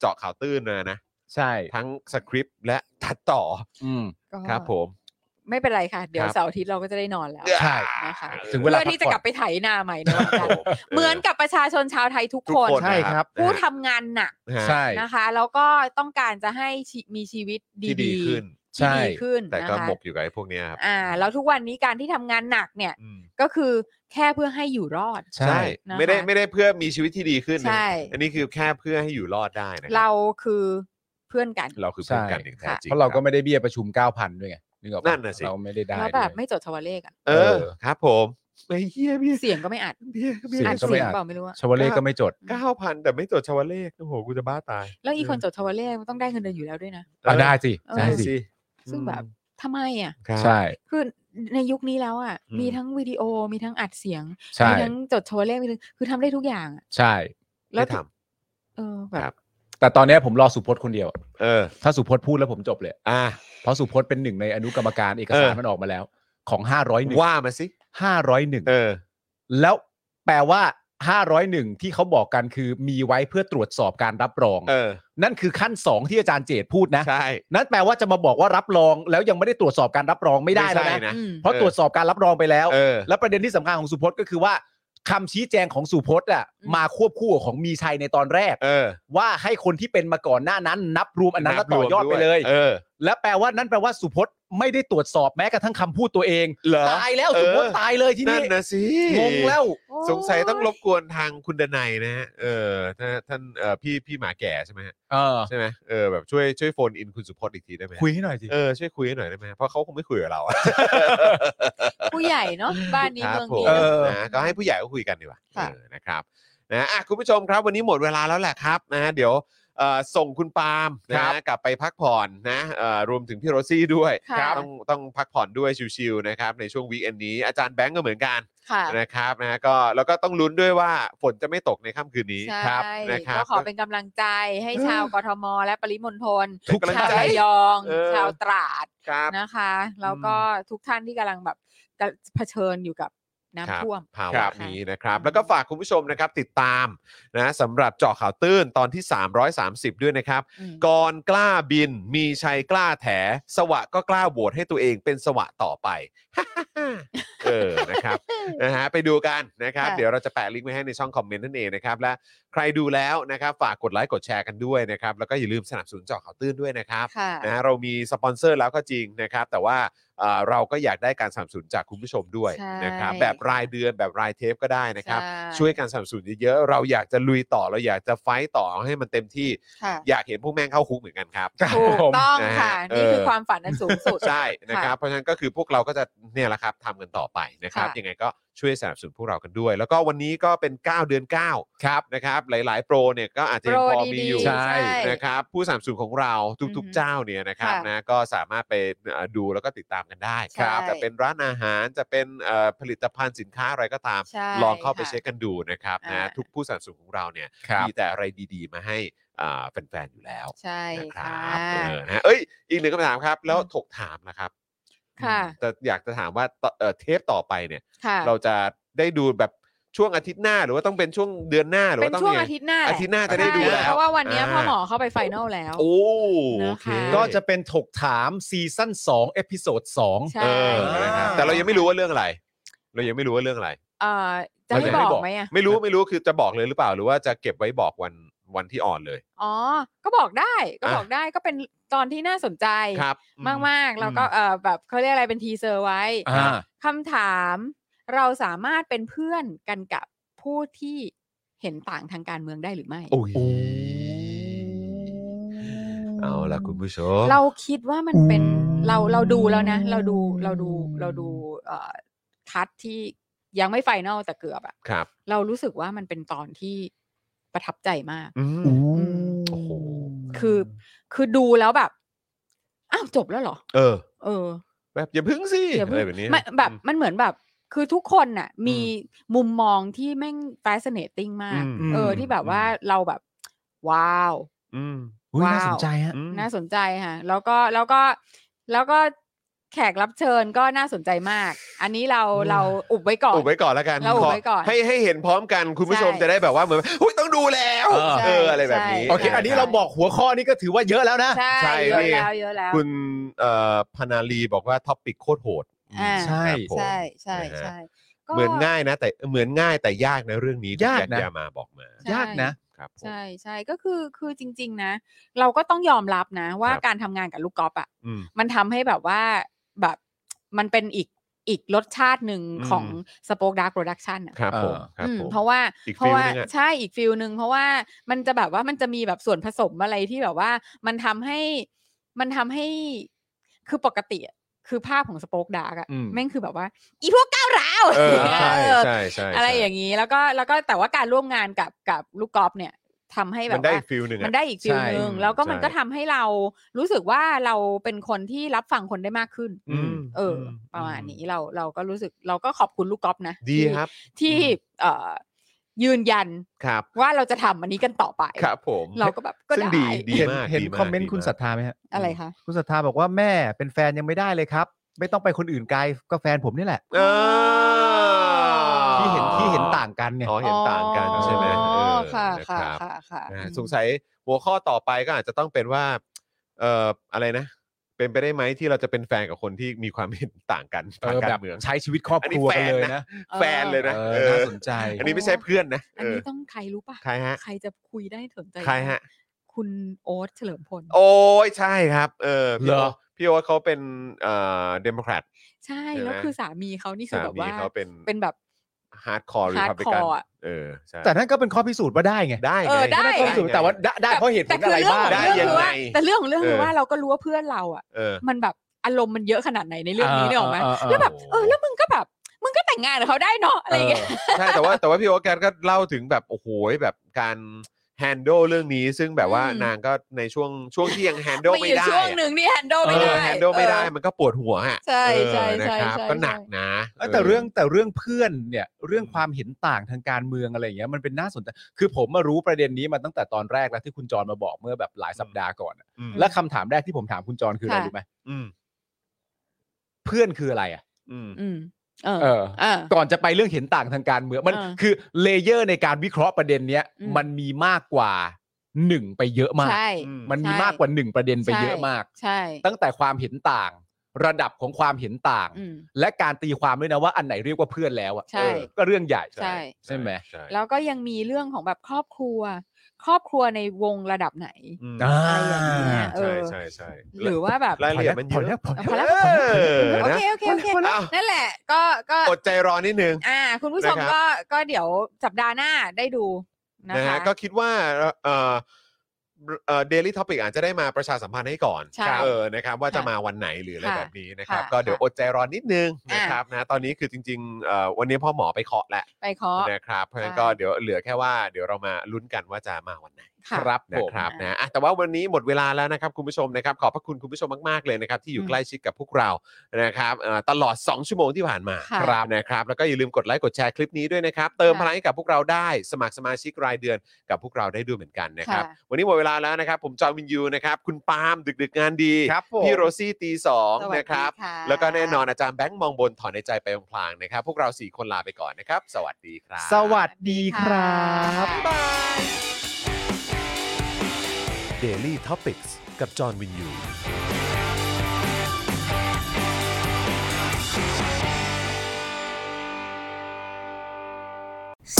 เจาะข่าวตื้นเลยนะ
ใช่
ทั้งสคริปต์และตัดต่อ
อืม
ก็
ครับผม
ไม่เป็นไรค่ะ เดี๋ยว
ครับ
เสาร์อาทิตย์เราก็จะได้นอนแล้ว
ใช่
นะคะ
ถึงเวลา
เพื่อที่จะกลับไปไถนาใหม่ในวันจันทร์เหมือนกับประชาชนชาวไทยทุก
ทุก
คน
คน
ใช่ครับ
ผู้ทำงานหนัก
นะฮะ
ใช่
นะคะ แล้วก็ต้องการจะให้ชีมีชีวิตดี
ที่ดีขึ้น
ที่ดี
ใช่
ขึ้น
แต่
นะ
ก็
คะ
หมกอยู่กับไอ้พวกเนี้ยครับ
อ่า แล้วทุกวันนี้การที่ทำงานหนักเนี่ย
อืม
ก็คือแค่เพื่อให้อยู่รอด
ใช่
ใช่ ไม่ได้
นะคะ
ไม่ได้เพื่อมีชีวิตที่ดีขึ้นนะ
ใช่
อันนี้คือแค่เพื่อให้อยู่รอดได้นะคบ
เราคือเพื่อนกัน
เราคือเพื่อนกันอย่างแท้จริง
เพราะเรา
ค
ก็
บ
ไม่ได้เบี้ยประชุม 9,000 ด้วยไงนึกออกป
นั่นน่ะสิ
เราไม่ได้ได้
แล้วแบบ
ด้วย
ไม่จดชวเลขอะ
เอ
เอ
อ
อ
ครับผมไอ้เหี้ยพี่
เสียงก็ไม่อัด
เบี้ยเบี้ย
เสีย
อั
ง
ด
ก็
เสี
ไม่
ยง
อัด
เปล่าไม่รู้อะ
ชวเลขก็ไม่จด
เก้าพันแต่ไม่จดชาวเลขโอ้โหกูจะบ้าตาย
แล้วอีคนจดชวเลขมันต้องได้เงินเดือนอยู่แล้วด้วยนะ
อ่ะได้สิ
เออ
ได้สิ
ซึ่งแบบทำไมอ่ะ
ครับ
ใช่
คือในยุคนี้แล้วอ่ะ
อืม
มีทั้งวิดีโอมีทั้งอัดเสียง
ใช่
มีทั้งจดโชว์เลขมีทั้งคือทำได้ทุกอย่างอะ
ใช่
แล้ว
ไม่ท
เออแบ
ครับ
บ
แต่ตอนเนี้ยผมรอสุพจน์คนเดียว
ำเออ
ถ้าสุพจน์พูดแล้วผมจบเลย
อ่ะ
เพราะสุพจน์เป็นหนึ่งในอนุกรรมการเอกสาร
เออ
มันออกมาแล้ว ของ 501
ว่ามาสิ เอ
501
อ
แล้วแปลว่า 501 ที่เขาบอกกันคือมีไว้เพื่อตรวจสอบการรับรอง
เออ
นั่นคือขั้น 2 ที่อาจารย์เจตพูดนะ
ใช่
นั่นแปลว่าจะมาบอกว่ารับรอง แล้วยังไม่ได้ตรวจสอบการรับรองไม่ได้แล้ว
ไม่ใช่
นะ
นะ
อืม
เพราะตรวจสอบการรับรองไปแล้ว
เออ
และประเด็นที่สำคัญของสุพจน์ก็คือว่าคำชี้แจงของสุพจน์อ่ะมาควบคู่กับของมีชัยในตอนแรก
เออ
ว่าให้คนที่เป็นมาก่อนหน้านั้น นับรวมอันนั้นแล้วต่อยอดไปเลย
เออ
และแปลว่านั่นแปลว่าสุพจน์ไม่ได้ตรวจสอบแม้กระทั่งคำพูดตัวเอง
เหรอ
ตายแล้วสุพจน์
เออ
ตายเลยที่
นั่
นี่
นนะสิ
งงแล้ว
สงสัยต้องรบกวนทางคุณดนัยนะฮะ เออท่านท่านเอ่อพี่พี่หมาแก่ใช่ไหมฮะ
เออ
ใช่ไหมเออแบบช่วยช่วยโฟนอินคุณสุพจน์อีกทีได้ไหมฮะ
คุยให้หน่อยสิ
เออช่วยคุยให้หน่อยได้ไหมฮะเพราะเขาคงไม่คุยกับเราอะ
ผู้ใหญ่เนาะบ้านนี้
ครับ
เมือง
ผม
นี้
เออ
เนอะ
นะก็ให้ผู้ใหญ่ก็คุยกันดีกว่า
ค่ะ
เออนะครับนะอ่ะคุณผู้ชมครับ วันนี้หมดเวลาแล้วแหละครับนะเดี๋ยวเอ่อส่งคุณปาล์มนะครับ ฮะกลับไปพักผ่อนนะเอ่อรวมถึงพี่โรซี่ด้วย
ค่ะ
ต้องต้องพักผ่อนด้วยชิวๆนะครับในช่วงวีคเอนนี้อาจารย์แบงก์ก็เหมือนกัน
ค่ะ
นะครับนะก็แล้วก็ต้องลุ้นด้วยว่าฝนจะไม่ตกในค่ำคืนนี้
ใช่
ครับนะครั
ก็
บ
ขอเป็นกำลังใจให้ชาวกทม และปริมณฑล
ทุกกำลังใจ
ชาวระยอง
เออ
ชาวตราด
ครับ
นะคะ แล้วก็ทุกท่านที่กำลังแบบกะเผชิญอยู่กับ
ครับ
น้ำท่วม
ภา
ครั
วะ
บ
นี้นะครับ
อืม
แล้วก็ฝากคุณผู้ชมนะครับติดตามนะสำหรับเจาะข่าวตื้นตอนที่ 330 ด้วยนะครับ
อืม
ก่อนกล้าบินมีชัยกล้าแถ สวะก็กล้าโหวตให้ตัวเองเป็นสวะต่อไป (laughs) เออนะครับ
(laughs)
นะฮะไปดูกันนะครับ
ค่ะ
เดี๋ยวเราจะแปะลิงก์ไว้ให้ในช่องคอมเมนต์นั่นเองนะครับ และใครดูแล้วนะครับ ฝากกดไลค์กดแชร์กันด้วยนะครับ แล้วก็อย่าลืมสนับสนุนเจาะข่าวตื้นด้วยนะครับ
ค่ะ
นะฮะเรามีสปอนเซอร์แล้วก็จริงนะครับ แต่ว่า เอ่อเราก็อยากได้การสนับสนุนจากคุณผู้ชมด้วย
ใช่
นะครับแบบรายเดือนแบบรายเทปก็ได้นะครับ
ใ
ช่วยการสนับสนุนเยอะๆเราอยากจะลุยต่อเราอยากจะไฟต์ต่อให้มันเต็มที่
ค่ะ
อยากเห็นพวกแม่งเข้าคุกเหมือนกันครับ
ถูกต้อง
นฮ
ค่ะ นี่คือ
เ
ความฝันอันสูงสุด
ใช่นะครับเพราะฉะนั้นก็คือพวกเราก็จะเนี่ยแหละครับทำกันต่อไปนะครับ
ค่ะ
ยังไงก็ช่วยสนับสนุนพวกเรากันด้วย แล้วก็วันนี้ก็เป็น 9 เดือน 9 ครับนะครับหลาย ๆ โปรเนี่ยก็อาจจะยัง
โปร
พอมี
ดีๆ
อยู่
ใช่
นะครับผู้สนับสนุนของเราทุก
อือฮึ
ๆ เจ้าเนี่ยนะครับ
ค่ะ
นะก็สามารถไปเอ่อดูแล้วก็ติดตามกันได้
ใช่
ครับจะเป็นร้านอาหารจะเป็นเอ่อผลิตภัณฑ์สินค้าอะไรก็ตาม
ใช่
ลองเข้าไป
ค่ะ
เช็คกันดูนะครับ
อ่า
นะทุกผู้สนับสนุนของเราเนี่ย
ครับ
มีแต่อะไรดีๆ มาให้อ่าแฟนๆอยู่แล้ว
ใช่
นะค
ค่ะ
รับเออนะฮะเอ้ย อีกหนึ่งคำถามครับ แล้วถกถามนะครับ
ค่ะ
อืมแต่อยากจะถามว่าต่อเอ่อเทปต่อไปเนี่ย
ค่ะ
เราจะได้ดูแบบช่วงอาทิตย์หน้า หรือว่าต้องเป็นช่วงเดือนหน้าหรือ
เป็น
ว่าต้อง
ช่วง
ไ
อาทิตย์หน้าแหละ
อาทิตย์หน้าจะได้ดู
ใช่
แล้ว
เพราะว่าวันเนี้ยพ่อหมอา เข้าไปไฟนอลแล้ว
โอ้
นะคะ
โอเค
ก็จะเป็นถกถามซีซั่น2เอพิโซด2
ใช่
เออนะครับแต่เรายังไม่รู้ว่าเรื่องอะไร เรายังไม่รู้ว่าเรื่องอะไร
เอ่อจะ
เรา
ให้
ยั
บ
ง
อกไหมอ่ะ
ไม่รู้ไม่รู้คือจะบอกเลยหรือเปล่าหรือว่าจะเก็บไว้บอกวันวันที่อ่อนเลย
อ๋อ ก็บอกได้ก็บอกได้ก็เป็นตอนที่น่าสนใจ
ครับ
มากๆแล้วก็เออแบบเขาเรียกอะไรเป็นทีเซอร์ไว้
อ่า
คำถามเราสามารถเป็นเพื่อนกันกับผู้ที่เห็นต่างทางการเมืองได้หรือไม่
โอ้ยเอาละคุณผู้ชม
เราคิดว่ามันเป็นเราเราดูแล้วนะ เราดูเราดูเราดูเอ่อคัดที่ยังไม่ไฟนอลแต่เกือบอะ
ครับ
เรารู้สึกว่ามันเป็นตอนที่ประทับใจมาก
อืม
อืม
โอ้โห
คือคือดูแล้วแบบอ้าวจบแล้วเหรอ
เออ
เออ
แบบอย่าพึ่งสิ
อย่า
อะ
เพิ่ง
ไรแบบนี้
มันแบบ
อืม
มันเหมือนแบบคือทุกคนน่ะ มี
อื
มุมมองที่แม่ง fascinating มาก
อืม
เออ
อืม
ที่แบบว่าเราแบบ ว้าว
อืม
อุ๊ยน่า
ว้าว
สนใจฮะ
อืม
น่าสนใจค่ะ แล้วก็แล้วก็แล้วก็แขกรับเชิญก็น่าสนใจมาก อันนี้เรา
อืม
เราอุบไว้ก่อน
อุบไว้ก่อนแล้วกัน
เราอุบไว้
ข
ก่อน
ให้ให้เห็นพร้อมกันคุณผู้ชม
ใช่
จะได้แบบว่าเหมือนอุ๊ยต้องดูแล้ว
ใช่
เอออะไรแบบนี้
ใช่
โอเค อันนี้เราบอกหัวข้อนี้ก็ถือว่าเยอะแล้วนะ
ใช่
ใช่
เยอะ
นี่
แล้วเยอะแล้ว
คุณเอ่อพนาลีบอกว่าท็อปิกโคตรโหด
อ่า
ใช่
ครับผม
ใช่ใช่
นะฮะ
ใช่ก็
เหมือนง่ายนะ แต่เหมือนง่ายแต่ยากนะเรื่องนี้คุณ
ยาก
แจ็ค
นะ
ยามาบอกมา
ใช่
ยากนะ
ครับผม
ใช่ใช่ก็คือคือจริง ๆ นะ เราก็ต้องยอมรับนะ ว่า
ครับ
การทำงานกับลูกกอล์ฟอ่ะ
อืม
มันทำให้แบบว่าแบบมันเป็นอีกอีกรสชาติหนึ่ง
อืม
ของสป o อ e ดาร์กโปรดักชันอ่ะ
ครับผม
เออ
ครับ
อืม
ผม
เพราะว่า
อีก
เพราะว่า
feel หนึ่งอะ
ใช่อีกฟิลหนึ่งเพราะว่ามันจะแบบว่ามันจะมีแบบส่วนผสมอะไรที่แบบว่ามันทำให้มันทำให้คือปกติอะคือภาพของสป o อ e ดาร์กอ่ะ
อืม
แม่งคือแบบว่า อีพวกก้าวร้าว
เออ
เอ
ใช่
อ
ใช่ใช่
อะไร
ใช่
อย่างนี้แล้วก็แล้วก็แต่ว่าการร่วมงานกับกับลูกกอล์ฟเนี่ยทำให้แบ
มัน
บ
ได้
ว่า
อีกฟิลหนึ่ง
มั
อะ
นได้อีกฟิล
ใช่
หนึ่งแล้วก็มัน
ใช่
ก็ทำให้เรารู้สึกว่าเราเป็นคนที่รับฟังคนได้มากขึ้น
อืม
เอออ
ม
ประมาณนี้เราเราก็รู้สึกเราก็ขอบคุณลูกกอล์ฟนะ
ดี
ที่
ครับ
ที่เอ่อยืนยัน
ครับ
ว่าเราจะทำอันนี้กันต่อไป
ครับผม
เราก็แบบก็
ซึ่ง
ได้
ดีดี
เห็น
มาก
เห็น
ดีาก
คอมเมนต์
ดี
คุณ
ก
ศรัทธาไหมฮะ
อะไรคะ
คุณศรัทธาบอกว่าแม่เป็นแฟนยังไม่ได้เลยครับ ไม่ต้องไปคนอื่นไกลก็แฟนผมนี่แหละ
อ่า
ที่เห็นที่เห็นต่างกันไง
อ๋อเห็นต่างกันใช่ไหม
อ๋
เอ
อ
อ
ค่ะ
น
ค่ะ
รับ
ค่ะค่ะ
อ่าสงสัยหัวข้อต่อไปก็อาจจะต้องเป็นว่า เอ่ออะไรนะ เป็นไปได้ไหมที่เราจะเป็นแฟนกับคนที่มีความเห็นต่างกัน
เอ
ทาง
อ
การ
แบบ
เมือง
ใช้ชีวิตครอบ
อัน
ค
นี้
รัวกันเลย
แฟนนะแฟน
นะ
เออ
เลยนะ
เอ
เออ
อน่าสนใจ
อันนี้ไม่ใช่เพื่อนนะ
อั
เอ
น
อ
นี้ต้องใครรู้ป่ะ
ใครฮะ
ใครจะคุยได้สนใจ
ใครฮะ
คุณโอ๊ตเฉลิมพล
โอ้ยใช่ครับ เออพี่
เหรอ
โอ๊ตพี่โอ๊ตเขาเป็นเอ่อเดโมแครต
ใช่
ใช่ไหม
แล้วคือสามีเขานี่คือ
สา
แบบ
มี
ว่า
เขาเป็น
เป็นแบบ
ฮาร์ดคอร์หรือพับลิกัน
hardcore อะ
เออใช่
แต่นั่นก็เป็นข้อพิสูจน์ว่าได้ไง
ได้
เออ
ไง
ได้
นั่นก็เป็นข้อพิสูจน์แต่ว่าได้ได้เพราะเหตุผ
แต่
ล
คื
อะ
อ
ไร
เรื่อง
บ้าง
ของ
ได้
เรื่อ
ยั
งคื
ง
อ
ไง
ว่าแต่เรื่องของเรื่องคือว่าเราก็รู้ว่าเพื่อนเราอ่ะ
เออ
มันแบบอารมณ์มันเยอะขนาดไหนในเรื่องนี้เนี่ยหรอกไหม
เออเออเออ
แล้วแบบ
โอ้
เออแล้วมึงก็แบบมึงก็แต่งงานกับเขาได้เนาะอะไรอย่างเงี้ย
ใช่แต่ว่าแต่ว่าพี่โอ๊ตแกก็เล่าถึงแบบโอ้โหแบบการแฮนด์ลเรื่องนี้ ซึ่งแบบว่า
อืม
นางก็ในช่วงช่วงที่ยังแฮนด์ล
มี
ไม่
อยู่
ได้
ช่วงหนึ่งที่แฮนด์ลไม่ได้
แฮนด์ลไม่ได้
เออ
มันก็ปวดหัวฮะ
ใช่ใช่
เออ
ใช่
นะครับ
ใช่
ก็หนัก
ใช่
นะ
เออแต่เรื่องแต่เรื่องเพื่อนเนี่ยเรื่องความเห็นต่างทางการเมืองอะไรอย่างเงี้ยมันเป็นน่าสนใจคือผมมารู้ประเด็นนี้มาตั้งแต่ตอนแรกแล้วที่คุณจรมาบอกเมื่อแบบหลายสัปดาห์ก่อนอะ
อืม
และคำถามแรกที่ผมถามคุณจรคืออะไร
ค่ะ
รู้ไหม
อืม
เพื่อนคืออะไรอ่ะ
อืม
อืมเอ
เอ
อ
อ
เออ
ก่อนจะไปเรื่องเห็นต่างทางการเมืองมัน
เออ
คือเลเยอร์ในการวิเคราะห์ประเด็นเนี้ย
อืม
มันมีมากกว่าหนึ่งไปเยอะมาก
ใช่
อืม
มันมี
ใช่
มากกว่าหนึ่งประเด็นไปเยอะมาก
ใช่
ตั้งแต่ความเห็นต่าง ระดับของความเห็นต่าง
อืม
และการตีความด้วยนะว่าอันไหนเรียกว่าเพื่อนแล้วอ่ะ
ใช่
เออก็เรื่องใหญ่
ใช่
ใช่ไหม
ใช่
แล้วก็ยังมีเรื่องของแบบครอบครัว ครอบครัวในวงระดับไหน
อืม
อ่า
เอ
ใช่
อ
ใช่ใช่
หรือว่าแบบ
รายละเอียดมันเย
พอแล้ว
อะ
พอแล้ว
พอแล้ว
เออ
โอ
นะ
เคโอเคโอเค
อ้าว
นั่นแหละก็ก็
อดใจรอนิดนึง
อ่า คุณผู้ชม
นะครับ
ก็ก็เดี๋ยวสัปดาห์หน้าได้ดูนะ
นะ
คะ
ฮะก็คิดว่าเอ่อเอ่อเดลี่ท็อปิกอาจจะได้มาประชาสัมพันธ์ให้ก่อน
ใช่
เออนะครับว่าจะ
ค่ะ
มาวันไหนหรืออะไร
ค่ะ
แบบนี้นะครับ
ค่ะ
ก็เดี๋ยวอดใจรอนิดนึง
อ่ะ
นะครับนะตอนนี้คือจริงๆเอ่อวันนี้พ่อหมอไปเคาะแล้ว
ไปเคาะ
นะครับเพราะฉะนั้น
ใช่
ก็เดี๋ยวเหลือแค่ว่าเดี๋ยวเรามาลุ้นกันว่าจะมาวันไหน
ค่ะ
ครับ
นะ
ผม
ครับ
นะ
นะอ่ะแต่ว่าวันนี้หมดเวลาแล้วนะครับคุณผู้ชมนะครับขอบพระคุณคุณผู้ชมมากๆเลยนะครับที่อยู่
อืม
ใกล้ชิดกับพวกเรานะครับเอ่อตลอด 2 ชั่วโมงที่ผ่านมา
ค่ะ
ครับนะครับแล้วก็อย่าลืมกดไลค์กดแชร์คลิปนี้ด้วยนะครับเติม
ค่ะ
พลังให้กับพวกเราได้สมัครสมาชิกรายเดือนกับพวกเราได้ด้วยเหมือนกันนะครับ
ค่ะ
วันนี้หมดเวลาแล้วนะครับผมจอห์นวินยูนะครับคุณปาล์มดึกดึกๆงานดี
ครับผม
พี่โรซี่ตีสอง
สวัสดี
นะครับ
ค่ะ
แล้วก็แน่นอนอาจารย์แบงค์มองบนถอนในใจไปพลางๆนะครับพวกเราสี่คนลาไปก่อนนะครับสวัสดีครับ
สวัสดีครับ
บ๊ายบาย
Daily Topics กับจอห์นวินยู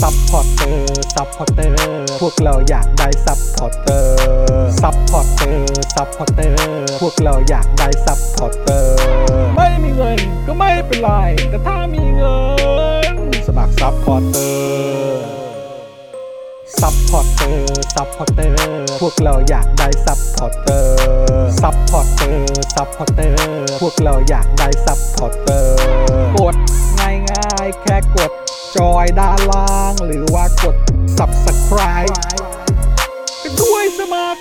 ซัพพอร์เตอร์ ซัพพอร์เตอร์ พวกเราอยากได้ซัพพอร์เตอร์ ซัพพอร์เตอร์ ซัพพอร์เตอร์ พวกเราอยากได้ซัพพอร์เตอร์ ไม่มีเงินก็ไม่เป็นไร แต่ถ้ามีเงิน สมัครซัพพอร์เตอร์ ซัพพอร์เตอร์ ซัพพอร์เตอร์ พวกเราอยากได้ซัพพอร์เตอร์ ซัพพอร์เตอร์ ซัพพอร์เตอร์ พวกเราอยากได้ซัพพอร์เตอร์ กดง่ายๆ แค่กด จอยด้านล่าง หรือว่ากด subscribe กันด้วยสมัคร